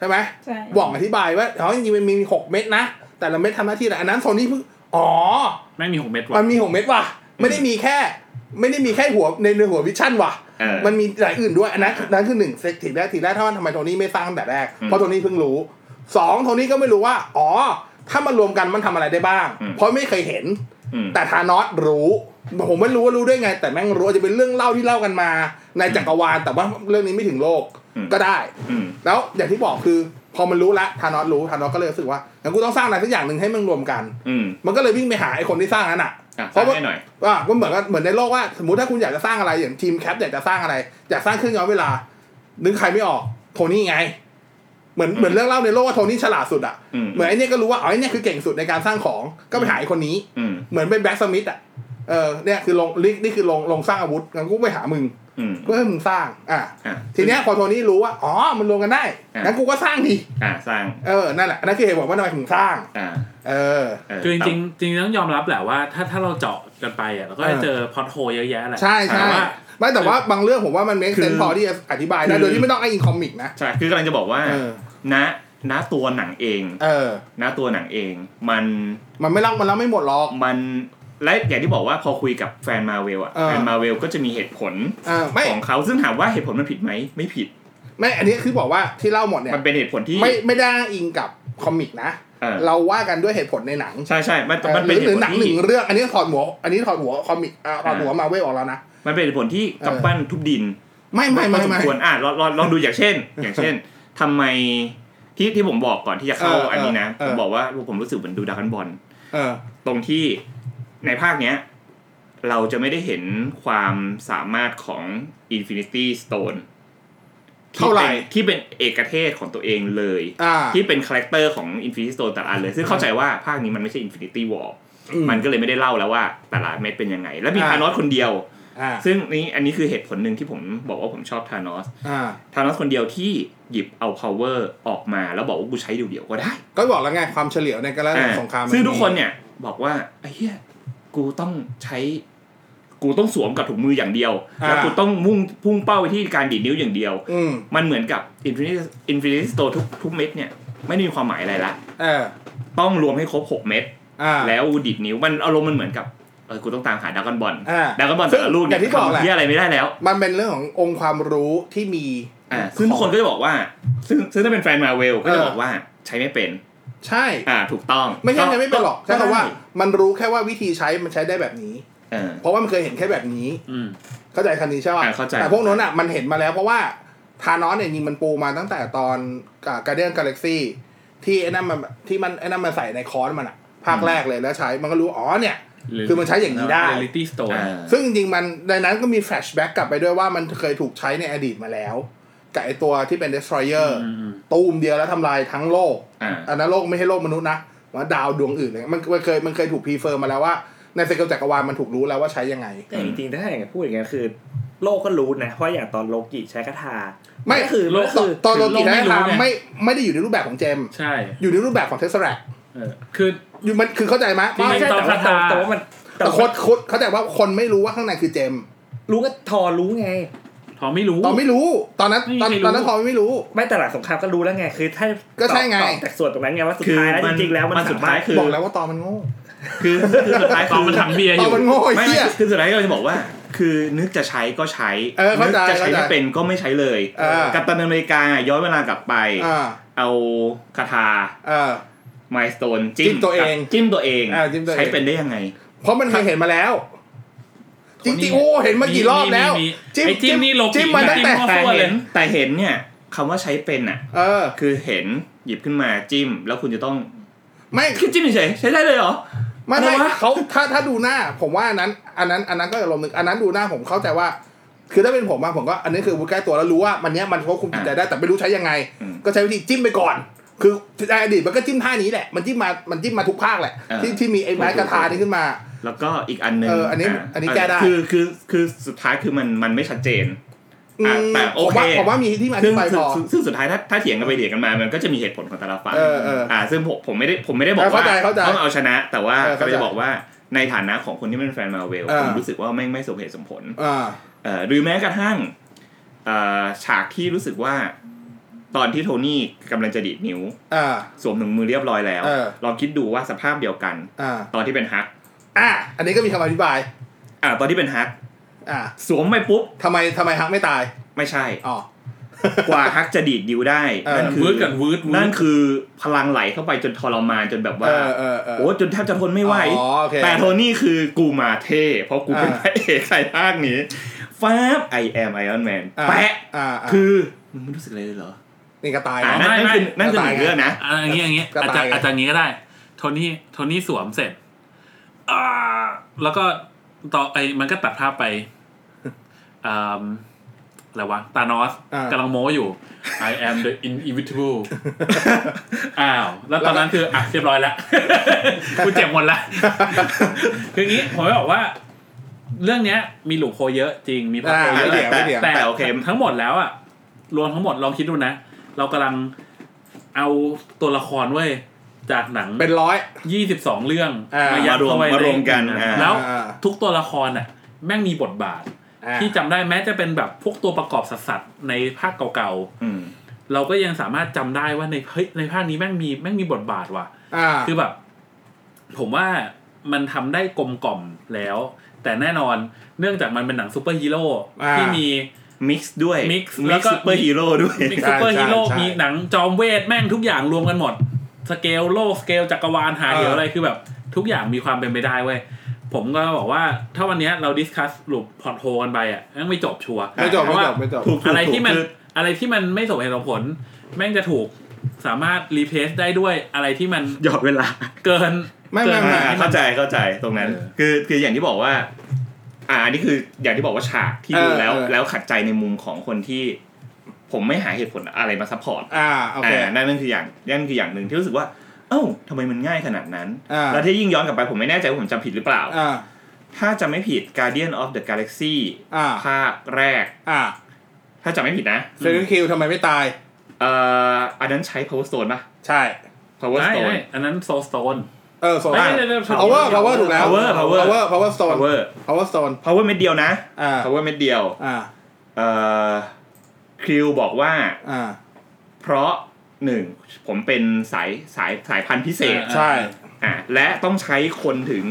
A: ใช่ไหม
D: ใช่
A: หว่องอธิบายว่าอ๋อจริงๆมันมีหกเม็ดนะ แต่ละเม็ดทำหน้าที่อะไรอันนั้นโซนี่เพิ่งอ๋อ
C: แม่งมีหกเม็ด
A: มั
C: ว่ะ
A: นมีหกเม็ดว่ะ ไม่ได้มีแค่ ไม่ได้มีแค่หัวในในหัววิชั่นว่ะ
E: เออ
A: มันมีหลายอื่นด้วยอันนั้นนั้นคือหนึ่งทีแรกทีแรกถ้ามันทำไมโทนี่ไม่สร้างตั้งแต่แรก
E: อืม
A: เพราะโทนี่เพิ่งรู้สองโทนี่ก็ไม่รู้ว่า อ๋อ ถ้ามารวมกันมันทำอะไรได้บ้าง
E: อืม
A: เพราะไม่เคยเห็น
E: อืม
A: แต่ทานอสรู้ ผมไม่รู้ว่ารู้ได้ไง แต่แม่งรู้อาจจะเป็นเรื่องเล่าที่เล่ากันมา ในจักรวาลแต่ว่าเรื่องนี้ไม่ถึงโลก
E: อืม
A: ก็ได้
E: อืม
A: แล้วอย่างที่บอกคือ พอมันรู้ละทานอสรู้ทานอสก็เลยรู้สึกว่างั้นกูต้องสร้างอะไรสักอย่างหนึ่งให้มันรวมกัน
E: อืม
A: มันก็เลยวิ่งไปหาไอ้คนที่สร้างนั้นอ่ะ
E: อ่ะ
A: เพ
E: ฟัง
A: ราะว่า
E: ให้หน่อย
A: ว่ามันเหมือนกับเหมือนในโลกว่า สมมติถ้าคุณอยากจะสร้างอะไรอย่างทีมแคปอยากจะสร้างอะไรอยากสร้างเครื่องย้อนเวลา นึกใครไม่ออกโทนี่ไง เหมือนเหมือนเรื่องเล่าในโลกว่าโทนี่ฉลาดสุดอ่ะ
E: อืม
A: เหมือนไอ้เนี่ยก็รู้ว่าอ๋อไอ้เนี่ยคือเก่งสุดในการสร้างของก็ไปหาไอ้คนนี้
E: อืม
A: เหมือนเป็นแบ็กสมิธอ่ะเออเนี่ยคือลงลินี่คือลงลงสร้างอาวุธงั้นกูไปหามึง
E: อืม
A: เพื่อให้มึงสร้างอ่ะ
E: อ่ะ
A: ทีเนี้ยพอโทนี่รู้ว่าอ๋อมันรวมกันได้
E: อ่ะ
A: งั้นกูก็สร้างดิ
E: อ่ะสร้าง
A: เออนั่นแหละอันนั่นคือเหตุผลว่าทำไมถึงสร้าง
E: อ่ะ
A: เออ
E: เ
C: คือจริงๆจริงๆต้องยอมรับแหละว่า ถ้าถ้าเราเจาะกันไปอ่ะเราก็จะเจอพอดโฮเยอะแยะแหละ
A: ใช่ใช่
C: แต่ว่า
A: ไม่แต่ว่าบางเรื่องผมว่ามันเมคเซนพอที่จะอธิบาย
E: คื
A: ได้
E: อ
A: โดยที่ไม่ต้องไอ้อินคอมิกนะ
E: ใช่คือกำลังจะบอกว่า
A: เออ
E: ณณตัวหนังเอง
A: เออ
E: ณตัวหนังเอง มัน
A: มันไม่เล่ามันเล่าไม่หมดหรอก
E: มันและอย่างที่บอกว่าพอคุยกับแฟนมาเวลอ่ะ
A: เออ
E: แฟนมาเวลก็จะมีเหตุผล
A: เออไม่
E: ของเขาซึ่งถามว่าเหตุผลมันผิดไหมไม่ผิด
A: ไม่อันนี้คือบอกว่าที่เล่าหมดเนี่ย
E: มันเป็นเหตุผลที่
A: ไม่ไม่ได้อ้างอิงกับคอมิกนะ
E: เออ
A: เราว่ากันด้วยเหตุผลในหนัง
E: ใช่ใช่มัน
A: เออ
E: มัน
A: ห
E: เป็น
A: รือหรื
E: เหตุ
A: อ
E: ผ
A: ห
E: ล
A: นังหนึ่
E: ที่
A: งเรื่อง อันนี้ถอดหัว อันนี้ถอดหัวคอมิกอ่าถอดหัวมาเวลออกแล้วนะ
E: มันเป็นเหตุผลที่
A: เออ
E: กำปั้นทุบดิน
A: ไม่ไม่ไม่ไม่
E: พอสควรอ่ะลองลองลองดูอย่างเช่น อย่างเช่นทำไมที่ที่ผมบอกก่อนที่จะเข้า
A: เอออั
E: อันนี้นะ
A: เอ
E: ผ
A: อ
E: มบอกว่าผมรู้สึกเหมือนดูดักันบอล
A: เออ
E: ตรงที่ในภาคเนี้ย เราจะไม่ได้เห็นความสามารถของ Infinity Stone ที่
A: เท่าไหร่
E: เป็นที่เป็นเอกเทศของตัวเองเลย
A: อ่า
E: ที่เป็นคาแรคเตอร์ของ Infinity Stone แต่ละอันเลย ซึ่งเข้าใจว่าภาคนี้มันไม่ใช่ Infinity War
A: อืม
E: มันก็เลยไม่ได้เล่าแล้วว่าแต่ละเม็ดเป็นยังไง และมี
A: อ่า
E: ธานอสคนเดียว
A: อ่า
E: ซึ่งนี่อันนี้คือเหตุผลหนึ่งที่ผมบอกว่าผมชอบธานอส
A: อ่า
E: ทานอสคนเดียวที่หยิบเอา power ออกมาแล้วบอกว่ากูใช้เดี่ยวๆก็ได้
A: ก็บอกแล้วไงความเฉลียวในการเล่นสงคราม
E: อ่ซึ่งทุกคนเนี่ยบอกว่าไอ้เหี้ยกูต้องใช้ กูต้องสวมกับถุงมืออย่างเดียว แล้วกูต้องมุ่งพุ่งเป้าไปที่การดีดนิ้วอย่างเดียว
A: อืม
E: มันเหมือนกับ infinity infinity store ทุกทุกเม็ดเนี่ยไม่ได้มีความหมายอะไรละ
A: เออ
E: ต้องรวมให้ครบ 6 เม็ด
A: อ่า
E: แล้วดีดนิ้วมันอารมณ์มันเหมือนกับเออกูต้องตามหาดากอนบอล
A: อ่า
E: ดากอนบอล
A: ซึ่ง
E: แต่ละลูกเนี่
A: อย่า
E: ย
A: งที่บอกแหละ
E: ทำเหี้ยอะไรไม่ได้แล้ว
A: มันเป็นเรื่องขององค์ความรู้ที่มี
E: อ่าซึ่งทุกคนก็จะบอกว่า ซึ่งซึ่งถ้าเป็นแฟนมาเวลก็จะบอกว่าใช้ไม่เป็น
A: ใช่
E: อ่าถูกต้อง
A: ไม่ใช่ไม่เป็นหรอกใช่คำว่า
E: ได้
A: มันรู้แค่ว่าวิธีใช้มันใช้ได้แบบนี้
E: เออ
A: เพราะว่ามันเคยเห็นแค่แบบนี้
C: อืม
A: เข้าใจคันนี้ใช่ป่ะ
E: อ่าเข้าใจ
A: แต่พวกนั้นอ่ะมันเห็นมาแล้วเพราะว่าทานอสเนี่ยยิงมันปูมาตั้งแต่ตอนการเดียนกาแล็กซี่ที่ไอ้นั่นมันที่มันไอ้นั่นมันใส่ในคอนมันอ่ะ ภาคแรกเลยแล้วใช้มันก็รู้อ๋อเนี่ย คือมันใช้อย่างนี้ได้
C: Reality Stone
E: อ่า
A: ซึ่งจริงๆมันในนั้นก็มีแฟลชแบ็กกลับไปด้วยว่ามันเคยถูกใช้ในอดีตมาแล้วกับไอตัวที่เป็น destroyer
C: อืมอืม
A: ตูมเดียวแล้วทำลายทั้งโลก
E: อ่า
A: อันนั้นโลกไม่ใช่โลกมนุษย์นะว่าดาวดวงอื่นอะไรเงี้ยมันมันเคยมันเคยถูกพรีเฟอร์มาแล้วว่า ในสเกลจักรวาลมันถูกรู้แล้วว่าใช้ยังไง
F: แต่จริงๆถ้าอย่างพูดอย่างเงี้ยคือ โลกก็รู้นะเพราะอย่างตอนโลกิใช้คาถา
A: ไม่
F: ก็คือ
C: โลก
F: ก็คือ
A: ตอนโลกิ
C: โลกไม่
A: ได
C: รู้
A: ทาม
C: ไง
A: ไม่ไม่ได้อยู่ในรูปแบบของเจมส์
C: ใช่
A: อยู่ในรูปแบบของเทสแลก
C: เออคือ
A: อยู่มันคือเข้าใจไหม
C: จริง
A: ว่า
F: ไม่ใช่แต่ว่า
C: ตอนคาถา
F: แต่ว่ามันแต่
A: แต่
F: ว่า
A: คนคนเข้าใจว่าคนไม่รู้ว่าข้างในคือเจมส์
F: รู้ก็ทอรู้ไง
C: พอไม่รู้
A: ตอนไม่รู้ตอนนั้น
C: ไม่
A: ตอนตอน
C: ไม่รู้
A: นั้นพอไม่รู้
F: ไม่แต่หลังสงครามก็รู้แล้วไงคือถ้า
A: ก็ใช่ไง
F: ตอบจากส่วนตรงนั้นไงว่าสุด
E: คือ
F: ท้ายแล้ว
E: มั
F: จ
E: น
F: ริงๆแล้วมัน
E: มันสุดท้าย
F: มรถ
E: คือ
A: บอกแล้วว่าตอนมันโง่
E: คือคือสุดท้าย
C: ต
E: คือ
C: อนมันถังเบียร์
A: ต
C: อ
A: อน
C: ยู่
A: มันโง่ไอ้
E: ไม่
A: เหี้ย
E: ไม่คือสุดท้ายเราจะบอกว่า คือนึกจะใช้ก็ใช้
A: เออเข้า
E: นึก
A: ใจ
E: จะใช้
A: เข้าใจ
E: ไม่เป็นก็ไม่ใช้เลย
A: เออ
E: กัปตันอเมริกาย้อนเวลากลับไป
A: อ่า
E: เอาคาถา
A: อ่า
E: ไมสโตน
A: จิ้มตัวเอง
E: จิ้มตัวเอง
A: อ่าจิ้มตัวเอง
E: ใช้เป็นได้ยังไง
A: เพราะมันเคยเห็นมาแล้ว จ
C: คนนี้
A: ริงๆโอ้เห็นมากี่รอบแล้ว
C: มีมีมีไอ้จิ้มนี่โลกิ
A: จิ้มมาตั้งแต่
C: จิ้ม
E: แต่
C: มั่วเลย
E: เห็นแต่เห็นเนี่ยคำว่าใช้เป็นอ่ะ
A: เออ
E: คือเห็นหยิบขึ้นมาจิ้ม แล้วคุณจะต้อง
A: ไม่
E: แค่จิ้มเฉยๆใช้ได้เลยเหรอ
A: ไม่ไม่
E: อะไรวะ
A: เขาถ้าถ้าดูหน้า ผมว่าอันนั้น อันนั้นอันนั้นก็อารมณ์หนึ่งอันนั้นดูหน้าผมเข้าใจว่า คือถ้าเป็นผมอะผมก็อันนี้คือวุฒิใกล้ตัวแล้วรู้ว่ามันเนี้ยมันควบคุมจิตใจได้แต่ไม่รู้ใช้ยังไง
E: อืม
A: ก็ใช้วิธีจิ้มไปก่อน คือในอดีตมันก็จิ้มท่านี้แหละมันจิ้มมามันจิ้มมาทุกภาคแหละ
E: อ่า
A: ที่ที่มีไอ้ไม้กระทานี่ขึ้นมา
E: แล้วก็อีกอันหนึ่ง
A: เอออันนี้
E: ะ
A: อันนี้แก้ได้
E: คือคือคือสุดท้ายคือมันมันไม่ชัดเจน
A: อืม
E: อ่ะแต่โอ
A: ผม
E: เค
A: ว่าผมว่ามีที่มาที่
E: ซึ่ง
A: ไปพอ
E: ซึ่งซึ่งสุดท้ายถ้าถ้าเถียงกันไปเถียงกันมามันก็จะมีเหตุผลของแต่ละฝ่าย
A: เออเอออ่
E: อ่า ซึ่งผมผมไม่ได้ผมไม่ได้บอกว่า
A: เข้าใจเข้าใจ
E: ต้องเอาชนะ แต่ว่า
A: เออเข้าใจ
E: ก็จะบอกว่าในฐานะของคนที่เป็นแฟนมาเวล
A: เออ
E: ผมรู้สึกว่าแม่งไม่สมเหตุสมผล
A: อ่า
E: เออหรือแม้กระทั่งเอ่อฉากที่รู้สึกว่า ตอนที่โทนี่กำลังจะดีดนิ้ว
A: อ่า
E: สวมถุงมือเรียบร้อยแล้ว
A: เออ
E: ลองคิดดูว่าสภาพเดียวกัน
A: อ่า
E: ตอนที่เป็นฮัก
A: อ่ะอันนี้ก็มีคำอธิบาย
E: อ่าตอนที่เป็นฮัก
A: อ่า
E: สวมไปปุ๊บ
A: ทำไมทำไมฮักไม่ตาย
E: ไม่ใช่
A: อ๋อ
E: กว่าฮักจะดีดนิ้วได้
A: เออ
E: นั่นคื
C: วื
E: อ
C: ดกันวืดวืด
E: นั่นคือพลังไหลเข้าไปจนทรมานจนแบบว่า
A: เออเออเออ
E: โอ้จนแทบจะทนไม่ไหว
A: อ๋อโอเค
E: แต่โทนี่คือกูมาเท่เพราะกูเป็น
A: อ่า
E: พระเอกใส่ภาคนี้ฟ้าบ I am Iron Man
A: อ่
E: แปะ
A: อ่าา
E: คือมึงไม่รู้สึกอะไรเลยเหรอ
A: นี่ก็ตาย
E: อ่า
A: เนาะ
E: นั่นนั่นคือนั่นคือหนึ่งเรื่องนะ
C: อ่ะอย่างเงี้ยอย่างเงี้ย
A: กระ
C: อาจ
A: ต่า
C: จะ
A: ย
C: อาจจะอย่างงี้ก็ได้ โทนี่โทนี่สวมเสร็จอ่าแล้วก็ต่อไอ้มันก็ตัดภาพไป อ่าอะไรวะตานอส
A: อ่าก
C: กำลังโม้อยู่ I am the inevitable อ้าว แล้วตอนนั้นคือ อ่ะ เรียบร้อยแล้ว กูเจ็บหมดละคืออย่างงี้ ผมจะบอกว่า เรื่องเนี้ย มีหลุมโคเยอะจริงมีพล็อต
A: อ่า
C: โคเย
A: ไม่เถียง
C: อะ
A: ไม่เถียง
C: แต่
E: แต่
C: โอ
E: โอ
C: เค
E: เค
C: ทั้งหมดแล้วอะรวมทั้งหมดลองคิดดูนะ เรากำลังเอาตัวละครเว้ย จากหนัง
A: เป็นร้อย
C: ยี่สิบสองเรื่อง
A: อ่าม
C: ยัดเข้ไป
E: มารวมกันอ่า
C: แล้ว
A: อ่า
C: ทุกตัวละครอะแม่งมีบทบาท
A: อ่า
C: ที่จำได้แม้จะเป็นแบบพวกตัวประกอบสัสๆในภาคเก่า
E: อืม
C: ๆ เราก็ยังสามารถจำได้ว่าในเฮ้ยในภาคนี้แม่งมีแม่งมีบทบาทว่ะ
A: อ่า
C: คือแบบ ผมว่ามันทำได้กลมกล่อมแล้ว แต่แน่นอนเนื่องจากมันเป็นหนังซูเปอร์ฮีโร่
A: อ่า
C: ที่มี
E: มิกซ์ด้วย
C: Mix แล้
E: มิ
C: ว
E: ก
C: ก็
E: ซ์ซูเปอร์ฮีโร่ด้วย
C: มีซูเปอร์ฮีโร่
A: ใช่ใช่
C: มีหนังจอมเวท แม่งทุกอย่างรวมกันหมด สเกลโลกสเกลจักรวาลหาเหว
A: เอออ
C: อะไรคือแบบ ทุกอย่างมีความเป็นไปได้เว้ย ผมก็บอกว่าถ้าวันเนี้ยเราดิสคัสหลุปพอร์ตโฮกันไปอ่ะแม่งไม่จบชัวร์
A: ไม่จบ
C: เพ
A: ไม่
C: ราะว่า
A: จบไม่จบ
E: ถูก
C: อะไรที่มัน
E: คือ
C: อะไรที่มันไม่สมเหตุสมผล แม่งจะถูกสามารถรีเพซได้ด้วยอะไรที่มัน
F: หยอดเวลา
C: เกิน
A: ไม่ไม่
C: เกิน
A: ไม่
E: อ่า
C: ที่น
E: เข้าใจเข้าใจตรงนั้น
C: เออ
E: คือคืออย่างที่บอกว่า อ่าอันนี้คืออย่างที่บอกว่าฉากที่ดู
A: เออ
E: แล้ว
A: เออ
E: แล้วขัดใจในมุมของคนที่ ผมไม่หาเหตุผลอะไรมาซัพพอร์ต
A: อ่าโอเค
E: อ่านั่นนั่นคืออย่างนั่นคืออย่างหนึ่งที่รู้สึกว่า เอ้าทำไมมันง่ายขนาดนั้น
A: อ่า
E: แล้วถ้ายิ่งย้อนกลับไปผมไม่แน่ใจว่าผมจำผิดหรือเปล่า
A: อ่า
E: ถ้าจำไม่ผิด Guardian of the Galaxy
A: อ่า
E: ภาคแรก
A: อ่า
E: ถ้าจำไม่ผิดนะ
A: เซนคิวทำไมไม่ตาย
E: เอ่ออันนั้นใช้ Power Stone ปะ
A: ใช่
E: Power
C: ไม่
E: Stone
C: ไม่อันนั้นโซสโตน
A: เออโซน
C: ไม่ไม่ไม่ไม่
A: power power ถูกแล้ว
E: power power
A: power power stone
E: Power
A: power stone
E: Power เม็ดเดียวนะ
A: อ่า
E: Power เม็ดเดียว
A: อ่า
E: เอ่อคิวบอกว่า
A: อ่า
E: เพราะหนึ่งผมเป็นสายสายสายพันธุ์พิเศษ
C: อ่า
A: ใช่
E: อ่ะและต้องใช้คนถึง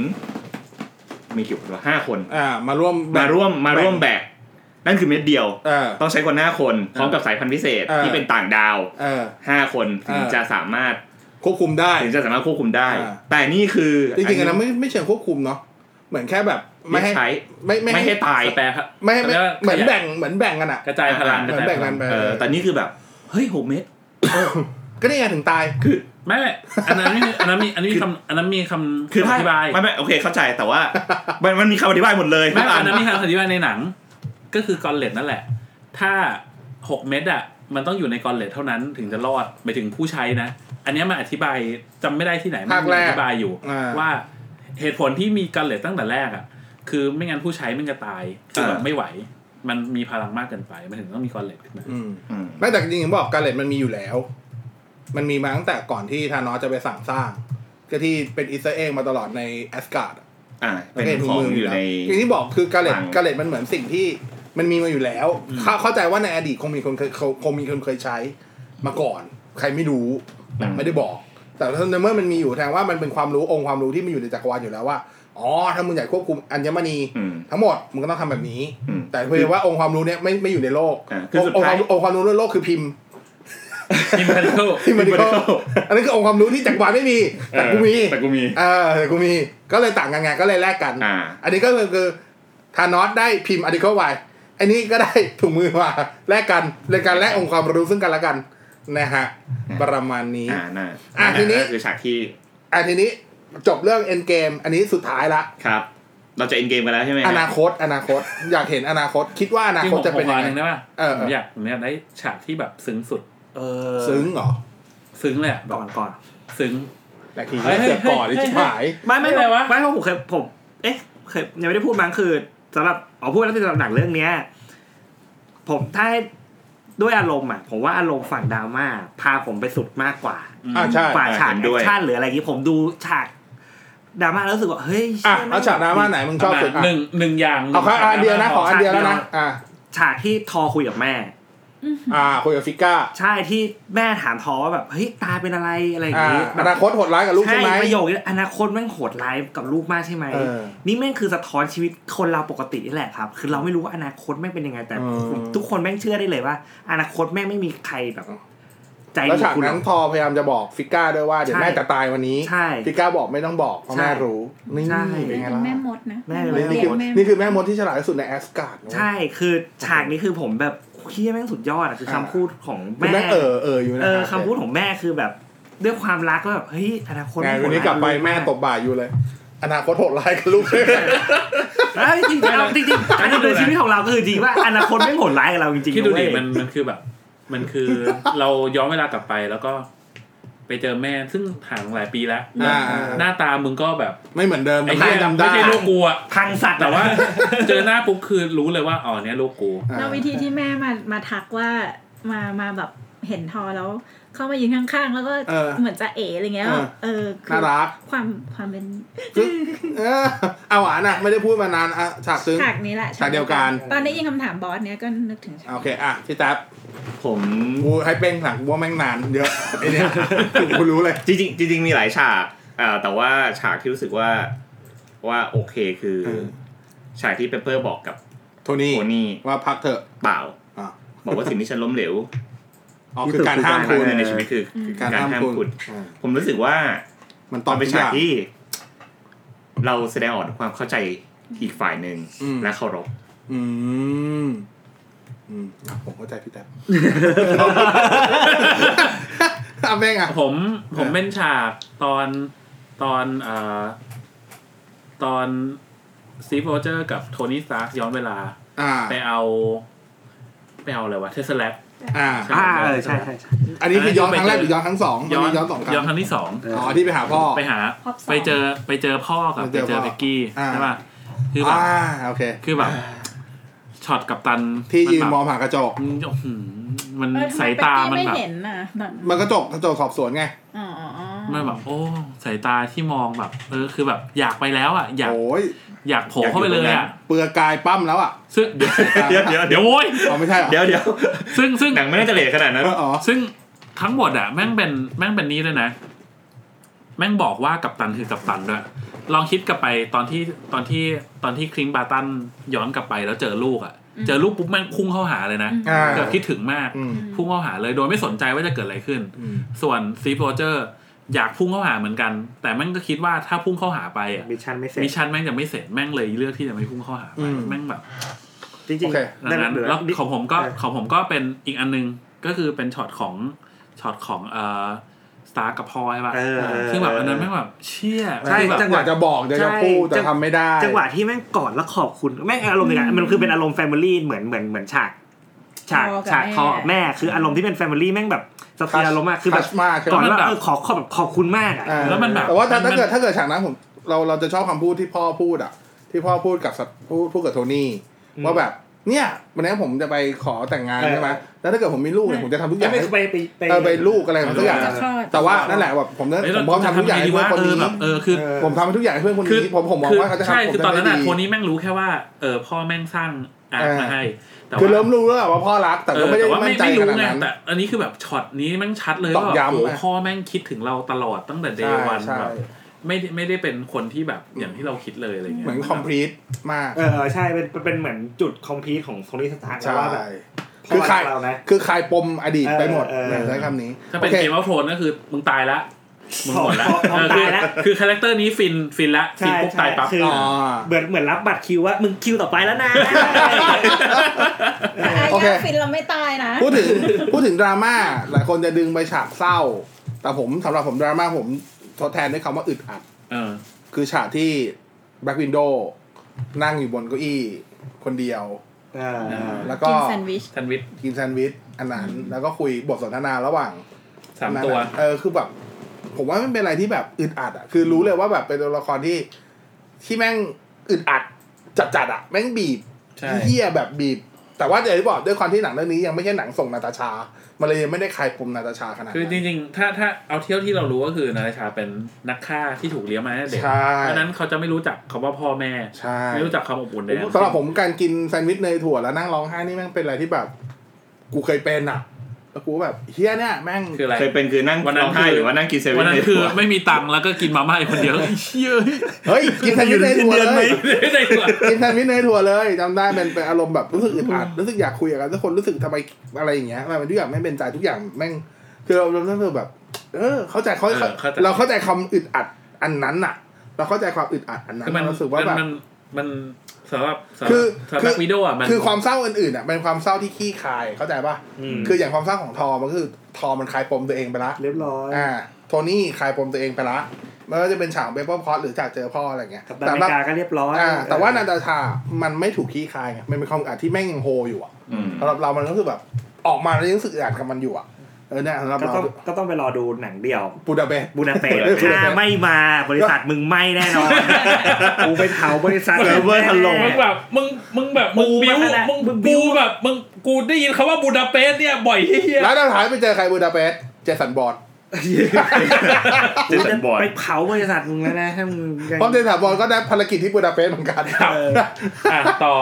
E: มีกี่คนวะห้าคน
A: อ่า มาร่วม
E: มาร่วมมาร่วมแบก นั่นคือเม็ดเดียว
A: เออ
E: ต้องใช้คนห้าคน พร้อมกับสายพันธุ์พิเศษ
A: อ่า
E: ที่เป็นต่างดาว
A: เออ
E: ห้าคนถึง
A: อ่า
E: จะสามารถ
A: ควบคุมได้
E: ถึงจะสามารถควบคุมได้
A: อ่า
E: แต่นี่คือ
A: จริงๆอันนั้นไม่ไม่เชิงควบคุมเนาะ เหมือนแค่แบบ ไม่
E: ไม่
A: ให้
E: ใช้
A: ไม่ไม่
E: ไม่ให้ตาย
C: สแปร์ครับ
A: ไม่ให้ไม่
C: แล้ว
A: เหมือน
C: ขยะ
A: แบ่งเหมือนแบ่งกันอ่ะ
C: กระจายพลัง
E: เหมื
C: กระ
A: เหมือ
C: จานย
A: แบ่งกั
C: พลั
A: น
C: ง
A: ไป
E: เออแต่นี่คือแบบ เฮ้ยหกเม็ด
A: ก็นี่ไงถึงตาย
C: ไม่ไม่อันนั้นไม่มีอันนั้นมีอันนี้มีคำอันนั้นมีคำ
E: คือ
C: คำ
E: ถ้า
C: อธิบาย
E: ไม่ไม่โอเคเข้าใจแต่ว่า มันมันมีคำอธิบายหมดเลย
C: ไม่
E: ทุกอั
C: อัน
E: น
C: นั้นมีคำอธิบายในหนัง ก็คือกอนเลตนั่นแหละ ถ้าหกเม็ดอ่ะ มันต้องอยู่ในกอนเลตเท่านั้นถึงจะรอดไปถึงผู้ใช้นะ อันเนี้ยมันอธิบายจำไม่ได้ที่ไหนมั
A: ภาค
C: มี
A: แรก
C: อธิบายอยู่
A: อ่า
C: ว่าเหตุผลที่มีกอนเลตตั้งแต่แรกอ่ะ คือไม่งั้นผู้ใช้มันจะตายคือแบบไม่ไหว มันมีพลังมากเกินไปมันถึงต้องมีกอนเลต ขึ้นมา
A: อืม
E: อืม
A: ไม่แต่จริงๆผมบอกการเลตมันมีอยู่แล้ว มันมีมาตั้งแต่ก่อนที่ธานอสจะไปสั่งสร้าง ก็ที่เป็นอิสเอ็กมาตลอดในแอสการ์ด
E: อ่าเป็นของอยู่ใน
A: อย่างที่บอกคือการเลต
E: ฝั่ง
A: การเลตมันเหมือนสิ่งที่มันมีมาอยู่แล้ว เข้าเข้าใจว่าในอดีตคงมีคนเคยคงมีคนเคยใช้มาก่อน ใครไม่รู้หนังไม่ได้บอก แต่ถ้าในเมื่อมันมีอยู่แทนว่ามันเป็นความรู้องค์ความรู้ที่มันอยู่ในจักรวาลอยู่แล้วว่าอ๋อถ้ามึงอยากควบคุมอัญมณี
E: อืม
A: ทั้งหมดมึงก็ต้องทำแบบนี้
E: อืม
A: แต่เพื่อว่าองค์ความรู้เนี้ยไม่ไม่อยู่ในโลก
E: อ่าคือสุด
A: องค์ค
E: ท้า
A: วย มองค์ความรู้ในโลกคือพิมพ์
C: อิมเพลโ
A: ที่มันก็
E: Medical
A: อันนี้นคือองค์ความรู้ที่จักรวาลไม่มี แต่กูมี
E: เออแต่กูมี
A: เออแต่กูมีก็เลยต่างกันไงก็เลยแลกกัน
E: อ่า
A: อันนี้ก็คือคือธานอสได้พิมพ์อาร์ติเคิลไวอันนี้ก็ได้ถุงมือมาแลกกันเลยการแลกองค์ความรู้ซึ่งกันและกันนะฮะประมาณนี้
E: อ่าน่ะ
A: อ่ะทีนี้
E: คือฉากที่
A: อ่ะทีนี้จบเรื่องเอ็นเกมอันนี้สุดท้ายละ
E: ครับ เราจะเอ็นเกมกันแล้วใช่ไหม
A: อนาคต อนาคต อยากเห็นอนาคต คิดว่าอนา
C: จริง
A: ค
C: ผ
A: ต
C: ม
A: จะ
C: ผ
A: เป็น
C: ม
A: ยั
C: ข
A: ง
C: อ
A: ไง
C: อันหนึ่งได้ป่ะ
A: เออเออ
C: ผมอยากผมอยากได้ฉากที่แบบซึ้งสุด
F: เออ
A: ซึ้งเหรอ
C: ซึ้งเลยอะแบ
F: ก่
C: บ
F: อนก่อน
C: ซึ้ง
A: แต่ที
C: เฮ้
A: นี้
C: ยเฮ้ย
A: เสือกก่อน
C: เฮ้
A: ที่
C: ย
A: ชิบหาย
F: ไม่ไม่
C: ไม่อะไรวะ
F: ไม่เพราะผมเคยผม เอ๊ะเคยยังไม่ได้พูดมั้งคือสำหรับอ๋อพูดแล้วที่สำหรับหนังเรื่องเนี้ยผมถ้าให้ด้วยอารมณ์อ่ะผมว่าอารมณ์ฝั่งดราม่าพาผมไปสุดมากกว่า
A: อ่าใช่
F: กว่าฉากแอคชั่นหรืออะไรอย่างงี้ผมดูฉากดราม่าแล้วรู้สึกว่าเฮ้ย
A: อ่ะ
F: เชี่ย
A: แล้วฉากดราม่าไหนมึงชอบสุด
C: ะ
A: อ่ะ
C: หนึ่งหนึ่งอย่าง
A: เอาครับอันเดียวนะขออันเดียวแล้วนะอ่ะ
F: ฉากที่ทอคุยกับแม่
A: อ่าคุยกับฟิก้า
B: ใช่ที่แม่ถามท้อว่าแบบเฮ้ยตาเป็นอะไรอะไรอย่าง
A: อ่า
B: งี้
A: อ
B: แบ
A: นา
B: บ
A: คตโหดร้ายกับลูกใช่ไหม
B: ประโยคนี้อนาคตแม่งโหดร้ายกับลูกมากใช่ไหม
A: เออ
B: นี่แม่งคือสะท้อนชีวิตคนเราปกตินี่แหละครับ คือเราไม่รู้ว่าอนาคตแม่งเป็นยังไงแต่
A: อืม
B: ผมทุกคนแม่งเชื่อได้เลยว่า อนาคตแม่งไม่มีใครแบบ ใจ
A: แล้ว
B: ดี
A: ฉาก
B: คุณหร
A: นั้
B: อนก
A: พอพยายามจะบอกฟิก้าด้วยว่าเดี๋ยว
B: ใช่
A: แม่จะตายวันนี้
B: ใช่
A: ฟิก้าบอกไม่ต้องบอกเพราะ
B: ใช่
A: แม่รู้นี่
B: ใช่
A: เป็นไง
D: เป็น
A: ล่ะ
D: แม่มดนะ
B: แม่เป็น
A: นี่นี่คือนี่คือแม่มดที่ฉลาดที่สุดในแอสการ์ดเนอะ
B: ใช่คือฉากนี้คือผมแบบเฮียแม่งสุดยอดอะคือคำ
A: อ่า
B: พูดของ
A: คุณ
B: แม่
A: แม่เออเอออยู่นะ
B: เออคำพูดของแม่คือแบบด้วยความรักก็แบบเฮ้ยอนาคต
A: งาน
B: โหด
A: วันนี้กลับไป
B: ร้าย
A: แม่ตบบ่าอยู่เลย อนาคตโหดร้ายกับลูกใช่ไหม
B: เอ้ยจริงๆเอาจริงๆอันนี้เป็นชีวิตของเราก็คือจริงว่าอนาคตไม่งโหดร้ายกับเราจริงๆ
C: คิดดูดิ
B: เว้ย
C: มันมันคือแบบ มันคือ เราย้อนเวลากลับไปแล้วก็ ไปเจอแม่ซึ่งห่างหลายปีแล้ว
A: อ่า
C: หน้าตามึงก็แบบ
A: ไม่เหมือนเดิม
C: ไอ้เหี้ย
A: จำ
C: ไม่
A: ได้
C: ใช่ลูกกูอะ
B: พังสัตว์
C: แต่ว่า
B: อะ
C: เจอหน้าปุ๊บคือรู้เลยว่าอ๋อเนี้ยลูกกู
A: อ่า
D: เราวิธีที่แม่มามาทักว่ามามาแบบเห็นทอแล้ว เข้ามายืนข้างๆ แล้วก็
A: เออ
D: เหมือนจะเอ๋อะไรเงี้ย
A: เออ
D: เออคือ
A: น่ารัก
D: ความความเป็น
A: เออเอาหวานอ่ะไม่ได้พูดมานานอ่ะฉากซึ้ง
D: ฉากนี้แหละ
A: ฉากเดียวกัน
D: ตอนได้ยินคำถามบอสเนี้ยก็นึกถึงฉาก
A: โอเค อ่ะพี่แท็บ
E: ผม
A: กูให้เป้งหลังว่าแม่งนานเยอะไอเนี้ยกูรู้เลย
E: จริงๆจริง ๆ มีหลายฉากอ่าแต่ว่าฉากที่รู้สึกว่าว่าโอเคคืออ
A: ม
E: ฉากที่เปเปอร์บอกกับ
A: โทนี่
E: โทนี่
A: ว่าพักเถอะ
E: เปล่า
A: อ่ะ
E: บอกว่าสิ่งที่ฉันล้ มเหลว
A: อ๋อคือการห้าม
E: คุ
A: คุณ ณ
E: ในชีวิตคือคือ
A: การ
E: การ
A: ห้าม
E: ห้าม
A: คุ
E: คุณ ณผมรู้สึกว่า
A: มันต
E: ต
A: อ
E: อบ นเป็น
A: ทุกอย่า
E: ฉาก
A: ง
E: ที่ เราแสดงออกถึงความเข้าใจอีกฝ่ายหนึ่ง
A: อืม
E: และเคารพ
A: อืมอืมอ่ะผมเข้าใจพี่แท็บ อ่ะแม่งอ่ะ
C: ผมผม
A: เออ
C: เป็นฉากตอนตอนเอ่อตอนซีฟโรเจอร์กับโทนี่สตาร์ย้อนเวลา
A: อ่า
C: ไปเอา ไปเอาอะไรวะเทสแล
A: อ่า
B: อ่าเออใช่ใช่ใช่
A: อันนี้คือย้อนครั้งแรกหรือย้อนครั้งสอง
C: ย้อน
A: ย้อนสองครั้ง
C: ย้อนครั้งที่สอง
A: อ๋อที่ไปหาพ่อ
C: ไปหา
D: รบสง
C: ไปเจอไปเจอพ่อกับ
A: ไป
C: ไป
A: เจอ
C: เจอ
A: พ่อ
C: เบกกี้
A: อ่า
C: ใช่ป่ะคือแบบ
A: อ่าโอเค
C: คือแบบช็อตกับตัน
A: ที่ยืน
C: แบบ
A: มองผ่านกระจก
C: มันอื้อหือมัน
D: เออทำไ
C: สายตา
D: เป๊กกี้
C: มัน
D: ไม่
C: แบบ
D: เห็นน่ะแบบ
A: มันกระจกกระจกสอบสวนไง
D: อ๋ออ๋ออ๋อ
C: มันแบบโอ้สายตาที่มองแบบเออคือแบบอยากไปแล้วอ่ะ อยาก
A: โอ้ย
C: อยากโผล่เข้าไปเลยอ่ะ
A: เปลือยกายปั้มแล้วอ่ะ
C: ซึ่งเดี๋ยว
E: เดี๋ยวเดี๋ยว
C: เดี๋
E: เดี๋
C: ย
E: ยว ว
C: โว้ย
A: อ๋อไม่ใช่เหรอ
E: เดี๋ยวเดี๋ยว
C: ซึ่งซึ่ง
E: หนังไม่น่าจะเลทขนาดนั้น
A: เอออ๋อ
C: ซึ่งทั้งหมดอ่ะแม่งเป็นแม่งเป็นนี้ด้วยนะ แม่งบอกว่ากับตันคือกับตันด้วยลองคิดกลับไปตอนที่ตอนที่ตอนที่คลิงบาตันย้อนกลับไปแล้วเจอลูกอ่ะ เจอลูกปุ๊บแม่งพุ่งเข้าหาเลยนะ
D: อืม
A: อ่า
C: แบบคิดถึงมาก
A: อืม
C: พุ่งเข้าหาเลยโดยไม่สนใจว่าจะเกิดอะไรขึ้น
A: อืม
C: ส่วนซีโรเจอร์อยากพุ่งเข้าหาเหมือนกัน แต่แม่งก็คิดว่าถ้าพุ่งเข้าหาไปอ่ะ
B: มิชชั่นไม่เสร็จ
C: มิชชั่นแม่งจะไม่เสร็จแม่งเลยเลือกที่จะไม่พุ่งเข้าหา
A: อื
C: ไป
A: ม
C: แม่งแบบ
B: จริง
A: โอเค
B: ๆ
C: ดั
B: ดั
C: ง
B: ง
C: นั้น
B: เหลือ
C: แล้วของผมก็
B: เออ
C: ของผมก็เป็นอีกอันนึงก็คือเป็นช็อตของช็อตของเอ่อสตาร์กับพ่อใช่ป่ะ
B: เออเออ
C: ซึ่งแบบอันนั้นแม่งแบบเชี่ย
B: ใช่
C: คือแบบ
A: จังหวะจะบอกเดี๋ยวจะพูดแต่ทำไม่ได้
B: จังหวะที่แม่งกอดแล้วขอบคุณแม่งอารมณ์เดียวกันมันคือเป็นอารมณ์แฟมิลี่เหมือนเหมือนเหมือนฉากฉากฉากคอกับแม่คืออารมณ์ที่เป็นแฟมิลี่แม่งแบบสะเทือนอารมณ์มากคือแบบ
A: Touch มากใช่ไหม
B: ก่อนแล้วเออขอขอบแบบขอบคุณมากอ่ะ
A: อ่า
C: แล้วมันแบบ
A: แต่ว่าถ้าถ้าเกิด
C: มัน
A: ถ้าเกิดฉากนั้นผมเราเราจะชอบคำพูดที่พ่อพูดอ่ะ ที่พ่อพูดกับสัตว์พูดพูดกับโทนี่
B: อืม
A: ว่าแบบเนี่ยวันนี้ผมจะไปขอแต่งงาน
B: เออ
A: ใช่ไหมแล้วถ้าเกิดผมมีลูกเนี่ยผมจะทำทุกอย่างให้
B: ไปไปไป
A: เออไปลูกอะไรของทุกอย่าง
D: จะคลอด
A: แต่ว่านั่นแหละแบบผมเนี่ย
C: เฮ้ย
A: ผ
C: เรา
A: มพร้อมทำทุกอย่างให้
C: ดี
A: เพื่อ
C: วะ
A: นคน
C: เออ
A: นี้
C: แบบเออคือ
A: ผมทำทุกอย่างให้เพื่อนคน
C: คือ
A: นี้ผมผมหวัง
C: คือ
A: ว่าเขาจะทำ
C: ใช่
A: ผม
C: คือ
A: จะ
C: ตอนนั้น
A: ได้
C: น่ะ
A: ดี
C: โทนี่แม่งรู้แค่ว่าเออพ่อแม่งสร้างอาร์ต
A: เออ
C: มาให้ แต่
A: คือ
C: ว่า
A: เริ่มรู้แล้วแหละว่าพ่อรักแต่
C: เอ
A: ก็
C: อ
A: ไม่ได้
C: แต่ว่า
A: มั่
C: ไม่
A: นใจ
C: ไม่
A: ข
C: รู้
A: นาด
C: ไง
A: นั้น
C: แต่อันนี้คือแบบช็อตนี้แม่งชัดเลย
A: ตอก
C: ว่าแบบ
A: ย้ำ
C: โอ้โห
A: นะ
C: พ่อแม่งคิดถึงเราตลอดตั้งแต่เด
A: ใช่
C: ย์วัน
A: ใช่
C: แบบไม่ได้ไม่ได้เป็นคนที่แบบอย่างที่เราคิดเลยอะไรเงี้ย
A: เหมือนคอมพลีทมาก
B: เออใช่เป็นเป็นเหมือนจุดคอมพีทของโทนี่สตาร์ก
A: ใช่
B: ว่าแบบพ่
A: คือคลา
B: รั
A: ย
B: กเรานะ
A: คือคลายปมอดีตไปหมด
B: เออเออ
A: ใช้คำนี้
C: ถ้าเป็น
A: โอค
C: เกมอัลโทนก็คือมึงตายละมึงหมดละ
B: พอพอ
C: เออ
B: ตายละ
C: คือคือคาแรคเตอร์นี้ฟินฟินละ
B: ใช่
C: ฟินปุ๊บ
B: ใช่
C: ตายปั๊บ
B: คือ
A: อ๋อ
B: เหมือนเหมือนรับบัตรคิวว่ามึงคิวต่อไปแล้วนะ
D: แต่อา
A: โอเค
D: ญาฟินเราไม่ตายนะ
A: พูดถึง พูดถึงดราม่าหลายคนจะดึงไปฉากเศร้า แต่ผมสำหรับผมดราม่าผมทดแทนด้วยคำว่าอึดอัด
C: เออ
A: คือฉากที่แบ็ k วินโด w นั่งอยู่บนเก้าอี้คนเดียว แล้วก็
D: กินแซนด์วิช
C: ทันวิทย์
A: กินแซนด์วิชอันนั้นแล้วก็คุยบทสนทนาระหว่าง
C: สามตัว
A: เออคือแบบ ผมว่ามันเป็นอะไรที่แบบอึดอัดอ่ะคือรู้เลยว่าแบบเป็นตัวละครที่ ที่แม่งอึดอัดจัดจัดๆอ่ะแม่งบีบ
C: ใช่
A: เฮี้ยแบบบีบ แต่ว่าอย่างที่บอกด้วยความที่หนังเรื่องนี้ยังไม่ใช่หนังส่งนาตาชา มันเลยยังไม่ได้คลายปมนาตาชาขนาด
C: คือจ
A: นั้น
C: ริงๆ ถ้าถ้าเอาเที่ยวที่เรารู้ก็คือนาราชาเป็นนักฆ่าที่ถูกเลี้ยงมาตั้งแต่เด็ก
A: ใช่
C: เพราะฉะนั้นเขาจะไม่รู้จักคำว่าพ่อแม่
A: ใช่
C: ไม่รู้จักคำอบอุ่นใดๆ
A: สำหรับผมการกินแซนด์วิชเนยถั่วแล้วนั่งร้องไห้นี่แม่งเป็นอะไรที่แบบ กูเคยเป็นอ่ะแล้วกูแบบเฮียเนี่ยแม่ง
C: คืออะไร
E: เคยเป็นคือนั่ง
C: วันนั้น
E: ร้องไห้
C: คือ
E: หรือว่านั่งกินเซเว่
C: วัน
E: น
C: นั้น
E: ใน
C: คื
E: ตั
C: อ
E: ว
C: ไม่มีตังค์แล้วก็กินมาม่าอยู่คนเดียวไอ้เชี่ย
A: เฮ้ย กินแซนด์วิชในถั่วเลย
C: ได้กว่า
A: กินแซนด์วิชเนยถั่วเลยจำได้เป็นเป็นอารมณ์แบบรู้สึกอึดอัดรู้สึกอยากคุยกับใครสักคนรู้สึกทำไมอะไรอย่างเงี้ยมันทุกอย่างไม่เป็นใจทุกอย่างแม่งคือเราเราเริ่มแบบ เออ เข้าใจเขา
C: เออเข้าใจ
A: เราเข้าใจคำอึดอัดอันนั้นน่ะ เราเข้าใจความอึดอัดอันนั้
C: คือน มัน
A: เรารู้สึกว่าแบบ
C: มันมันสำหรับสำหรับ
A: คือ
C: สำหรับ
A: คือ
C: แบ็ควิดโออ่ะมัน
A: คือความเศร้าอื่นๆอ่ะเป็นความเศร้าที่ขี้คายเข้าใจป่ะคืออย่างความเศร้าของทอมันก็คือทอมันคลายปมตัวเองไปละ
B: เรียบร้อย
A: อ่าโทนี่คลายปมตัวเองไปละไมันก็จะเป็นฉากเบเปอร์พอตหรือฉากเจอพ่ออะไรเงี้ย
B: กับอเมริกาก็เรียบร้อย
A: อ่าแต่ว่านา
B: เออ
A: ตาชา มันไม่ถูกขี้คายไงมันเป็นความอึดอัดที่แม่งยังโฮอยู่อ่ะ
E: อืม
A: สำหรับเรามันก็คือแบบออกมาแล้วยังรู้สึกอึดอัดกับมันอยู่อ่ะเออเนี่ยสำหรับ
B: ก็
A: เรา
B: ต้องก็ต้องไปรอดูหนังเดี่ยว
A: บูดาเปสต์
B: บูนาเปสต์
A: เออบูนาเปสต์
B: ถ้าไม่มาบริษัทมึงไม่แน่นอน กูไปเผาบริษัท
C: เซิร์ฟเวอร์ถล่ มึง
B: แน่
C: แบบมึงมึงแบบมึง
B: ปู
C: บิ้ว
B: มาแล้ว
C: มึง
B: มึงบิ้
C: กู
B: ว
C: แบบมึงกูได้ยินคำว่าบูดาเปสต์เนี่ยบ่อยเฮีย
A: แล้วเราถ่ายไปเจอใครบูดาเปสต์เจสันบอร์ด
E: เจสันบอร์ด
B: ไปเผาบริษัทมึงแล้วนะถ้ามึงยัง
A: เพราะเจสันบอร์ดก็ได้ภารกิจที่บูดาเปสต์เหมือนกัน
C: ครับอ่ะต่อ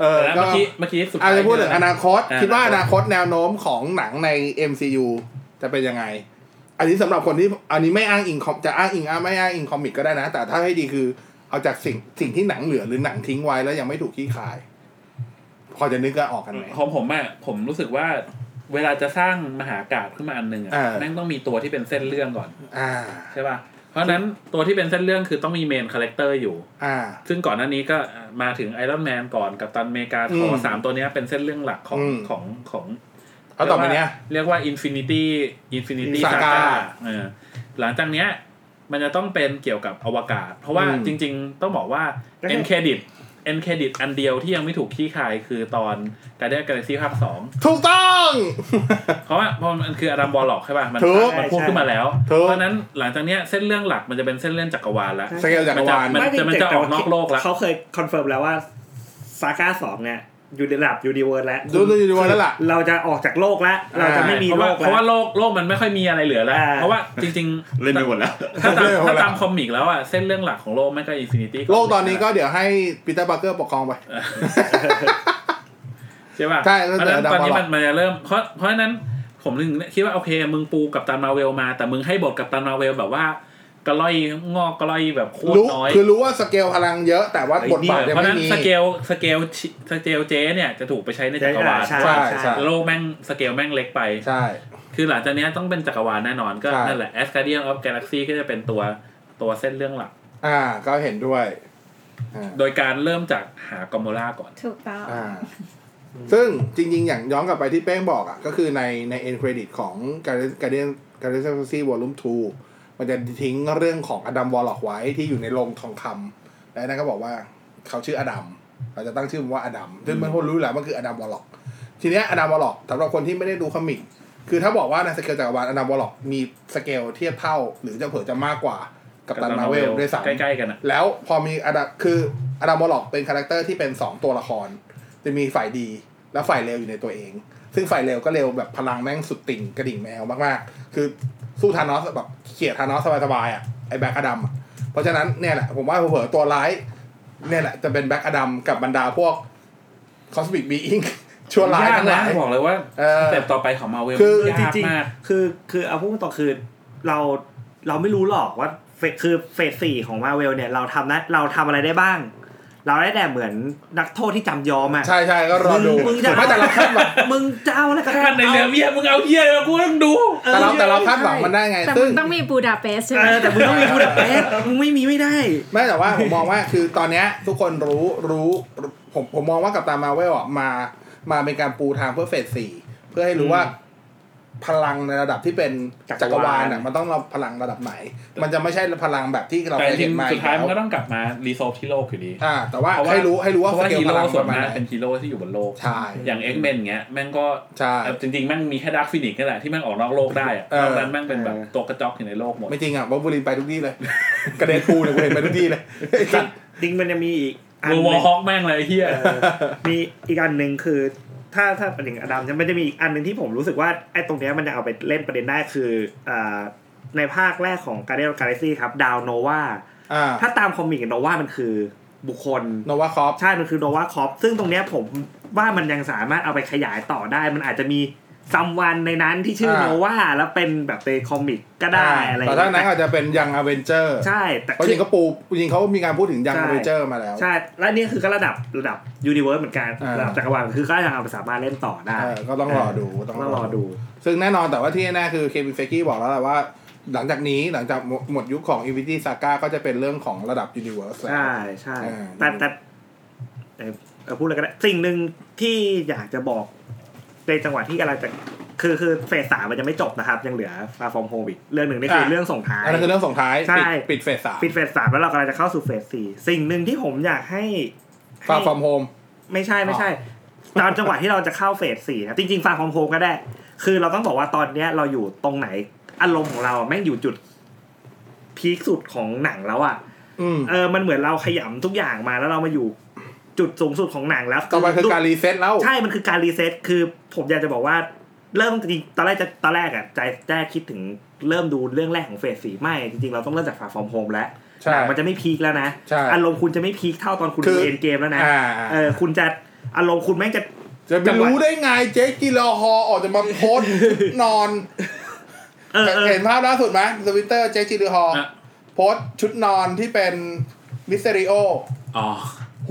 A: เออ
C: แล้ว
A: ก็
C: เมื่อกี้เมื่อกี้สุดท้า
A: อาจ
C: ย
A: จะพูดถึงอนาคต
C: อ่า
A: คิดว่าอนาคตแนวโน้มของหนังใน MCU จะเป็นยังไง อันนี้สำหรับคนที่อันนี้ไม่อ้างอิงคอมจะอ้างอิงอ้างไม่อ้างอิงคอมิกก็ได้นะ แต่ถ้าให้ดีคือเอาจากสิ่งสิ่งที่หนังเหลือหรือหนังทิ้งไว้แล้วยังไม่ถูกขี้คาย พอจะนึกก็ออกกันไหม
C: ของผมอ่ะผมรู้สึกว่า เวลาจะสร้างมหากาบขึ้นมาอันหนึ่งอ่ะ
A: อ่า
C: แม่งต้องมีตัวที่เป็นเส้นเรื่องก่อน
A: อ่า
C: ใช่ป่ะเพราะฉะนั้นตัวที่เป็นเส้นเรื่องคือต้องมีเมนคาแรคเตอร์อยู่
A: อ่า
C: ซึ่งก่อนหน้านี้ก็มาถึงไอรอนแมนก่อนกับตันอเมริกา
A: อื
C: ท
A: ม
C: อสามตัวเนี้ยเป็นเส้นเรื่องหลักของ
A: อืม
C: ของของ
A: เอาต่อไปเนี้ย
C: เรียกว่า Infinity Infinity
A: Saga
C: Saga เออหลังจากเนี้ยมันจะต้องเป็นเกี่ยวกับอวกาศ เพราะว่า
A: อืม
C: จริงๆต้องบอกว่า end credit end credit อันเดียวที่ยังไม่ถูกขี้คายคือตอน Guardian Galaxy ภาคสอง
A: ถูกต้อง
C: เพราะว่าเพราะมันคืออดัมบอลล็อกใช่ป่ะ มัน
A: ถูก
C: มันพูดขึ้นมาแล้ว
A: ถูก
C: เพราะฉะนั้นหลังจากเนี้ยเส้นเรื่องหลักมันจะเป็นเส้นเรื่องจักรวาลแล้ว
A: สเกลจักรวาล
C: มันจะมันจะออกนอกโลกแล้ว
B: เขาเคยคอนเฟิร์มแล้วว่าซาก้าสองเนี่ยอยู่ในระดับยูนิเวิร์สแล้ว
A: อยู่ใน universe แล้วล่ะ
B: เราจะออกจากโลกแล้ว เราจะไม่มีโล
C: เพราะว่าก เพ
B: แล้ว
C: ราะว่าโลกโลกมันไม่ค่อยมีอะไรเหลือแล้ว
B: อ่า
C: เพราะว่าจริงๆ
E: เล่นไปหมดแล้ว
C: ถ้าตาม
A: เล่นไปหมดแล้ว
C: ถ้าตามคอมิกแล้วอ่ะเส้นเรื่องหลักของโลกไม่ก็ Infinity
A: โลกตอนนี้ก็เดี๋ยวให้ปีเตอร์บาร์เกอร์ปกครองไป
C: ใช่ป่ะ
A: ใช่
C: เพราะฉะนั้น
A: ตั้งแต่
C: ตอนนี้
A: ดัมบอล
C: มันมันจะเริ่มเพราะเพราะฉะนั้นผมถึงคิดว่าโอเคมึงปูกับตันมาเวลมา แต่มึงให้บทกับตันมาเวลแบบว่ากระล่อยงอกกระล่อยแบบโคตร
A: รู้
C: น้อย
A: คือรู้ว่าสเกลพลังเยอะ แต่ว่าบทบาทยัง
C: เพราะฉะ
A: ไม่
C: นั้น
A: มี
C: สเกลสเกลชิสเกลเจเนี่ยจะถูกไปใช้ในจักรวาล
B: ใช่
A: ใช่ใช่
B: ใช่
C: โลกแม่งสเกลแม่งเล็กไป
A: ใช่
C: คือหลังจากเนี้ยต้องเป็นจักรวาลแน่นอนก็
A: ใช่
C: นั่นแหละแอสการ์เดียนออฟกาแล็กซีก็จะเป็นตัวตัวเส้นเรื่องหลัก
A: อ่า ก็เห็นด้วยอ่า
C: โดยการเริ่มจากหากอมโมล่าก่อน
D: ถูกต้อง
A: อ่า ซึ่งจริง ๆ อย่างย้อนกลับไปที่เป้งบอกอ่ะ ก็คือในในเอ็นเครดิตของ Guardian Guardian Guardian of the Galaxy Volume 2 มันจะทิ้งเรื่องของอดัมวอลล็อกไว้ที่อยู่ในโรงทองคำและนั่นก็บอกว่าเขาชื่ออดัมเราจะตั้งชื่อมันว่าอดัมซึ่งมันคนรู้อยู่แล้วมันคืออดัมวอลล็อก ทีเนี้ยอดัมวอลล็อกสำหรับคนที่ไม่ได้ดูคอมิก คือถ้าบอกว่าในสเกลจักรวาลอดัมวอลล็อกมีสเกลเทียบเท่า หรือจะเผื่อจะมากกว่ากับตัน
C: Captain
A: มาเวล
C: Marvel
A: ด้วยซ้ำ
C: ใกล้ๆกันอ่ะ
A: แล้วพอมีอดัมคืออดัมบอลล็อกเป็นคาแรคเตอร์ที่เป็น 2 ตัวละคร จะมีฝ่ายดีและฝ่ายเลวอยู่ในตัวเอง ซึ่งฝ่ายเลวก็เลวแบบพลังแม่งสุดติ่งกระดิ่งแมวมากๆ คือสู้ทานอสแบบเขี่ยทานอสสบายๆอ่ะไอแบ็กอดัมอะเพราะฉะนั้นเนี่ยแหละผมว่าเผลอๆตัวร้ายเนี่ยแหละจะเป็นแบ็กอดัมกับบรรดาพวกคอสมิกบีอิง ชั่วร้าย
C: ยาก
A: ทั้งห
C: นะ
A: ลาย
C: บอกเลยว่า
A: เออ
C: สเต็ปต่อไปของมาเวล
A: คือ
B: คือจ
C: ยาก
B: ริง
C: มาก
B: ๆคือคือเอาพูดตรงๆคือเราเราไม่รู้หรอกว่าเฟสคือเฟสสี่ของมาเวลเนี่ยเราทำนะเราทำอะไรได้บ้าง เราได้แต่เหมือนนักโทษที่จำยอมอ่ะ
A: ใช่ใช่ก็รอดู
B: มึงจะ
A: ไม่แต่เราคาดหวัง
B: มึงจะเอาอะไรกัน
C: ถ้าในเรือเมียมึงเอาเฮียเลยกูต้องดู
A: แต่เราแต่เราคาดหวังมันได้ไง
D: แต่
A: ซึ่
D: มึงต้องมีบูดาเปสต์ใช่ไหม
B: เออ แต่มึงต้องมีบูดาเปสต์มึงไม่มีไม่ได้
A: ไม่แต่ว่า ผมมองว่าคือตอนเนี้ยทุกคนรู้รู้ผมผมมองว่ากับตามาเวลอ่ะมามาเป็นการปูทางเพื่อเฟสสี่เพื่อให้รู้ว่า พลังในระดับที่เป็น
B: จักรวาล
A: จักรวาลน่ะมันต้องเราพลังระดับไหน มันจะไม่ใช่พลังแบบที่เรา
C: แต่
A: เคย
C: จริ
A: เห็
C: ง
A: นมา
C: ๆสุดท้ายมัน
A: แล้
C: ก็
A: ว
C: ต้องกลับมารีโซฟที่โลกอยู่ดี
A: อ่า แต่ว่า
C: เพราะว่า
A: ให้รู้ให้รู้
C: เพ
A: ว่าส
C: ราะว่า
A: เกล
C: ฮี
A: พ
C: โร่
A: ลังป
C: ส่วน
A: ระมาณ
C: มา
A: ไหน
C: กเป็นฮีโร่ที่อยู่บนโลก
A: ใช่
C: อย่างเอ็กเมนเงี้ยแม่งก็
A: ใช่
C: จริงๆแม่งมีแค่ดาร์คฟินิกซ์นี่แหละที่แม่งออกนอกโลกได้อะ
A: เออ
C: นอกนั้นแม่งเป็นแบบตัวกระจอกอยู่ในโลกหมด
A: ไม่จริงอ่ะบอบบูลินไปทุกที่เลย กระเด็นปูเนี่ยกูเห็นไปทุกที่ เลย
B: จริงมันยังมีอีกอัน
C: โร
B: ห
C: วอ
B: นึ่ง
C: ฮอกแม่งเลยไอ้เฮีย
B: เออมีอีกอันหนึ่งคือ ถ้าถ้าประเด็นอดัมจะไม่ได้มีอีกอันหนึ่งที่ผมรู้สึกว่าไอ้ตรงเนี้ยมันจะเอาไปเล่นประเด็นได้คืออ่าในภาคแรกของการเดนกาแล็กซี่ครับดาวโนวา
A: อ่า
B: ถ้าตามคอมิกโนวามันคือบุคคล
A: โนวาคอฟ
B: ใช่ มันคือโนวาคอปซึ่งตรงเนี้ยผม ว่ามันยังสามารถเอาไปขยายต่อได้ มันอาจจะมีซัมวันในนั้นที่ชื่อ
A: อ่า
B: โนวาแล้วเป็นแบบในคอมิกก็ได้อะไรอย่า
A: แต่
B: ง
A: ถ้านั้น
B: เงี้ย
A: อาจจะเป็นยังอเวนเจอร์
B: ใช่แต่
A: เพราะจริงเขาปูจริงเขามีการพูดถึงยังอเวนเจอร์มาแล้ว
B: ใช่และนี่คือก็ระดับระดับยูนิเวิร์สเหมือนกัน
A: อ่า
B: ระดับจักรวาลคือก็ยังเอาไปสามารถเล่นต่อได้
A: เออก็ต้องรอดู
B: ก็รอดู
A: ซึ่งแน่นอนแต่ว่าที่แน่ๆคือเควินเฟกกี้บอกแล้วแหละว่า หลังจากนี้หลังจากหมดยุคของอีวิตี้ซาก้าก็จะเป็นเรื่องของระดับยูนิเวิร์สแล้ว
B: ใช่ใช่
A: อ่า
B: แต่แต่แต่เอ่อพูดอะไรก็ได้สิ่งหนึ่งที่อยากจะบอกในจังหวะที่กำลังจะคือคือเฟสสามมันจะไม่จบนะครับ ยังเหลือฟาฟอร์มโฮอีกเรื่องหนึ่งนี่คือเรื่องส่งท้าย
A: อันนั้นคือเรื่องส่งท้าย
B: ใช่
A: ปิดปิดเฟสสาม
B: ปิดเฟสสามแล้วเรากำลังจะเข้าสู่เฟสสี่สิ่งหนึ่งที่ผมอยากให้
A: ฟาฟอร์มโฮม
B: ไม่ใช่ไม่ใช่ตอนจังหวะที่เราจะเข้าเฟสสี่นะจริงๆฟาฟอร์มโฮก็ได้ คือเราต้องบอกว่าตอนเนี้ยเราอยู่ตรงไหนอารมณ์ของเราแม่งอยู่จุดพีคสุดของหนังแล้วอ่ะ
A: อืม
B: เออ มันเหมือนเราขยำทุกอย่างมาแล้วเรามาอยู่จุดสูงสุดของหนังแล้ว
A: ต่อไปคือการรีเซ็ตแล้ว
B: ใช่ มันคือการรีเซ็ต คือผมอยากจะบอกว่าเริ่มจริงตอนแรกจะตอนแรกอะใจแรกคิดถึงเริ่มดูเรื่องแรกของเฟสสีไม่ จริงๆ เราต้องเริ่มจากฟาฟอร์มโฮมแล้ว
A: ใช่
B: หนังมันจะไม่พีคแล้วนะ
A: ใช่
B: อารมณ์คุณจะไม่พีคเท่าตอนคุณ
A: คื
B: ดู
A: อ
B: เอ็นเกมแล้วนะ
A: อ่า
B: เออ คุณจะอารมณ์คุณแม่งจะ
A: จะไปรู้ได้ไงเจ๊กิลอฮอออกจะมาโพสต์นอน
B: เออเออ
A: เห็นภาพล่าสุดไหมทวิตเตอร์เจ๊กิลอฮอ
C: อ่ะ
A: โพสต์ชุดนอนที่เป็นมิสเตริโอ
C: อ๋อ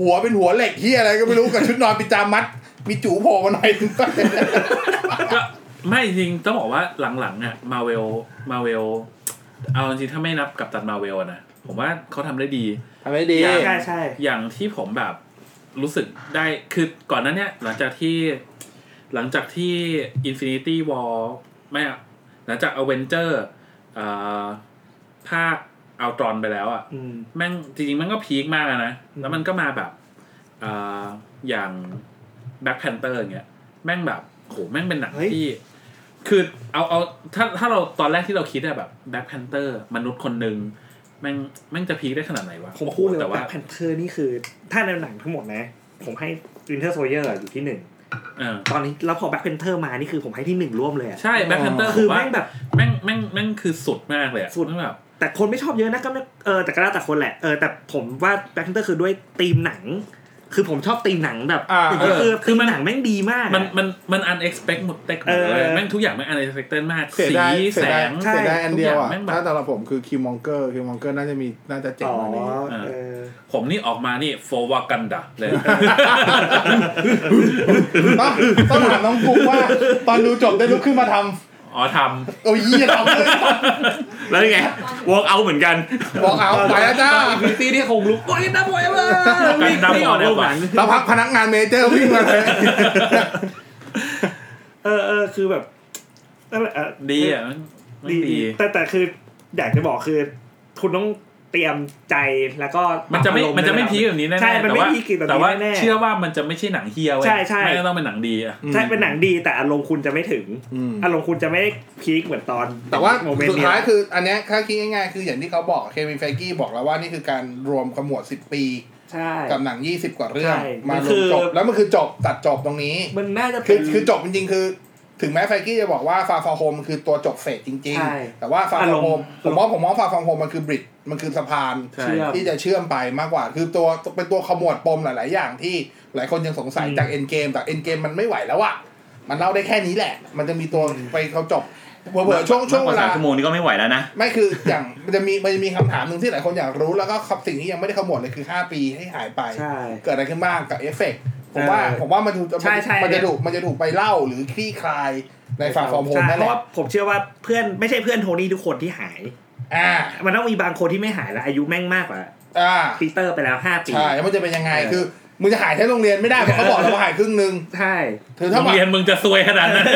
A: หัวเป็นหัวเหล็กที่อะไรก็ไม่รู้กับชุดนอนปิจามัด มีจู่โผล่มาหน่อยหนึงไป
C: ก็ไม่จริงต้องบอกว่าหลังๆอ่ะมาเวลมาเวลเอาจริงๆถ้าไม่นับกับตันมาเวลนะผมว่าเขาทำได้ดี
A: ทำไม่ดี
C: อย่าง
B: ใช่ใช่
C: อย่างที่ผมแบบรู้สึกได้คือก่อนหนั้นเนี่ยหลังจากที่หลังจากที่ Infinity War ไม่อะหลังจาก Avenger อ่าภาคเอาตรอนไปแล้วอ่ะ
B: อืม
C: แม่งจริงๆ มันก็พีคมากอะนะ แล้วมันก็มาแบบอ่าอย่างแบ็คแพนเตอร์เงี้ย แม่งแบบโหแม่งเป็นหนัง
B: เฮ้ย
C: ที่ คือเอาเอาถ้าถ้าเราตอนแรกที่เราคิดอะแบบแบ็คแพนเตอร์มนุษย์คนหนึ่งแม่งแม่งจะพีคได้ขนาดไหนวะ
B: ผมพูดเลย
C: แต่
B: ว่า
C: ว่า
B: แพนเทอร์นี่คือ ถ้าในหนังทั้งหมดนะ ผมให้วินเทอร์โซเยอร์อยู่ที่หนึ่ง
C: เออ
B: ตอนนี้แล้วพอแบ็คเพนเทอร์มานี่คือผมให้ที่หนึ่งร่วมเลยอะ
C: ใช่แบ็คแพนเตอร์
B: คือ
C: ว่า
B: แม่งแบบ
C: แม่งแม่งแม่งคือสุดมากเลยอะ
B: สุด
C: แม่งแบบ
B: แต่คนไม่ชอบเยอะนะก็ไม่เออแต่ก็แล้วแต่คนแหละเออแต่ผมว่าแบ็คเพนเตอร์คือด้วยธีมหนัง คือผมชอบธีมหนังแบบ
A: อ่า
B: ย่างเงี้ย
C: เออ
B: คือ
C: คื
B: ธี
C: อ
B: ม
C: มัน
B: หนังแม่งดีมากอะ
C: มันมันมันอันเอ็กซ์เพคหมดเต็กหมดเลย
B: เออ
C: แม่งทุกอย่างแม่งอันเอ็กซ์เพคมาก
A: เสีย
C: สี
A: ดายเสี
C: แส
A: ยดาย
C: ง
B: ใช่
A: เสียดายอันเดียวอ่ะ
C: ทุกอย่างแม่งแบบ
A: ถ้าสำหรับผมคือคิมมองเกอร์คิมมองเกอร์น่าจะมีน่าจะเจ๋ง
B: อ๋อก
A: ว่านี้
C: เออ
B: เออ
C: ผมนี่ออกมานี่โฟวากันดะเลย
A: ต้องต้องถามน้องกุ๊กว่า ตอนดูจบได้ลุกขึ้นมาท
C: อ๋อท
A: ำโอ้ยยี่ทำเลย
E: แล้วยังไงวอล์กเอาเหมือนกัน
A: บอกเอาไปแล้วจ้า
B: พิตี้นี่คงลุกโอ้ยน้ำมวยมา
C: ำกันดะ
B: ไม่
C: หม
B: อ
C: อ
B: อก
C: เนี่
B: โร
C: ย
B: ง
C: ห
B: ห
C: วั
B: นั
C: ง
B: ง
A: แล้วพักพนักงานเมเจอร์วิ่งมาเลย
B: เออเออคือแบบนั่นแหละเออ
C: ดีอ่ะมันมัน
B: ดี
C: ดี
B: แต่แต่คืออยากจะบอกคือ คุณต้องเตรียมใจแล้วก็
C: มันจะไม่
B: ปรับอารณ์
C: มันจะไม่
B: ด้
C: พีคแบบนี้แน่ๆ
B: ใช่มัน
C: แต่
B: ไม่
C: ว่า
B: พีคแบบ
C: แต่
B: นี้
C: ว่า
B: แน่ๆ
C: เชื่อว่ามันจะไม่ใช่หนังเฮียเว้ย
B: ใช่ใช่
C: ไม่ต้องเป็นหนังดีอ่ะ
B: ใช่เป็นหนังดีแต่อารมณ์คุณจะไม่ถึง
A: อืม
B: อารมณ์คุณจะไม่พีคเหมือนตอน
A: แต่ว่า
B: โมเมนต์
A: สุด
B: เนี้
A: ท้าย
B: ย
A: คืออันเนี้ยถ้าคิดง่ายๆ คืออย่างที่เขาบอกเควินไฟกี้บอกแล้วว่านี่คือการรวมขมวด 10 ปี
B: ใช่
A: กับหนัง 20 กว่าเรื่อง
B: ใช่
A: มาร
B: มันคื
A: วม
B: อ
A: จบแล้วมันคือจบตัดจบตรงนี้
B: มันน่าจะ
A: คื
B: เป็
A: อน คือจบจริงๆ คือ ถึงแม้ไฟกี้จะบอกว่าฟาฟอร์โฮมคือตัวจบเฟสจริง
B: ใช่
A: ๆ แต่ว่าฟาฟอร์โฮมผ
B: อาร
A: ม
B: มณ์
A: มองผมมองฟาฟอร์โฮมมันคือบริดจ์มันคือสะพาน
C: ใช่
A: ที่จะเชื่อมไปมากกว่า คือตัวเป็นตัวขมวดปมหลายๆ อย่างที่หลายคนยังสงสัยจากเอ็นเกมแต่เอ็นเกมมันไม่ไหวแล้วอะมันเล่าได้แค่นี้แหละ มันจะมีตัวไปเขาจบเผื่อๆช่วงช่วงเวลา
E: มากกสมชั่วโมงนี้ก็ไม่ไหวแล้วนะ
A: ไม่คืออย่างมันจะมีมันจะมีคำถามหนึ่งที่หลายคนอยากรู้แล้วก็คำสิ่งที่ยังไม่ได้ขมวดเลยคือ 5 ปีให้หายไป
B: ใช่
A: เกิดอะไรขึ้นบ้างกับเอฟเฟกต์ผมว่า
B: เออ
A: ผมว่ามันถูก
B: ใช่ใช่
A: มันจะถูกมันจะถูกไปเล่าหรือคลี่คลายในฟาฟอร์มโฮม
B: ใช่
A: นั่น
B: เพ
A: แห
B: ราะว่า
A: ละ
B: ผมเชื่อว่าเพื่อนไม่ใช่เพื่อนโทนี่ทุกคนที่หาย
A: อ่า
B: มันต้องมีบางคนที่ไม่หายแล้วอายุแม่งมากกว่า
A: อ่า
B: ปีเตอร์ไปแล้วห้าปี
A: ใช่แล้วมันจะเป็นยังไง
B: เออ
A: คือมึงจะหายแค่โรงเรียนไม่ได้เพราะเขาบอกเราว่าหายครึ่งหนึง
B: ใช่
A: คือ
C: โร
A: ถ้าง แบบ
C: เรียนมึงจะซวยขนาดนั้น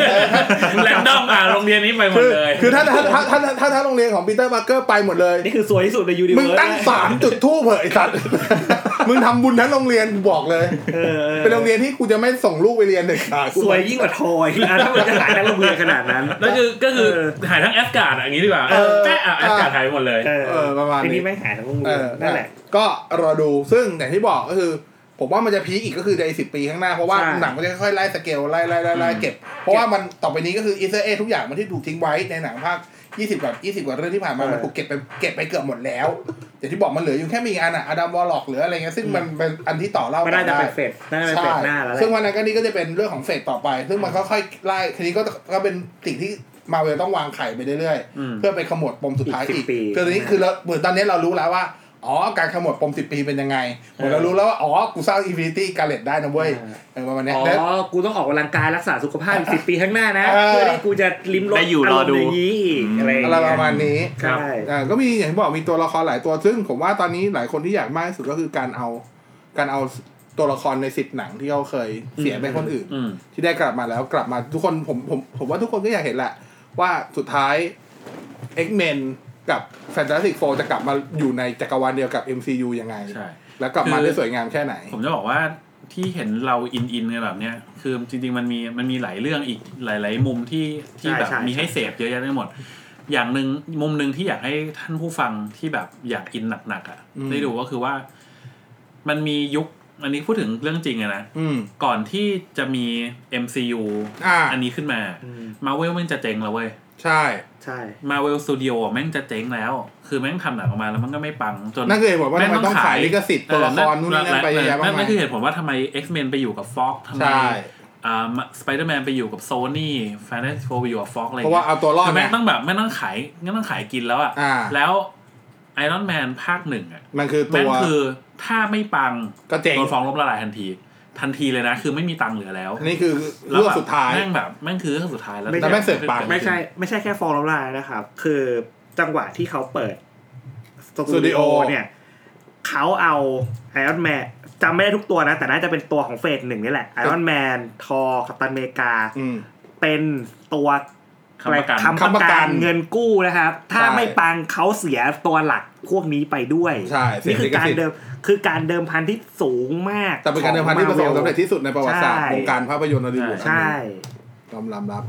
C: แรนดอมอ่ะโรงเรียนนี้ไปหมด
A: คือ
C: เลย
A: คือถ้าถ้าถ้าถ้าถ้าถ้าโรงเรียนของปีเตอร์มาร์เกอร์ไปหมดเลย
B: นี่คือสวยที่สุดในยูนิ
A: มึง
B: เวิร์ส
A: ตั้งศาลจุดทูบเหอะไอ้สัตว์ มึงทำบุญทั้งโรงเรียนกูบอกเลย
B: เออออ
A: เป็นโรงเรียนที่กูจะไม่ส่งลูกไปเรียนเด็ดขาดกู
B: สวยยิ่งกว่าทอยนะถ้ามันจะหายทั้งระเบียงขนาดนั้น
C: แล้วคือก็คือ
B: เออ
C: หายทั้งแอสการ์ดอะอย่างงี้ดีกว่า
A: เออ
C: แม่อ่ะแอสการ์ดหายหมดเลย
A: เออประมาณนี้
B: ทีนี้ไม่หายทั้งวงเวี
A: เอย
B: น
A: อ
B: นั่นแหละ
A: ก็รอดูซึ่งอย่างที่บอกก็คือ ผมว่ามันจะพีคอีกก็คือในสิบปีข้างหน้า เพราะว่า
B: ใช่
A: หนังมันจะค่อยๆไล่สเกลไล่ไล่ไล่ไล่เก็บ เพราะว่ามันต่อไปนี้ก็คืออีเซอร์เอทุกอย่างมันที่ถูกทิ้งไว้ในหนังภาคยี่สิบกว่ายี่สิบกว่าเรื่องที่ผ่านมามันถูกเก็บไปเก็บไปเกือบหมดแล้วอย่างที่บอกมันเหลืออยู่แค่ไมกีอันอะอดัมวอลล็อกหรืออะไรเงี้ยซึ่งมันเป็นอันที่ต่อเล่า
B: มันน่าจะ
A: กั
B: เป็นเฟสน่าจะเป็นเฟสหน้าแล้วแหละ
A: ซึ่งวันนั้นก็นี่ก็จะเป็นเรื่องของเฟสต่อไป ซึ่งมันค่อยๆไล่ทีนี้ก็ก็เป็นสิ่งที่มาเวลต้องวางไข่ไปเรื่อย
C: อืม
A: ๆ เพื่อไปขมวดปมสุดท้าย
B: อี
A: อี
B: ก
A: ก
B: 10ปี
A: คือตอนนี้คือเราเหมือนตอนนี้เรารู้แล้วว่า อ๋อ การขมวดปมสิบปีเป็นยังไงเหมือนเรารู้แล้วว่า อ๋อ กูสร้างอินฟินิตี้การเลตได้นะเว้ยเออประมาณเนี้ย
B: อ๋
A: แล้ว
B: อ กูต้องออกกำลังกายรักษาสุขภาพอีกสิปีข้างหน้านะ
A: เออ
B: เพื่อที่กูจะลิ้มรส
C: ได้อยู่รอดู
B: ามณ์ย่างนี้อีกอะไรอย่าง
A: อะไร
B: เงี้ย
A: ประมาณนี้
B: ใช่
A: อ่าก็มีอย่างที่บอกมีตัวละครหลายตัวซึ่งผมว่าตอนนี้หลายคนที่อยากมากที่สุดก็คือการเอาการเอาตัวละครในสิบหนังที่เขาเคยเสียไปคนอื่น
C: อืม
A: ที่ได้กลับมาแล้วกลับมาทุกคนผมผมผมว่าทุกคนก็อยากเห็นแหละ ว่าสุดท้าย X-Men กับ Fantastic Four จะกลับมาอยู่ในจักรวาลเดียวกับ MCU ยังไง
C: ใช่
A: แล้วกลับมา
C: คือ
A: ได้สวยงามแค่ไหน
C: ผมจะบอกว่าที่เห็นเราอินอินกันแบบเนี้ยคือจริงๆมันมีมันมีหลายเรื่องอีกหลาย ๆ มุมที่ที่แบบมีให้เสพเยอะแยะไปหมด อย่างหนึ่งมุมหนึ่งที่อยากให้ท่านผู้ฟังที่แบบอยากอินหนักๆอ่ะ
A: อืม
C: ได้ดูก็คือว่า มันมียุคอันนี้พูดถึงเรื่องจริงอะนะ
A: อืม
C: ก่อนที่จะมี MCU
A: อ่า
C: นนี้ขึ้นมา Marvel แม่งจะเจ๊งแล้วเว้ย
A: ใช่
B: ใช่
C: Marvel Studio แม่งจะเจ๊งแล้ว คือแม่งทำหนังออกมาแล้วมันก็ไม่ปังจน
A: นั่นคือเหตุผลว่าทำไมต้องขายลิขสิทธิ์ตัวละครนู่นนี่นั่นไปเยอะแยะมาก
C: น
A: มาย
C: นคือเหตุผลว่าทำไม X-Men ไปอยู่กับ Fox ทำไม
A: ใช่
C: อ่าสไปเดอร์แมนไปอยู่กับ Sony Fantastic Four ไปอยู่กับ Fox อะไร
A: เพราะว่าเอาตัวรอด
C: คือแม่
A: นะ
C: งต้องแบบแม่งต้องขายแม่งต้องขายกินแล้วอ่ะ
A: อ่า
C: แล้ว Iron Man ภาคหนึ่งอ่ะ
A: มันคือตั
C: แม่ง
A: ว
C: คือถ้าไม่ปัง
A: ก็เจ๋ง
C: โดนฟ้องล้มละลายทันที ทันทีเลยนะ คือไม่มีตังค์เหลือแล้ว
A: อันนี่คือ
C: แล้ว
A: เรื่อง
C: แบบ
A: สุดท้าย
C: แม่งแบบแม่งคือเรื่องสุดท้ายแล้ว
B: ไม่ใช่
A: แต่แม่งเสือกปัง
B: ไม่ใช่ไม่ใช่แค่ฟองน้ำลายนะครับ คือจังหวะที่เขาเปิด
A: ส
B: ส
A: ตู
B: ตู
A: ดิ
B: ดิ
A: โอ
B: โอเนี่ยเขาเอาไอรอนแมนจำไม่ได้ทุกตัวนะ แต่น่าจะเป็นตัวของเฟสหนึ่งนี่แหละไอรอนแมนทอกัปตันอเมริกา
A: อืม
B: เป็นตัว
C: คำประกัน
B: คำประ
A: คำประกั
B: กัน
A: น
B: เงินกู้นะครับ ถ้า
A: ใช่
B: ไม่ปังเขาเสียตัวหลักพวกนี้ไปด้วย
A: ใช่เสีย
B: นี่คื
A: ลิ
B: อ
A: ข
B: การ
A: สิทธิ์
B: เดิมคือการเดิมพันที่สูงมาก
A: แต่เป็นการเดิมพันที่ประสบค
B: ขอ
A: วาม
B: ง
A: สำเร็จที่สุดในประวัติศาสตร์
B: ใช่
A: วงการภาพยนตร์ฮอลลีวูดอันห
B: ใช่
A: นึ่งยอมรับรับ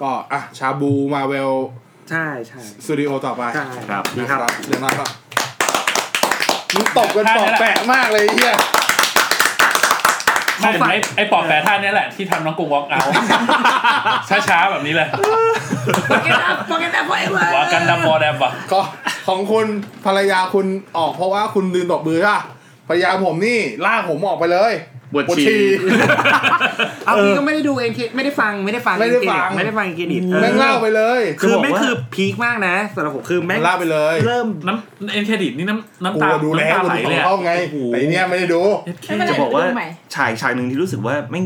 A: ก็อ่ะชาบูมาเวล
B: ใช่ใช่
A: สตูดิโอต่อไป
B: ใช่
E: ครับ
B: ดีครับ
A: เรื่องนั้นครับมึงตบกันตอบแปะมากเลยไอ้เฮีย
C: ไม่เดี๋ยวไอ้ไอ้ปอบแปะท่านเนี่ยแหละที่ทำน้องกรุงวอล์กเอา ช้าๆแบบนี้เลย
D: โปเกมอนโปเกมอนโปเกมอน
C: วากันดับบอแดบอ่ะ
A: ก็ของคุณภรรยาคุณออกเพราะว่าคุณดืนตบมือใช่ปะภรรยาผมนี่ลากผมออกไปเลย
E: บวชชี
B: เอาพี่ก็ไม่ได้ดูเองคิดไม่ได้ฟังไม่ได้ฟัง
A: ไม่ได้ฟัง
B: ไม่ได้ฟังกินอิด
A: แม่งเล่าไปเลย
B: คือ
A: แม่
B: แม่งคือพีคมากนะสำหรับผมคือแม่ง
A: งเล่าไปเลย
B: เริ่ม
C: น้ำเอ็นเครดิตนี่น้ำน้ำตา
A: กูดูแล้
C: น้ำ
A: ว
C: ตา
A: กู
C: ไหล
A: ดู
C: เลยอะ
A: เข้าไงแต่ไอ้เนี่ยไม่ได้ดู
C: เอ็นเค
D: ไม่เป็นไร
E: จะบอกว่า
D: ดูใหม่
E: ฉากฉากหนึ่งที่รู้สึกว่าแม่ง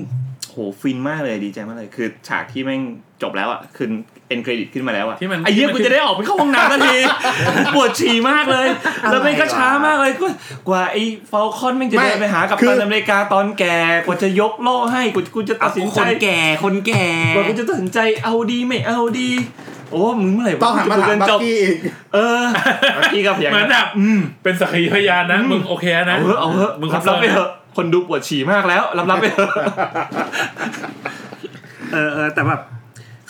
E: โหฟินมากเลยดีใจมากเลย คือฉากที่แม่งจบแล้วอ่ะคือเอ็นเครดิตขึ้นมาแล้วอ่ะ
C: ที่มัน
E: ไอ้เหี้ย
C: ที่
E: กู
C: มัน
E: จะได้ออกไปเข้าห้องน้ำทันที ปวดฉี่มากเลย แล้วแม่งก็
B: อะไรวะ
E: ช้ามากเลยกูกว่าไอ้ฟอลคอนแม่งจะ
A: ไม่
E: เดินไปหากับ
A: คือ
E: ตันอเมริกาตอนแก่กว่าจะยกโล่ให้กูกูจะตัดสิน
B: ค
E: ใจ
B: นแก่
E: กว่ากูจะตัดสินใจเอาดีไม่เอาดี โอ้มึงเมื่อไหร่วะ
A: ต้องหันมาถาม
E: จะ
A: บัก
E: จบ
A: กี้อีก
E: เออบักกี้กับอย่าง
C: เหมือนแบบ
E: อืม
C: เป็นสักขีพยานนะ มึงโอเคนะ
E: เอาเถอะเอาเถอะ
C: มึง
E: รับรับไปเถอะคนดูปวดฉี่มากแล้ว รับรับไปเถอะ
B: เออเออแต่แบบ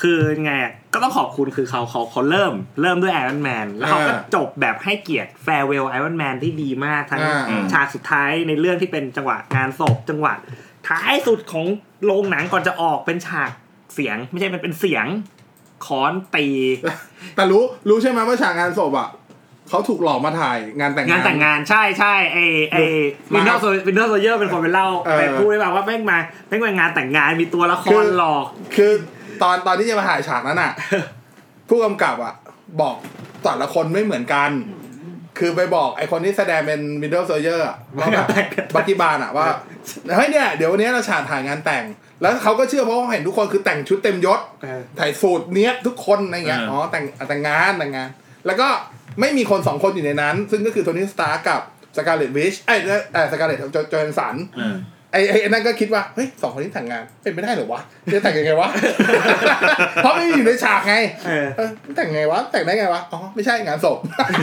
B: คือไงอะก็ต้องขอบคุณคือเขาเขาเขาเริ่ม เริ่มด้วยไอรอนแมนแล้วเขาก็
A: อ่า
B: จบแบบให้เกียรติแฟร์เวลไอรอนแมนที่ดีมากทั้ง
A: อ่า
B: ฉากสุดท้ายในเรื่องที่เป็นจังหวะงานศพจังหวะ ท้ายสุดของโรงหนังก่อนจะออกเป็นฉากเสียง ไม่ใช่มันเป็นเสียงค้อนตี
A: แต่รู้รู้ใช่ไหมว่าฉากงานศพอ่ะเขาถูกหลอกมาถ่ายงานแต่ง
B: งานแต่งงานใช่ใช่ไอไอ
A: มา
B: วินเทอร์โซวินเทอร์โซเยอร์เป็นคนไปเล่า
A: เออ
B: ไปพูดได้ป่าว่าแม่งมาแม่งมางานแต่งงานมีตัวละค
A: คื
B: ร
A: อ
B: หลอก
A: คือตอนตอนที่จะมาถ่ายฉากนั้นอ่ะ ผู้กำกับอ่ะ บอกแต่ละคนไม่เหมือนกัน คือไปบอกไอคนที่แสดงเป็นมิดเดิลโซเยอร์ว่าแบบบักกี้บานอ่ะว่าเฮ้ยเนี่ยเดี๋ยววันนี้เราฉากถ่ายงานแต่ง แล้วเขาก็เชื่อเพราะว่าเห็นทุกคนคือแต่งชุดเต็มยศ
B: เออ
A: ถ่ายสูตรเนี้ยทุกคนอะไรเงี้ย
C: อ่า
A: อ๋อแต่งแต่งงานแต่งงาน แล้วก็ไม่มีคนสองคนอยู่ในนั้น ซึ่งก็คือโทนี่สตาร์กับสกาเลตวิชไอ้ไอ้สกาเลตจอห์นสัน
C: เออ
A: ไอ้ไอ้ไอ้นั่นก็คิดว่า เฮ้ยสองคนนี้แต่งงาน เป็นไม่ได้เหรอวะ จะแต่งยังไงวะ เพราะไม่อยู่ในฉากไง
B: เออ
A: เออแต่งไงวะ แต่งได้ไงวะ อ๋อ ไม่ใช่งานศพ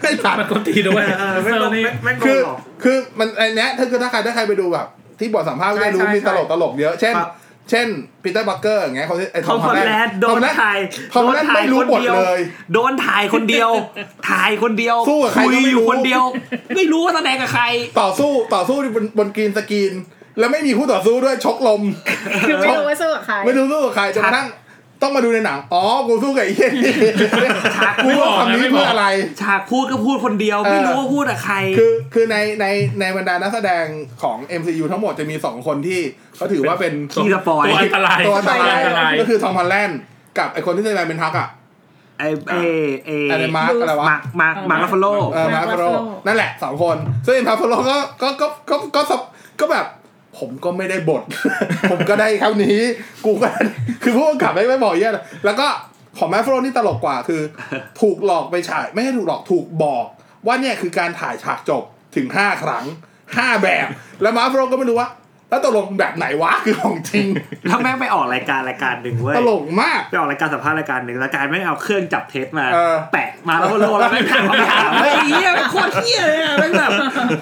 A: ไอ้สัตว์
C: มันกวนตีนด้วย
B: เออแม่งโดน
C: นี่
B: แม่งแม่ง
A: คือ
B: โดนหลอก
A: คือมันไอ้เนี้ยถ้าคือถ้าใครถ้าใครไปดูแบบ ที่บทสัมภาษณ์ก็ได้รู้
B: ใช่
A: มี
B: ใช่
A: ตลกตลกเยอะ เช่น
B: ครับ
A: เช่นปีเตอร์บักเกอร์อย่างเงี้ยเขาไอ้
B: ทอมฮอลแลนด์โดนถ่าย
A: ทอมฮอลแลนด์ไม่รู้บท
B: เดีว
A: เลย
B: โดนถ่ายคนเดียว ถ่ายคนเดียว
A: สู้กับใครก็ไม่รู้
B: ยอยู่คนเดียว ไม่รู้ว่าแสดงกับใคร
A: ต่อสู้ต่อสู้บนบนกรีนสกรีน แล้วไม่มีคู่ต่อสู้ด้วยชกลม
D: คือไม่รู้ว่าสู้กับใคร
A: ไม่รู้สู้กับใครจนกระทั่งต้องมาดูในหนัง อ๋อ กูสู้กับไอ้เหี้ยนี่กู
E: ไม่บอก
A: ทำ
E: นะ
A: นี้
E: ไม่บ
A: เพื่
E: อ
A: อก อะไร
B: ฉากพูดก็พูดคนเดียว
A: เออ
B: ไม่รู้ว่าพูดกับใคร
A: คือคือในในในบรรดานักแสดงของ MCU ทั้งหมดจะมีสองคนที่เขาถือว่าเป็น
B: ขี้สปอย
C: ตัวอันตราย
A: ตัวอันตราย
C: อันตราย
A: ก็คือทอมฮอลแลนด์กับไอคนที่แสดงเป็นทักอ่ะ
B: ไอ้ไอ้ไอ้
A: อะไรมาร์กอะไรวะ
B: มาร์คมาร์คมาร์คลาฟโล
A: เออมาร์ค
D: Mark
A: โร
D: Ruffalo
A: นั่นแหละสองคน ซึ่งมาร์คโรก็ก็ก็ก็ก็สับก็แบบ ผมก็ไม่ได้บท ผมก็ได้เท่านี้ กูก็ คือผู้ก ำกับไม่ไม่บอกเหี้ยอะแล้วก็ของมาร์คโรนี่ตลกกว่าคือ ถูกหลอกไปฉาย ไม่ใช่ถูกหลอกถูกบอก ว่าเนี่ยคือการถ่ายฉากจบถึงห้าครั้งห้าแบบ แล้วมาร์คโรก็ไม่รู้ว่า แล้วตกลงแบบไหนวะ คือของจริง
B: แล้วแม่งไปออกรายการรายการหนึ่งเว้ย
A: ตลกมาก
B: ไปออกรายการสัมภาษณ์รายการหนึ่งรายการแม่งเอาเครื่องจับเท็จมา
A: เออ
B: แปะมาแล้วก็โลแล้วแม่งถามคำ ถามไอ้เหี้ยแม่งโคตรเหี้ยเลยอะแม่งแบบ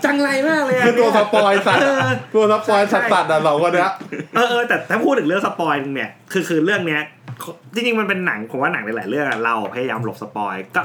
B: จังไรมากเลยอะ
A: คือตัวสปอยสัต ว์
B: เออ
A: ตัวสปอยสัตว์สัตว์อ่ะเราก็เนี้ย
B: เออเออแต่ถ้าพูดถึงเรื่องสปอยล์เนี่ยคือคือเรื่องเนี้ยจริงๆมันเป็นหนังผมว่าหนังหลายๆเรื่องอะเราพยายามหลบสปอยล์ก็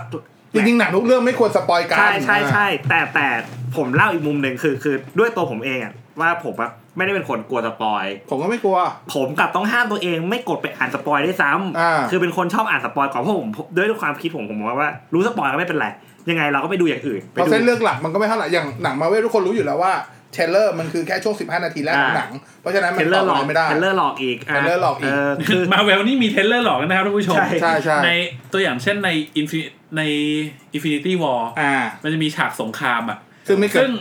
A: จริงๆหนังทุกเรื่องไม่ควรสปอยการ
B: ใช่ใช่ใช่แต่แต่ผมเล่าอีกมุมหนึ่งคือคือด้วยตัวผมเองอะว่าผมอะไม่ได้เป็นคนกลัวสปอย
A: ผมก็ไม่กลัว
B: ผมกลับต้องห้ามตัวเองไม่กดไปอ่านสปอยได้วยซ้
A: อ่า
B: ำคือเป็นคนชอบอ่านสปอยก่อนเพราะผมด้วยความคิดผมผมว่าว่ารู้สปอยก็ไม่เป็นไร ยังไงเราก็ไปดูอย่างอื่นไป
A: เพราะ
B: ดู
A: เส้นเรื่องหลักมันก็ไม่เท่าไหร่อย่างหนังมาเวลทุกคนรู้อยู่แล้วว่าเทรลเลอร์มันคือแค่ช่วง 15 นาทีแรกของ
B: อ่า
A: หนัง เพราะฉะนั้น
B: เท
A: มัน
B: เล
A: ต
B: อ
A: อบ
B: ร์หล
A: อะ
B: อก
A: ไรไม่ได้
B: เทเลอร์หลอกอีกะ
A: เทรลเลอร์หลอกอีก
B: เคือ
C: มาเวลนี่มีเทรลเลอร์หลอกกันนะครับท่านผู้ชม
B: ใช่
A: ใช่ใช่
C: ในตัวอย่างเช่นในอินฟิในอินฟินิตี้วอล
A: อ่า
C: มันจะมีฉากสงครามอ่ะ
A: ซึ่งไม่เกิด
C: ซึ่ง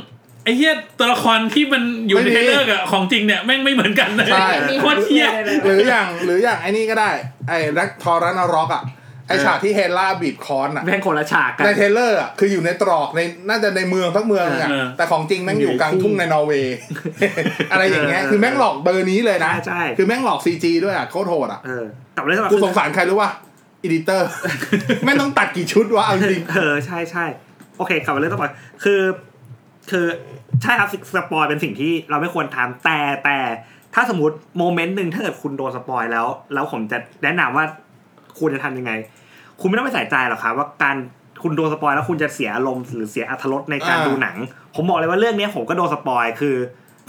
C: ไอ้เหี้ยตัวละครที่มันอยู่ใน
A: ไม่มี
C: เทรลเลอร์กับของจริงเนี่ยแม่งไม่เหมือนกันเลย
A: ใช่
C: โคตรเหี้ย
A: หรืออย่างหรืออย่างไอ้นี่ก็ได้ ไอ้รักทอรันร็อกอ่ะ ไอ้ฉากที่เฮล่าบีบคอนอ่ะ
B: แม่งคนละฉากกัน
A: ในเทรลเลอร์อ่ะคืออยู่ในตรอกในน่าจะในเมืองทั้งเมืองอ่ะ
C: เออ
A: แต่ของจริงแม่งอยู่กลางทุ่งในนอร์เวย์ อะไรอย่างเงี้ยคือแม่งหลอกเบอร์นี้เลยนะ
B: ใช่ใช่
A: คือแม่งหลอกซีจีด้วยอ่ะโคตรโหดอ่ะ
B: เออแต่เรื่องสปอย
A: กูสงสารใครรู้ป่ะอีดิเตอร์ แม่งต้องตัดกี่ชุดวะเอาจริง
B: เออใช่ใช่โอเคกลับมาเรื่องสปอยคือ คือใช่ครับสปอยเป็นสิ่งที่เราไม่ควรทำแต่แต่ถ้าสมมติโมเมนต์หนึ่งถ้าเกิดคุณโดนสปอยแล้ว แล้วผมจะแนะนำว่าคุณจะทำยังไง คุณไม่ต้องไปใส่ใจหรอกครับว่าการคุณโดนสปอยแล้วคุณจะเสียอารมณ์หรือเสียอรรถรสในการ
A: อ่า
B: ดูหนัง ผมบอกเลยว่าเรื่องเนี้ยผมก็โดนสปอยคือ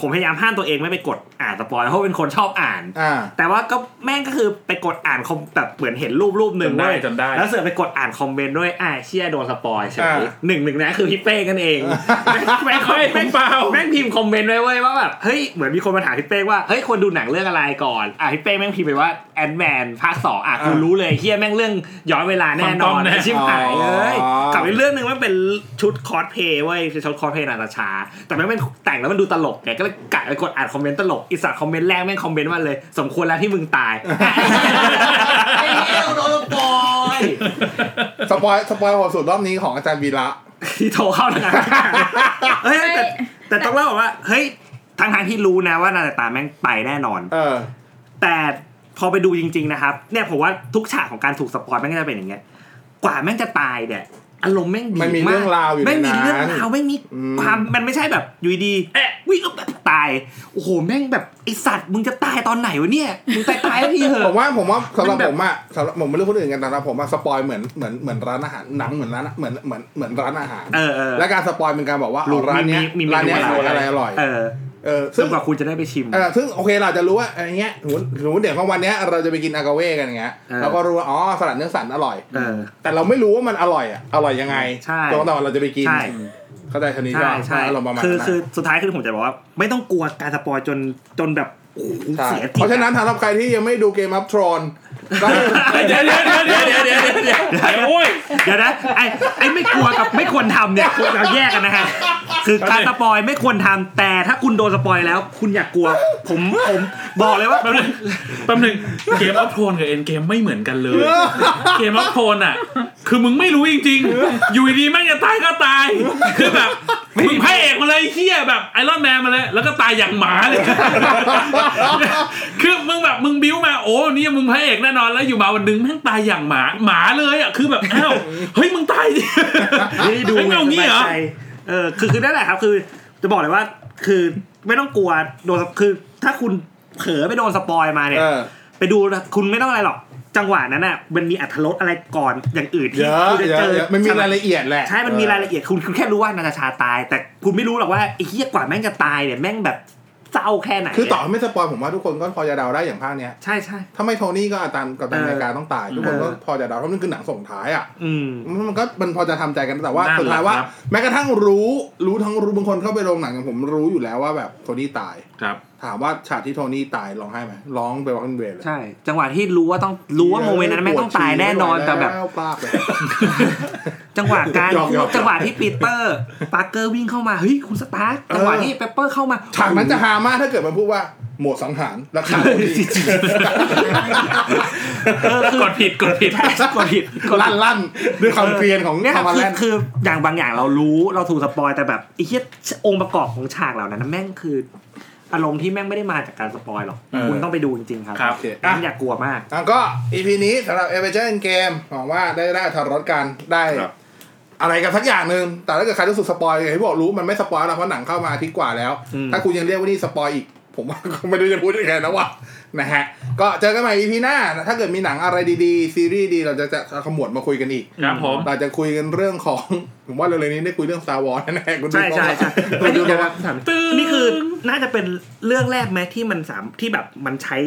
B: ผมพยายามห้ามตัวเองไม่ไปกดอ่านสปอยเพราะเป็นคนชอบอ่าน
A: อ่า
B: แต่ว่าก็แม่งก็คือไปกดอ่านคอมแบบเหมือนเห็นรูปรูปหนึ่ง
C: จำได้
B: เว้ย
C: จำได้
B: แล้วเสือกไปกดอ่านคอมเมนต์ด้วยอ่าเชี่ยโดนสปอยใช่ไหม
A: อ่า
B: หนึ่งหนึ่งนะคือพี่เป้กันเองแม่งแม่ง
C: เฮ้ยผ
B: แม่ง
C: มเปล่า
B: แม่งพิมพ์คอมเมนต์ไว้เว้ยว่าแบบเฮ้ยเหมือนมีคนมาถามพี่เป้ว่าเฮ้ยควรดูหนังเรื่องอะไรก่อนอ่ะพี่เป้แม่งพิมพ์ไปว่าแอนด์แมนภาคสองอ่ะกูรู้เลยเฮียแม่งเรื่องย้อนเวลาแน่นอ
C: ความต้อน มแน่
B: ไอ้ชิบหายเลย
A: อ๋อ
B: กลับไปเรื่องหนึ่งมันเป็นชุดคอสเพลย์เว้ยชุดคอสเพลย์นาตาชา แต่แม่งเป็นแต่งแล้วมันดูตลกไงก็เลยกะไปกดอ่านคอมเมนต์ตลกอีสัตว์คอมเมนต์แรกแม่งคอมเมนต์มาเลย สมควรแล้วที่มึงตาย ไอ้เอลโดนปล่อย
A: สปอยสปอยโหดสุดรอบนี้ของอาจารย์วีระ
B: ที่โทรเข้าทางการ เฮ้ยแต่แต่ต้องเล่าบอกว่าเฮ้ยทางทางๆที่รู้นะว่านาตาตาแม่งไปแน่นอน
A: เออ
B: แต่พอไปดูจริง ๆ นะครับ เนี่ยผมว่าทุกฉากของการถูกสปอยแม่งก็จะเป็นอย่างเงี้ย กว่าแม่งจะตายเนี่ยอารมณ์แม่งดี
A: มันมี
B: มา
A: เรื่
B: ก
A: องราวอยู่ใน
B: ไม่งมี
A: นั้น
B: เรื่องราวไม่งมี
A: อืม
B: ความมันไม่ใช่แบบอยู่ดีๆเอ๊ะวิ่งแล้วแบบตายโอ้โหแม่งแบบไอสัตว์มึงจะตายตอนไหนวะเนี่ยมึงตายตายแล้วทีเห
A: ผม
B: อะ
A: ว่าผมว่าสำหรับ
B: มันแบบ
A: ผมอะสำหรับผมไม่รู้คนอื่นกันแต่สำหรับผมอะสปอยเหมือนเหมือนเหมือนร้านอาหารหนังเหมือนร้านเหมือนเหมือนเหมือนร้านอาหาร
B: เออเออ
A: และการสปอยเป็นการบอกว่า
B: รู้
A: เอาร้านเนี้ย
B: มีมีเมนู
A: ร้านเนี้ย
B: อะ
A: อะ
B: ไร
A: ไรอร่อย
B: เออ
A: เออ
B: จ
A: ซึ่ง
B: นกว่าคุณจะได้ไปชิม
A: เออซึ่งโอเคเราจะรู้ว่าอันเนี้ยสมมติสมมติเดี๋ยวของวันเนี้ยเราจะไปกินอากาเว่กันอย่างเงี้ย
B: เออ
A: เราก็รู้ว่าอ๋อสลัดเนื้อสันอร่อย
B: เออ
A: แต่เราไม่รู้ว่ามันอร่อยอะอร่อยยังไง
B: ใช่
A: ตอนตอนเราจะไปกิน
B: ใช่
A: เข้าใจทันนี้
B: ใช่
A: ก็
B: ใช่
A: อารมณ์ประมาณ
B: คือ
A: นั้น
B: คือ
A: นะ
B: สุดท้ายคือผมจะบอกว่า ไม่ต้องกลัวการสปอยจนจนแบบโอ้โห
A: ใช่
B: เสียจิต
A: เพราะฉะนั้นสำหรับใครที่ยังไม่ดูเกมอัพทรอนก็
C: เดี๋ยวเดี๋ยวเดี๋ยวเดี๋ยวเดี๋ยวเดี๋ยวเดี๋ยวเดี๋ยวโอ้ย
B: เดี๋ยวนะไอ้ไอ้ไม่กลัวกับไม่ควรทำเนี่ยควรเราแยกกันนะฮะคือการสปอยไม่ควรทำแต่ถ้าคุณโดนสปอยแล้ว คุณอย่ากลัว ผมผมบอกเลยว่า
C: แป๊บนึงแป๊บนึงเกมออฟโทนกับเอ็นเกมไม่เหมือนกันเลย เกมออฟโทนอ่ะ คือมึงไม่รู้จริงๆ อยู่ดีๆแม่งจะตายก็ตาย คือแบบมึงพระเอกมาเลยเฮียแบบไอรอนแมนมาเลย แล้วก็ตายอย่างหมาเลย คือมึงแบบมึงบิ้วมาโอ้นี่มึงพระเอกแน่นอนแล้วอยู่มาวันหนึงแม่งตายอย่างหมาหมาเลยอ่ะคือแบบอ้าวเฮ้ยมึงตายดิ
B: ไม่ได้ดู
C: เฮ้ยมึงเอางี้เหรอ
B: สบายใจเออ คือคือนั่นแหละครับ คือจะบอกเลยว่า คือไม่ต้องกลัว โดน คือถ้าคุณ เผลอไปโดนสปอยมาเนี่ย
A: เออ
B: ไปดูนะคุณไม่ต้องอะไรหรอก จังหวะนั้นน่ะมันมีอัธรสอะไรก่อนอย่างอื่น
A: เย
B: ที่
A: อะ
B: คุณจะ
A: เยอะ
B: เจอ
A: เยอะมันมีรายละเอียดแหละ
B: ใช่มันมีรายละเอียดคุณคุณแค่รู้ว่านาตาชาตาย แต่คุณไม่รู้หรอกว่าไอ้เหี้ยกว่าแม่งจะตายเนี่ยแม่งแบบเศร้าแค่ไหน
A: คือต่อให้ไม่สปอยผมว่าทุกคนก็พอจะเดาได้อย่างภาคเนี้ย
B: ใช่ใช่
A: ถ้าไม่โทนี่ก็อาตามกับตัน
B: เออ
A: รายการต้องตาย ทุกคน
B: เออ
A: ก็พอจะเดาเพราะมันคือหนังส่งท้ายอ่ะ
B: อืม
A: มันก็มันพอจะทำใจกันแต่ว่า
C: นั่นแหละ
A: สุดท้ายว่า
C: ครับ
A: แม้กระทั่งรู้รู้ทั้งรู้บางคนเข้าไปโรงหนังอย่างผมรู้อยู่แล้วว่าแบบโทนี่ตาย
C: ครับ
A: ถามว่าฉากที่โทนี่ตายร้องไห้ไหมร้องไปวอล์กอินเวย์เลย
B: ใช่ จังหวะที่รู้ว่าต้องรู้ว่าโมเมนต์นั้นแม่งต้องตายแน่นอนแต่แบบ
A: ล้วปากเลย
B: จังหวะการ
A: หยอกหยอก
B: จังหวะที่ปีเตอร์ปาร์เกอร์วิ่งเข้ามาเฮ้ยคุณสตาร์คจังหวะที่เปปเปอร์เข้ามา
A: ฉากนั้นจะฮามากถ้าเกิดมันพูดว่าหมวดสังหารราคาโทนี่
B: เออคือก
C: ดผิดกดผิด
B: กดผิดกดผิ
A: ลั่
B: ด
A: นลั่นด้วยความเกรียนของ
B: เนี่ยค
A: คา
B: รับ
A: มา
B: คือ
A: แลน
B: คืออย่างบางอย่างเรารู้เราถูกสปอยแต่แบบไอ้เหี้ยองค์ประกอบของฉากเหล่านั้นนะแม่งคือ อารมณ์ที่แม่งไม่ได้มาจากการสปอยหรอก คุณต้องไปดูจริงๆครับ
C: ครับ
A: โอเคอ่ะ
B: ไม่อยากกลัวมาก
A: อ่ะก็อีพีนี้สำหรับเอเวอเรนเกมหวังว่าได้ได้ถอดรถกันได้
E: ครับ
A: อะไรกันสักอย่างหนึ่งแต่ถ้าเกิดใครรู้สึกสปอยอย่างที่บอกรู้มันไม่สปอยแล้วเพราะหนังเข้ามาอาทิตย์กว่าแล้ว
B: อืม
A: ถ้าคุณยังเรียกว่านี่สปอยอีก ผมว่าก็ไม่รู้จะพูดยังไงนะวะนะฮะ ก็เจอกันใหม่อีพีหน้า ถ้าเกิดมีหนังอะไรดีๆ ซีรีส์ดีเราจะจะขมวดมาคุยกันอีก
C: ครับผม
A: เราจะคุยกันเรื่องของ ผมว่าเร็วๆนี้ได้คุยเรื่อง Star Wars แน่ๆคุณดู
B: ใช่ใช่ใช่
A: คุ
B: ไม่
A: ณดู
B: ได้
A: บอกว่า
C: ตึ้ง
B: นี่คือน่าจะเป็นเรื่องแรกไหมที่มันสามที่แบบมันใช้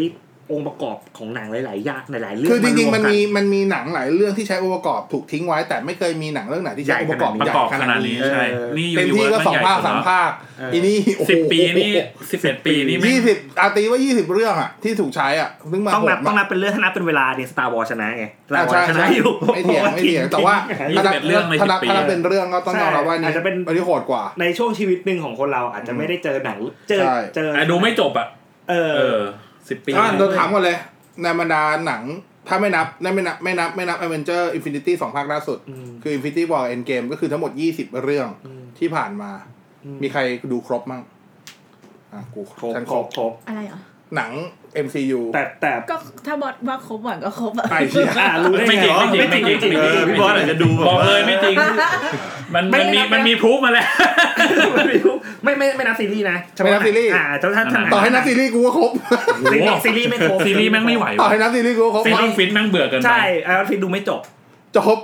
B: องค์ประกอบของหนังหลายๆอย่างหลายๆเรื่อง
A: คือจริงๆ มัน
B: วกั
A: มีมันมีหนังหลายเรื่องที่ใช้องค์ประกอบถูกทิ้งไว้ แต่ไม่เคยมีหนังเรื่องไหนที่ใช้องค์ประกอบ
C: ประ
A: ใหญ่
C: กอบ
A: ข
C: ข
A: นา
C: นา
A: ด
C: ด
A: นี้
C: นี้ใช่นี่ยู
A: เต็ม
C: นิ
A: ที่
C: เวิร์
A: ก็
C: ส
A: สอง
C: ใหญ่
A: ภาค
C: สุด
A: สาม
C: แล้ว
A: ภาค
B: เอออี
A: อีนี่โอ้โห
C: สิบปีนี่สิบเอ็ดปีนี่ไม่ง
A: ยี่สิบอาตีว่ายี่สิบเรื่องอ่ะที่ถูกใช้อ่ะซึ่งมา
B: ต้องนับ
A: โหด
B: ต้อง
A: มาก
B: นับเป็นเรื่องถ้านับเป็นเวลาเนี่ยสตาร์วอลชนะไง Star
A: อ่ะ
B: Wars
A: ใช่
B: ชนะ
A: ใช่
B: อยู่
A: ไม่เถียงไม่เถียงแต่ว่า
C: ยี่สิบเอ็ดเรื่องใน
A: ถ้านับ
C: สิบปี
A: ถ้านับเป็นเรื่องก็ต้องยอมรับว่านี่
B: อาจจะเป็น
A: อันนี้โหดกว่า
B: ในช่วงชีวิตหนึ่งของคนเราอาจจะไม่ได้เจอหนังเจอ
A: ใช่
B: เจอ
C: อ่ะดูไม่จบอ่ะ
B: เอ
C: เอ
B: อ
C: อสิบปี
A: อ่ะเราถามก่อนเลยในบรรดาหนังถ้าไม่นับไม่นับไม่นับไม่นับ Avenger Infinity สองภาคล่าสุด
B: อืม
A: คือ Infinity War Endgame ก็คือทั้งหมด 20 เรื่องที่ผ่านมา มีใครดูครบมั้งอ่ะกู
B: ครบ
A: ฉัน
B: ค
A: ค
B: ร
A: ร
B: บบ ครบ
D: อะไรเหรอ
A: หนัง MCU
B: แต่แต่
D: ก็ถ้าบอสว่าครบหวังก็ครบอะ
A: ไอ้เหี้ย
B: อ่ะรู้ได้
C: ไม่จริง
B: เหอ
C: ไม่จริงไม่จริง
B: ไม่จริง
E: พี่บอสอาจจะดูแบบ
C: บอก
E: ว่า
C: เลยไม่จริง มันมันมีมันมีพรูฟมาแล้ว
B: ไม่ไม่ไม่นับซีรีส์นะ
A: ไม่นับซีรีส์
B: อ่าถ้าถ้าถ้า
A: ต่อให้นับซีรีส์กูก็ครบ
B: ซีรีส์ซีรีส์ไม่ครบ
C: ซีรีส์แม่งไม่ไหว
A: ต่อ
C: ว่ะ
A: ให้นับซีรีส์กูก็ครบ
C: ซีรีส์ฟินแม่งเบื่อเกินไป
B: ใช่ไอรอนฟิตดูไม่จบ
A: จบ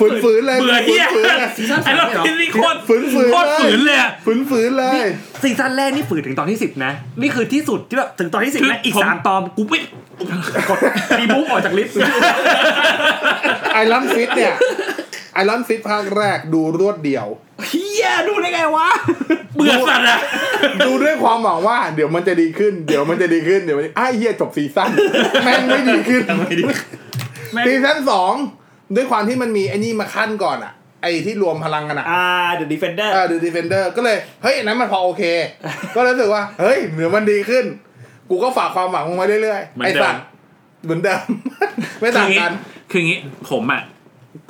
A: ฝืนฝืนๆเลย
C: เบื่อเฮีย
A: ฝืนๆเลย
C: ไอ้รอบซีรีส์โคตร
A: ฝืนๆ
C: โคตรฝืนเลยอะ
A: ฝืนๆเลย
B: ซีซั่นแรกนี่ฝืนถึงตอนที่สิบนะ นี่คือที่สุดที่แบบถึงตอนที่สิบ
C: คือ
B: นะอีก
C: ผม
B: สามตอนกูปิดกดรีบุ๊กออกจากลิสต์
A: ไอรอนฟิตเนี่ย ไอรอนฟิตภาคแรกดูรวดเดียว
B: เฮียดูได้ไงวะ
C: เบื่อสัตว์อะ
A: ดูด้วยความหวังว่าเดี๋ยวมันจะดีขึ้น เดี๋ยวมันจะดีขึ้นเดี๋ยวมันจะไอ้เหี้ยจบซีซั่นแม่งไม่ดีขึ้น
C: แม่ง
A: ซีซั่นสองด้วยความที่มันมีไอ้นี่มาขั้นก่อนอะไอ้ที่รวมพลังกันอะ
B: อ่าเดอะดีเฟนเดอร์
A: เออดูดีเฟนเดอร์ก็เลยเฮ้ยอันนั้นมันพอโอเค ก็เลยรู้สึกว่า เฮ้ยเดี๋ยวมันดีขึ้น กูก็ฝากความหวังมึงไว้เรื่อย
C: เหมื
A: ๆ
C: อน
A: ไอ้
C: เดิม
A: สัตว์เหมือนเดิม ไม่ต่างกัน
C: คืออย่างงี้ผมอ่ะ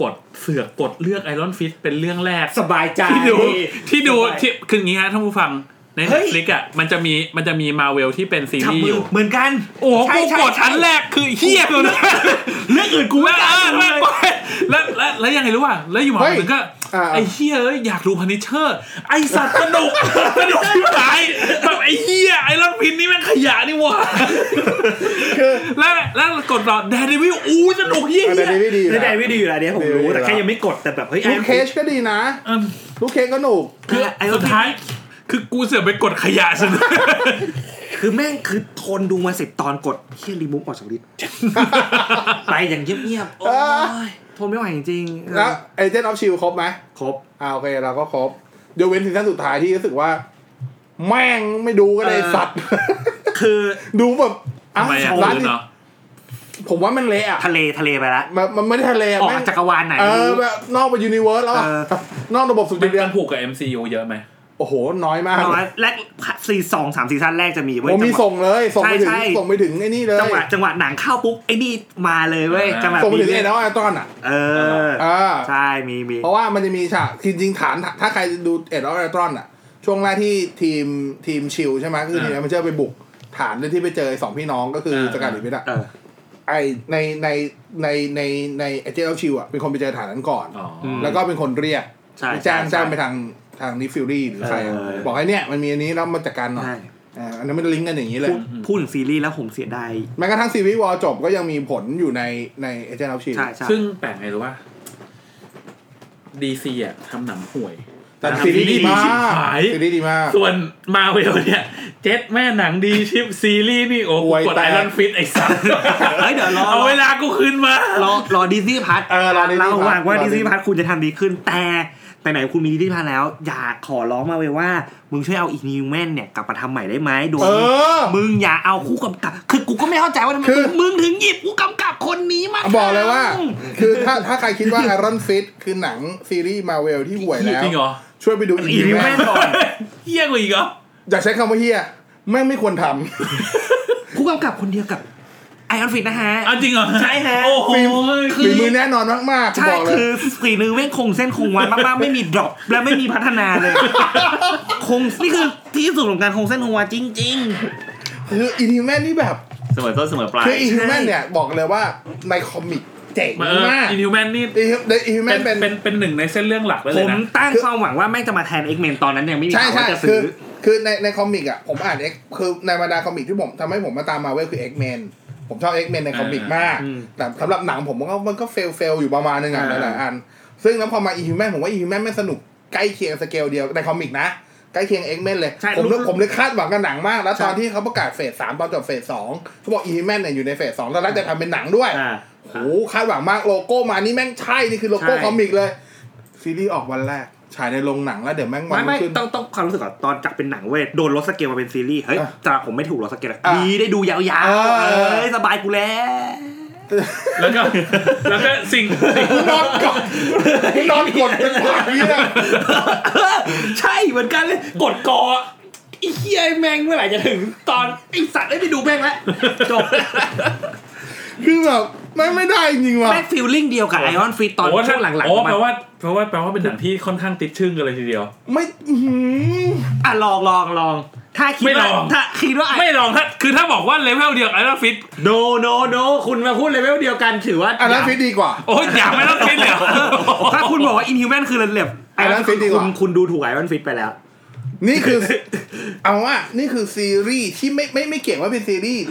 C: กดเสือกกดเลือกไอรอนฟิตเป็นเรื่องแรก
B: สบายใจ
C: ที่ดูที่ดู
B: สบาย
C: ที่คืออย่างงี้ฮะท่านผู้ฟังใน
B: เฮ้ย
C: Netflix อ่ะมันจะมีมันจะมีมาเวลที่เป็นซี
B: จับ
C: รีส์
B: มื
C: อ
B: อยู่ เหมือนกัน
C: โอ้โห
B: ใช่
C: กู
B: ใช่
C: กดอัน
B: ใช่
C: แรกคือเฮียกูนะเรื่องอื่นกูไม่กล้า
B: กูไม่
C: ไม่
B: กล้า
C: ปล่อยแล้วแล้วแล้วยังไงรู้ป่ะแล้วอยู่มา
A: เฮ้ย
C: ถึงก็
A: อ่า
C: ไอ้เฮียเอ้ยอยากดูพันิเชอร์ ไอสัตว์สนุกสนุกที่ไหนแบบไอ้เฮียไอรอนพินนี่แม่งขยะนี่หว่าแล้วแล้วกดรอแดนดิวิลอู้สนุกเฮีย
A: อัน
C: เหี้ย
A: นี้ไม่ดี
B: ใน
A: นะ
B: ใจวิดีอยู่แล้วเนี่ยผมรู้
A: ดีอยู่แล้ว
B: แต่แค่ยังไม่กดแต่แบบเฮ้ยไอ้
A: ลูกเคชก็ดีนะ
C: เอิ่ม
A: ลูกเคชก็หนุก
B: คือไอ้
C: สุดท้าย คือกูเสือกไปกดขยะซะด้วย
B: คือแม่งคือทนดูมาสิบตอนกดเฮียรีมูฟออกจาก ลิสต์ ไปอย่างเงียบๆ โอ้ยทนไม่ไหวจริงๆ
A: แล้วเอเจนต์ออฟชิลครบไหม
B: ครบ
A: อ่าโอเคเราก็ครบยกเว้นซีซั่นสุดท้ายที่รู้สึกว่า แม่งไม่ดูก็ได้
B: เออ
A: สัตว์
B: คือ
A: ดูแบบ
C: ทำไมอ่ะ
A: ร้าน
C: เนาะ
A: ผมว่ามันเละอ่ะ
B: ทะเลทะเลไปละ
A: มันมันไม่ได้ทะเลอะ
B: ออก
A: แม่ง
B: จักรวาลไหน
A: เอ
B: ไม่
A: อ
B: รู้
A: แบบนอกไปยูนิเวิร์สแล้วอะ
B: เออ
A: นอกระบบสุด
C: มัน
A: เดีย
C: กาว รผูกกับ MCU เยอะไหม
A: โอ้โห น้อยมาก
B: น้อยแรกซีสองสามซีซั่นแรกจะมีเว้ย
A: ผมมี
B: จังหวะ
A: ส่งเลย ส่งไปถึง
B: ใช่ใช่
A: ส่งไปถึงไอ้นี่เลย
B: จังหวะจังหวะหนังเข้าปุ๊บไอ้นี่มาเลยเว้ย
C: อ่า
B: จังหวะ
A: ส่งไปถึง
B: มี
A: ไอ้แล้วไอ้ตอนอ่ะ
B: เออ
A: อ่า
B: ใช่มีมี
A: เพราะว่ามันจะมีฉากจริงๆฐานถ้าใครดูเอ็ดออไอตรอนอ่ะ ช่วงแรกที่ทีมทีมชิลใช่ไหมก็คือทีม
C: อ่า
A: มันเจอไปบุกฐานเลยที่ไปเจอไอ้สองพี่น้องก็คือสกัดหรือพิษอ่ะ
B: เออ
A: ไอในในในในในเอเจนต์ชิวอ่ะเป็นคนไปเจอฐานนั้นก่อน
C: อ๋อ
A: แล้วก็เป็นคนเรียก
B: ใช่
A: แจ้ง
B: ใช่
A: แจ้งไปทางทางนิฟิลลี่หรือใครอะ
B: เออ
A: บอกให้เนี่ยมันมีอันนี้แล้วมาจัดการหน่อย
B: ใช่
A: อ่าอันนั้นมันลิงก์กันอย่างนี้เลย
B: พูดถึงซีรีส์แล้วผมเสียดาย
A: แม้กระทั่งซีรีส์วอลจบก็ยังมีผลอยู่ในในเอเจนต์ออฟชี
B: ใช่ใช่
C: ซึ่งแปลกไงรู้ว่าดีซีอ่ะทำหนังห่วย
A: แต่ซีรีส์ดีมา
C: ชิบ
A: ก
C: หาย
A: ซีรีส์ดีมาก
C: ส่วนมาเวลเนี่ย เจ็ดแม่หนังดีชิปซีรีส์นี่โอ้โห
A: ห่วย
C: กด
A: แตก
C: ไอรอนฟิตไอ้สัส
B: เฮ้ยเดี๋ยวรอ
C: เอาเวลากูคืนมาร
B: อรอดิซี่พัท
A: เออรอ Disney
B: เราหวัง
A: Plus
B: ว่าร
A: อ
B: ดิ
A: Disney
B: ซี่พัทคุณจะทำดีขึ้นแต่แต่ไหนคุณมีดิซี่พัทแล้ว อยากขอร้องมาเลยว่า มึงช่วยเอาอีกนิวแมนเนี่ยกลับมาทำใหม่ได้ไหมโดย
A: เออ
B: มึงอย่าเอาคู่กำกับ คือกูก็ไม่เข้าใจว่าทำไม
A: คือ
B: มึงถึงหยิบคู่กำกับคนนี้มา
A: บอกเลยว่า
B: ทำ
A: คือถ้าถ้าใครคิดว่าไอรอนฟิตคือหนังซีรีส์มาเวลที่ห่วยแล้ว
C: จริงเหรอ
A: ช่วยไปดูอีก
B: อีก
A: แม่
B: แม่
A: ง
B: งก่อน
C: เฮี้ยกว่าอีกเหรอ
A: อย่าใช้คำว่าเฮียแม่งไม่ควรท
B: ผู้กำกับคนเดียวกับไอออนฟิตนะฮะ
C: เอาจริงเหรอ
B: ใช่ฮะ
C: โอ้โห
A: ำฝีมือแน่นอนมากๆ
B: ใช่
A: บอกเลย
B: คือฝีมือแม่งคงเส้นคงวันมากๆ ไม่มีดรอปและไม่มีพัฒนาเลย คงนี่คือที่สุดของการคงเส้นคงวาจริง
A: คืออินฮิวแมนนี่แบบ
E: เสมอต้นเสมอปลาย
A: คืออินฮิวแมนเนี่ยบอกเลยว่าในคอมิกเจ๋ง
C: มาเออ
A: มาก
C: อินฮิวแมนนี่
A: อินฮิวแม
C: เป็น
A: นเป็น น
C: เป็เป็นเป็นหนึ่งในเส้นเรื่องหลักเลย
B: ๆ ผ
C: เลย
B: ม
C: นะ
B: ตั้งความหวังว่าแม่งจะมาแทน X-Men ตอนนั้นยังไม่มี
A: ใช่
B: ข่าว
A: ใช่
B: ว่าจะ
A: คื
B: ซื้
A: อ
B: อ
A: คือในในคอมิกอ่ะผมอ่านเอ็กคือในบรรดาคอมิกที่ผมทำให้ผมมาตามมาเวลคือเอ็กแมนผมชอบเอ็กแมนในคอมิก
C: อ่าม
A: มาก
B: อืม
A: แต่สำหรับหนังผมมันก็มันก็เฟลเฟลอยู่ประมาณนึงอ่ะห
C: อ่า
A: ลายๆอัน ซึ่งแล้วพอมาอีฮิวแมนผมว่าอีฮิวแมนไม่สนุกใกล้เคียงสเกลเดียวในคอมิกนะ ใกล้เคียงเอ็กแมนเลย
B: ใช่
A: ผม
B: รู้
A: เลย
B: สึก
A: ผมเลยคาดหวังกับหนังมาก แล้วตอนที่เขาประกาศเฟสสามตอนจบเฟสสองเขาบอกอีฮิวแมนเนี่ยอยู่ในเฟสสองแล้วแล้วจะทำเป็นหนังด้วย
B: อ่า
A: โอ้โหคาดหวังมากโลโก้มานี่แม่งใช่นี่คือโลโก้
B: ใช่
A: คอมิกเลยซีรีส์ออกวันแรกฉายในโรงหนังแล้วเดี๋ยวแม่งวั
B: ไม่
A: น
B: ไม่
A: ขึ้น
B: ต้องต้องความรู้สึกก่อนตอนจากเป็นหนังเว้ยโดนลดสเกลมาเป็นซีรีส์เฮ้ย
A: อ่ะ
B: จ้าผมไม่ถูกลดสเกลอะ
A: อ่ะ
B: ดีได้ดูยาว
A: เออ
B: ๆเอ้ยสบายกูแล้ว
C: แล้วก็ แล้วก็สิ่ง
A: นอนกอดนอนกดเป็นหมาเนี่ย
B: ใช่เหมือนกันเลยกดกอไอ้เฮียแม่งเมื่อไหร่จะถึงตอนไอ้สัตว์ไอ้ยไปดูแม่งแล้วจ บ
A: คือแบบไม่ไม่ได้จริงว่ะ
B: แม่งฟีลลิ่งเดียวกับไอออนฟีตอน
C: โโ
B: ช่วงหลัง
C: โอ้
B: ๆ
C: แป
B: มั
C: ล
B: น
C: ว่าแปลว่าแปลว่าเป็นหนังที่ค่อนข้างติดชึ่งกันเลยทีเดียว
A: ไม่อื้อหือ
B: อ่ะลองลองลองถ้าคิด
C: ไม่
B: ว่า
C: ลอง
B: ถ้าคิดว่า
C: ไม่ลองถ้าคือถ้าบอกว่าเลเวลเดียวไอรอนฟิต
B: โนโนโนคุณมาพูดเลเวลเดียวกันถือว่า
A: อันนั้นฟิตดีกว่า
C: โอ้ยอยากไม่ต้องฟิตเลยเหรอ
B: ถ้าคุณบอกว่าอินฮิวแมนคือระเบียบไออ
A: Iron
B: นฟิ
A: Fist ดีก
B: คุ
A: ว่า
B: ณคุณดูถูกไอออนฟิตไปแล้ว
A: นี่คือ เอาว่านี่คือซีรีส์ที่ไม่ไม่ไม่เกี่ยงว่าเป็นซีรีส์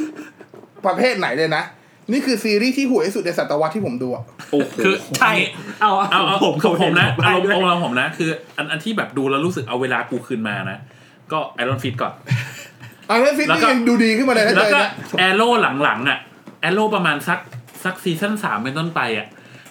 A: ประเภทไหนเลยนะ นี่คือซีรีส์ที่ห่วยที่สุดในศตวรรษที่ผมดูอะ
C: คือ
B: ใช่ เอา
C: เอาเอาผม
B: ผม
C: ผมนะ
B: ผม
C: เอา
B: ให้ด้วย
C: เอาเราผมนะ คืออันอันที่แบบดูแล้วรู้สึกเอาเวลากูคืนมานะ ก็ไอรอนฟิตก่อน
A: อันนั้นฟิต
C: แล้ว
A: นี่
C: ก็
A: ยังดูดีขึ้นมาเลยนะ
C: แล้ว
A: เจอ
C: ก็
A: นะ
C: แอโร่หลังๆอ่ะแอโร่ประมาณสักสักซีซั่นสามเป็นต้นไปอ่ะ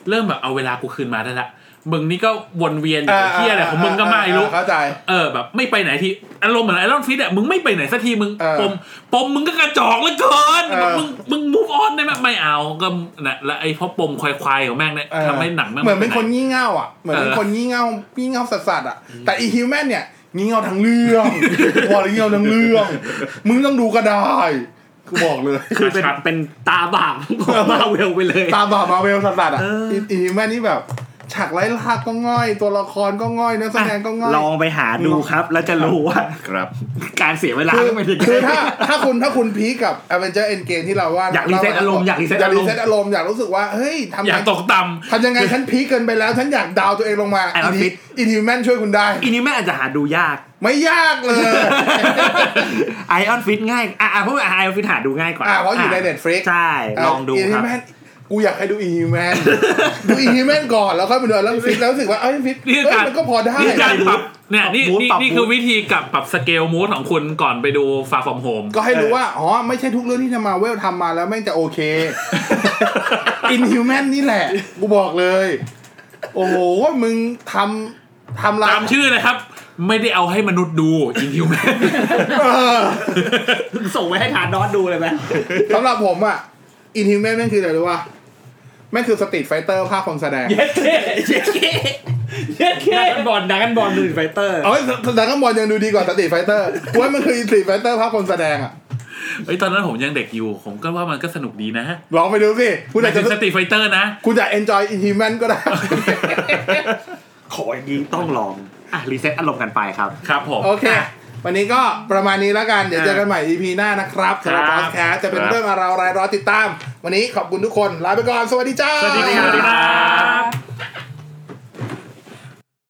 C: เริ่มแบบเอาเวลากูคืนมาได้ละมึงนี่ก็วนเวียนอยู่กับเที่ยอะไรของมึงก็ไม่รู้
A: เข้าใจ
C: เออแบบไม่ไปไหนที่อารมณ์เหมือนไอรอนฟิตอ่ะมึงไม่ไปไหนสักทีมึง
A: เออ
C: ปมปมมึงก็กระจอกเหลือเกิน
A: เออ
C: มึงมึงมูฟออนได้ไหมไม่เอาก็นะและไอ้เพราะปมควายๆของแม่งเนี่ย
A: เออ
C: ทำให้หนังแม่ง
A: เหมือนเป็น
C: ไไห
A: คนงี่เง่าอ่ะเหมือนเป็น
C: เออ
A: คนงี่เง่างี่เง่าสัสๆอ่ะ แต่อีฮิวแมนเนี่ยงี่เง่าทั้งเรื่องบอกเลยงี่เง่าทั้งเรื่อง มึงต้องดูก็ได้กูบอกเลย
B: คือเป็น
C: ชัด
B: เป็นตาบาปของมาเวลไปเลย
A: ตามบาปมาเวลสัสๆอ่ะ
B: เอออี
A: อีฮิวแมนนี่แบบ ฉากไร้ลากก็ง่อย ตัวละครก็ง่อยนักแสดงก็ง่อย
B: ลองไปหาดูครับ แล้วจะรู้ว่า
E: ครับ
B: การเสียเวลา
A: คือ
B: ไม่เป็นยัง
A: คือ
B: ไง
A: ถ้าถ้าคุณถ้าคุณพีคกับ a อ e n g e r Endgame ที่เราว่า
B: อยากรีเซ็ตอารมณ์อยากรีเซ็ต
A: อยาก
B: อาร
A: รี
B: มณ์
A: เซ็ตอารมณ์อยากรู้สึกว่าเฮ้ยทำ
C: อยาก
A: ไง
C: ตกต่
A: ทำยังไงฉันพีคเกินไปแล้วฉันอยากดาวตัวเองลงมา
B: ไอ้ออฟฟิศ
A: อินฮิวแมนช่วยคุณได้
B: อินนี้แม่อาจจะหาดูยาก
A: ไม่ยากเลย
B: ไอออนฟิตง่าย อ่ะอ่ะเพราะว่าไอออนฟิตหาดูง่ายกว่า
A: อ่าเพราะอยู่ใน Netflix
B: ใช่ ลองดูครับ
A: แมนกูอยากให้ดูอีฮิวแมน ดูอีฮิวแมนก่อนแล้วค่อยไปดูแล้วฟิตแล้วรู้สึกว่าเอ้ยฟิต
C: นี่
A: เอ้ย
C: คือการ
A: มันก็พอได้
C: ำนี่การปรับเนี่ยนี่
B: ปรับ
C: นี่
B: ปรับ
C: นี่คือวิธีกับปรับสเกลมูดของคุณก่อนไปดูฟาฟอมโฮม
A: ก็ให้รู้ว่า อ๋อ ไม่ใช่ทุกเรื่องที่ทำมาเวลทำมาแล้วแม่งจะโอเค อินฮิวแมนนี่แหละ กูบอกเลย โอ้โห มึงทำทำลาย
C: ตามชื่อเลยครับ ไม่ได้เอาให้มนุษย์ดูอินฮิวแมน
A: เออ
B: ส่งไปให้ทานนอสดู เลยไหม
A: สำหรับผมอ่ะ อินฮิวแมนแม่งคืออะไรรู้ป่ะแม่งคือสตรีทไฟเตอร์ภาคคนแสดง
B: เย็ดเท่เย็ดเท่เย็ดเท่ดักกันบอลดักกันบอลดูไฟเตอร์
A: เอ้ยแต่ก็บอลยังดูดีกว่าสตรีทไฟเตอร์ว่ามันคือสตรีทไฟเตอร์ภาคคนแสดงอ่ะ
C: เอ้ยตอนนั้นผมยังเด็กอยู่ผมก็ว่ามันก็สนุกดีนะ
A: ลองไปดูสิ คุณ
C: แต่
A: อาจ
C: เป็
A: จะ
C: นสตรีไฟเตอร์นะ
A: คุณจะ enjoy inhuman ก็ได้
B: ขออย่างนี้ต้องลอง อ่ะ รีเซ็ตอารมณ์กันไปครับ
C: ครับผม
A: โอเค วันนี้ก็ประมาณนี้แล้วกัน เดี๋ยวเจอกันใหม่ EP หน้านะครับสำหรับ
C: ค
A: พ
C: รั
A: อบ ดแคสจะเป็น
E: ครับ
A: เรื่องอะไรรายรอติดตาม วันนี้ขอบคุณทุกคน ลาไปก่อน สวัสดีจ้า
C: สวัสดีครับ